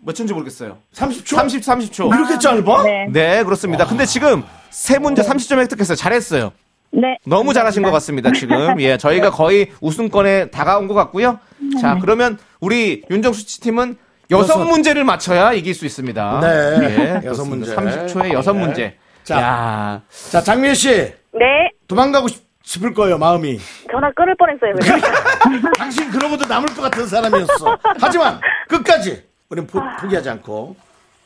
[SPEAKER 2] 몇 초인지 모르겠어요.
[SPEAKER 1] 30초?
[SPEAKER 2] 30, 30초.
[SPEAKER 1] 이렇게 짧아? 네.
[SPEAKER 11] 네,
[SPEAKER 2] 네, 그렇습니다. 근데 지금 세 문제 30점 획득해서 잘했어요.
[SPEAKER 11] 네.
[SPEAKER 2] 너무 잘하신 것 같습니다, 지금. 예, 저희가 거의 우승권에 다가온 것 같고요. 자, 그러면 우리 윤정수 씨 팀은 여섯
[SPEAKER 1] 여섯.
[SPEAKER 2] 문제를 맞춰야 이길 수 있습니다.
[SPEAKER 1] 네.
[SPEAKER 2] 예,
[SPEAKER 1] 여섯 문제.
[SPEAKER 2] 30초에 여섯
[SPEAKER 1] 네.
[SPEAKER 2] 문제.
[SPEAKER 1] 자.
[SPEAKER 2] 야,
[SPEAKER 1] 자, 장미애 씨.
[SPEAKER 7] 네.
[SPEAKER 1] 도망가고 싶- 싶을 거예요, 마음이.
[SPEAKER 7] 전화 끊을 뻔했어요. 그냥.
[SPEAKER 1] 당신 그러고도 남을 것 같은 사람이었어. 하지만 끝까지 우린 포, 기하지 않고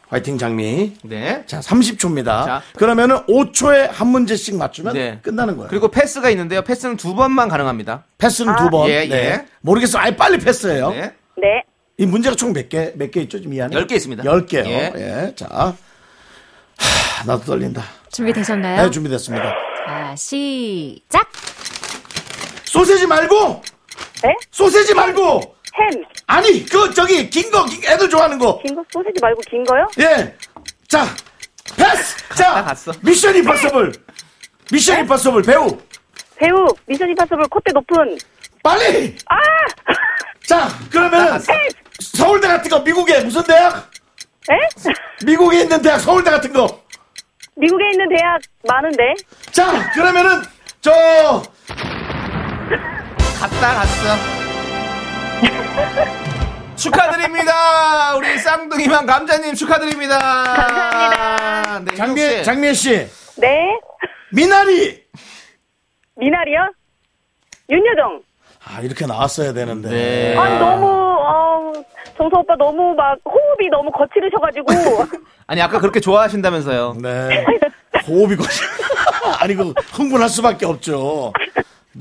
[SPEAKER 1] 화이팅 장미.
[SPEAKER 2] 네.
[SPEAKER 1] 자, 30초입니다.
[SPEAKER 2] 자.
[SPEAKER 1] 그러면은 5초에 한 문제씩 맞추면
[SPEAKER 2] 네.
[SPEAKER 1] 끝나는 거예요.
[SPEAKER 2] 그리고 패스가 있는데요. 패스는 두 번만 가능합니다.
[SPEAKER 1] 패스는 두 번.
[SPEAKER 2] 예,
[SPEAKER 1] 네.
[SPEAKER 2] 예.
[SPEAKER 1] 모르겠어. 아예 빨리 패스해요.
[SPEAKER 2] 네.
[SPEAKER 7] 네.
[SPEAKER 1] 이 문제가 총 몇 개, 몇 개 있죠? 지금 이 안에?
[SPEAKER 2] 열개 있습니다.
[SPEAKER 1] 10개요.
[SPEAKER 2] 예.
[SPEAKER 1] 예. 자. 하, 나도 떨린다.
[SPEAKER 10] 준비되셨나요?
[SPEAKER 1] 네, 준비됐습니다.
[SPEAKER 10] 아, 시작!
[SPEAKER 1] 소세지 말고!
[SPEAKER 7] 네?
[SPEAKER 1] 소세지 말고!
[SPEAKER 7] 햄.
[SPEAKER 1] 아니, 그, 저기, 긴 거, 긴- 애들 좋아하는 거.
[SPEAKER 7] 긴 거 소시지 말고 긴 거요?
[SPEAKER 1] 예. 자, 패스! 자,
[SPEAKER 2] 갔어. 네.
[SPEAKER 1] 미션 임파서블! 미션 임파서블 배우!
[SPEAKER 7] 배우 미션 임파서블 콧대 높은.
[SPEAKER 1] 빨리!
[SPEAKER 7] 아!
[SPEAKER 1] 자, 그러면은, 서울대 같은 거, 미국에 무슨 대학?
[SPEAKER 7] 에?
[SPEAKER 1] 미국에 있는 대학, 서울대 같은 거.
[SPEAKER 7] 미국에 있는 대학 많은데.
[SPEAKER 2] 자, 그러면은 저 갔다 갔어. 축하드립니다. 아, 우리 쌍둥이만 감자님 축하드립니다. 감사합니다. 네,
[SPEAKER 1] 장미애, 장미애 씨.
[SPEAKER 7] 네.
[SPEAKER 1] 미나리!
[SPEAKER 7] 미나리요? 윤여정.
[SPEAKER 1] 아, 이렇게 나왔어야 되는데.
[SPEAKER 2] 네.
[SPEAKER 1] 네.
[SPEAKER 7] 아니 너무 어, 정서 오빠 너무 막 호흡이 너무 거칠으셔가지고
[SPEAKER 2] 아니 아까 그렇게 좋아하신다면서요.
[SPEAKER 1] 네. 호흡이 거시. 아니 그 흥분할 수밖에 없죠.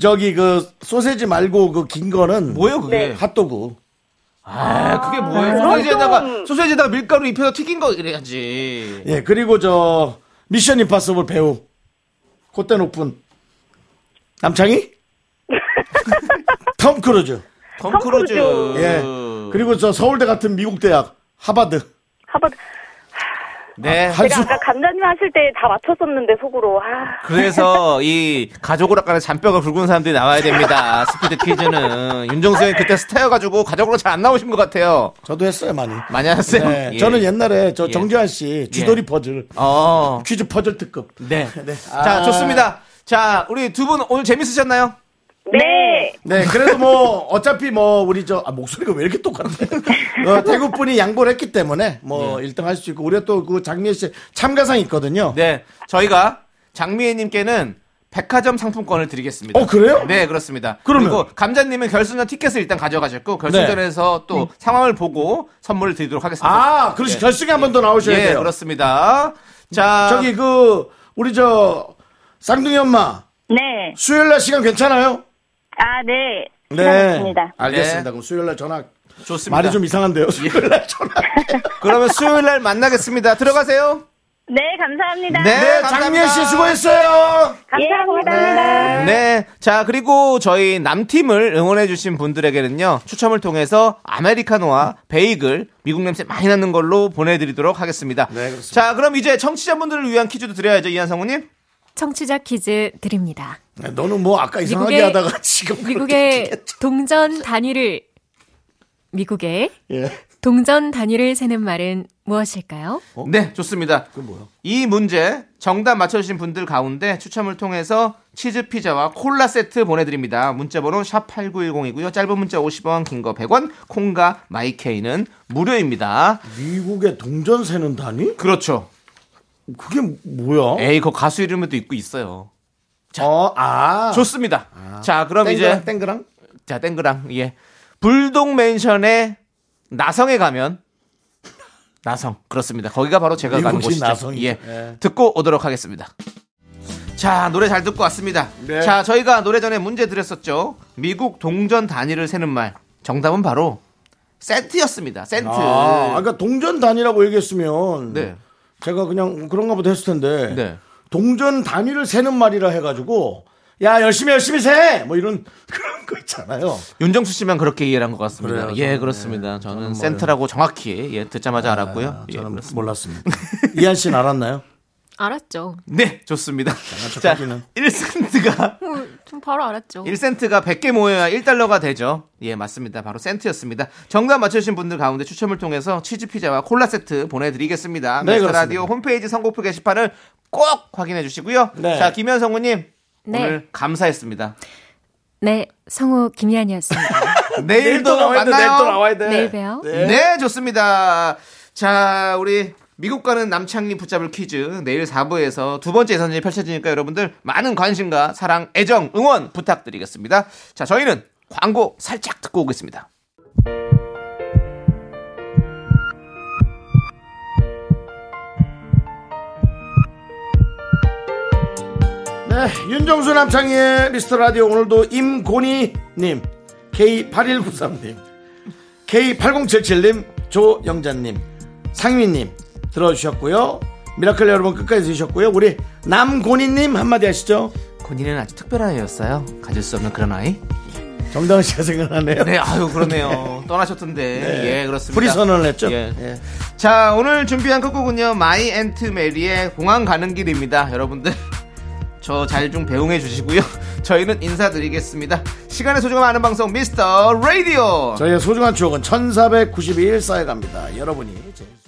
[SPEAKER 1] 저기 그 소세지 말고 그 긴 거는
[SPEAKER 2] 뭐예요 그게?
[SPEAKER 1] 핫도그.
[SPEAKER 2] 아, 그게 뭐예요?
[SPEAKER 7] 그건
[SPEAKER 2] 소세지에다가
[SPEAKER 7] 좀-
[SPEAKER 2] 소세지에다가 밀가루 입혀서 튀긴 거 이래야지.
[SPEAKER 1] 예 그리고 저 미션 임파서블 배우 콧대 높은 남창희, 톰 크루즈.
[SPEAKER 2] 톰 크루즈.
[SPEAKER 1] 예
[SPEAKER 2] 어.
[SPEAKER 1] 그리고 저 서울대 같은 미국 대학 하버드.
[SPEAKER 7] 하버
[SPEAKER 2] 네.
[SPEAKER 7] 제가 아까 감자님 하실 때 다 맞췄었는데 속으로 아
[SPEAKER 2] 그래서 이 가족으로 아까 잔뼈가 굵은 사람들이 나와야 됩니다. 스피드 퀴즈는 윤정수 형이 그때 스타여가지고 가족으로 잘 안 나오신 것 같아요.
[SPEAKER 1] 저도 했어요 많이.
[SPEAKER 2] 많이 하세요.
[SPEAKER 1] 네,
[SPEAKER 2] 예.
[SPEAKER 1] 저는 옛날에 저
[SPEAKER 2] 예.
[SPEAKER 1] 정재환 씨 주돌이 퍼즐
[SPEAKER 2] 어.
[SPEAKER 1] 퀴즈 퍼즐 특급. 아.
[SPEAKER 2] 네. 자 좋습니다. 자 우리 두 분 오늘 재밌으셨나요?
[SPEAKER 7] 네.
[SPEAKER 1] 네, 그래도 뭐 어차피 뭐 우리 저 아, 목소리가 왜 이렇게 똑같네. 어, 대구 분이 양보를 했기 때문에 뭐
[SPEAKER 2] 예.
[SPEAKER 1] 1등 할 수 있고 우리가 또 그 장미애 씨 참가상 있거든요.
[SPEAKER 2] 네. 저희가 장미애님께는 백화점 상품권을 드리겠습니다.
[SPEAKER 1] 어, 그래요?
[SPEAKER 2] 네, 그렇습니다.
[SPEAKER 1] 그러면?
[SPEAKER 2] 그리고 감자님은 결승전 티켓을 일단 가져가셨고 결승전에서 또 상황을 보고 선물을 드리도록 하겠습니다.
[SPEAKER 1] 네. 음. 아, 그러시
[SPEAKER 2] 예.
[SPEAKER 1] 결승에 한 번 더 나오셔야
[SPEAKER 2] 예,
[SPEAKER 1] 돼요.
[SPEAKER 2] 그렇습니다. 자, 네,
[SPEAKER 1] 저기 그 우리 저 쌍둥이 엄마
[SPEAKER 11] 네.
[SPEAKER 1] 수요일 날 시간 괜찮아요?
[SPEAKER 11] 아, 네.
[SPEAKER 1] 네.
[SPEAKER 11] 시작하겠습니다.
[SPEAKER 1] 알겠습니다.
[SPEAKER 2] 네.
[SPEAKER 1] 그럼 수요일 날 전화
[SPEAKER 2] 좋습니다. 예. 네,
[SPEAKER 1] 말이 좀 이상한데요. 수요일 날 전화.
[SPEAKER 2] 그러면 수요일 날 만나겠습니다. 들어가세요.
[SPEAKER 11] 네, 감사합니다. 예,
[SPEAKER 1] 네,
[SPEAKER 2] 감사합니다.
[SPEAKER 1] 장미애 씨 수고했어요.
[SPEAKER 11] 감사합니다.
[SPEAKER 2] 네. 자, 그리고 저희 남팀을 응원해주신 분들에게는요, 추첨을 통해서 아메리카노와 베이글, 미국 냄새 많이 나는 걸로 보내드리도록 하겠습니다.
[SPEAKER 1] 네, 그렇습니다.
[SPEAKER 2] 자, 그럼 이제 청취자분들을 위한 퀴즈도 드려야죠, 이한성우님?
[SPEAKER 10] 청취자 퀴즈 드립니다.
[SPEAKER 1] 네, 너는 뭐 아까 이상하게
[SPEAKER 10] 미국의-
[SPEAKER 1] 하다가 지금
[SPEAKER 10] 미국의 동전 단위를 미국의
[SPEAKER 1] 그렇게- 예.
[SPEAKER 10] 동전 단위를 세는 말은 무엇일까요?
[SPEAKER 2] 네, 좋습니다.
[SPEAKER 1] 어? 그 뭐야?
[SPEAKER 2] 이 문제 정답 맞춰주신 분들 가운데 추첨을 통해서 치즈 피자와 콜라 세트 보내드립니다. 문자번호 샵 8910이고요. 짧은 문자 50원, 긴 거 100원, 콩과 마이케이는 무료입니다.
[SPEAKER 1] 미국의 동전 세는 단위?
[SPEAKER 2] 그렇죠.
[SPEAKER 1] 그게 뭐야?
[SPEAKER 2] 에이, 그 가수 이름에도 있고 있어요.
[SPEAKER 1] 어, 아.
[SPEAKER 2] 좋습니다. 자, 그럼 이제
[SPEAKER 1] 땡그랑, 땡그랑?
[SPEAKER 2] 자 땡그랑 예 불동 맨션의 나성에 가면 나성 그렇습니다. 거기가 바로 제가 가는
[SPEAKER 1] 미국식
[SPEAKER 2] 곳이죠.
[SPEAKER 1] 나성이죠.
[SPEAKER 2] 예.
[SPEAKER 1] 예.
[SPEAKER 2] 듣고 오도록 하겠습니다. 자 노래 잘 듣고 왔습니다.
[SPEAKER 1] 네.
[SPEAKER 2] 자 저희가 노래 전에 문제 드렸었죠. 미국 동전 단위를 세는 말 정답은 바로 센트였습니다. 센트.
[SPEAKER 1] 아, 그러니까 동전 단위라고 얘기했으면
[SPEAKER 2] 예. 네.
[SPEAKER 1] 제가 그냥 그런가 보다 했을 텐데
[SPEAKER 2] 네.
[SPEAKER 1] 동전 단위를 세는 말이라 해가지고 야 열심히 열심히 세! 뭐 이런 그런 거 있잖아요.
[SPEAKER 2] 윤정수 씨만 그렇게 이해한 를것 같습니다.
[SPEAKER 1] 그래요,
[SPEAKER 2] 예
[SPEAKER 1] 저는, 뭐
[SPEAKER 2] 그렇습니다. 저는, 센트라고 정확히 예 듣자마자 알았고요.
[SPEAKER 1] 아,
[SPEAKER 2] 예,
[SPEAKER 1] 저는
[SPEAKER 2] 그렇습니다.
[SPEAKER 1] 몰랐습니다. 이한 씨는 알았나요?
[SPEAKER 10] 알았죠.
[SPEAKER 2] 네 좋습니다. 자
[SPEAKER 1] 척하기는.
[SPEAKER 2] 1센트가
[SPEAKER 10] 어, 좀 바로 알았죠.
[SPEAKER 2] 1센트가 100개 모여야 1달러가 되죠. 예, 맞습니다. 바로 센트였습니다. 정답 맞춰주신 분들 가운데 추첨을 통해서 치즈피자와 콜라 세트 보내드리겠습니다.
[SPEAKER 1] 네,
[SPEAKER 2] 미스터
[SPEAKER 1] 그렇습니다.
[SPEAKER 2] 라디오 홈페이지 선곡표 게시판을 꼭 확인해 주시고요.
[SPEAKER 1] 네.
[SPEAKER 2] 자, 김현성우님.
[SPEAKER 10] 네.
[SPEAKER 2] 오늘 감사했습니다.
[SPEAKER 10] 네, 성우 김희안이었습니다.
[SPEAKER 2] 내일도 만나요.
[SPEAKER 1] 돼.
[SPEAKER 10] 내일 봬요.
[SPEAKER 2] 네. 좋습니다. 자, 우리 미국 가는 남창리 붙잡을 퀴즈 내일 4부에서 두 번째 예선전이 펼쳐지니까 여러분들 많은 관심과 사랑, 애정, 응원 부탁드리겠습니다. 자, 저희는 광고 살짝 듣고 오겠습니다.
[SPEAKER 1] 네, 윤정수 남창희의 미스터 라디오 오늘도 임곤희님, K8193님, K8077님, 조영자님, 상민님 들어주셨고요. 미라클 여러분 끝까지 들으셨고요. 우리 남곤희님 한마디 하시죠.
[SPEAKER 2] 곤이는 아주 특별한 애였어요. 가질 수 없는 그런 아이.
[SPEAKER 1] 정다은 씨가 생각나네요.
[SPEAKER 2] 네, 아유 그러네요. 떠나셨던데.
[SPEAKER 1] 네.
[SPEAKER 2] 예, 그렇습니다.
[SPEAKER 1] 불이 선언을 했죠.
[SPEAKER 2] 예.
[SPEAKER 1] 예.
[SPEAKER 2] 자, 오늘 준비한 끝곡은요. 마이 앤트 메리의 공항 가는 길입니다. 여러분들 저 잘 좀 배웅해 주시고요. 저희는 인사드리겠습니다. 시간의 소중함 아는 방송 미스터 라디오.
[SPEAKER 1] 저희의 소중한 추억은 1492일 쌓여갑니다. 여러분이 제일 소중합니다.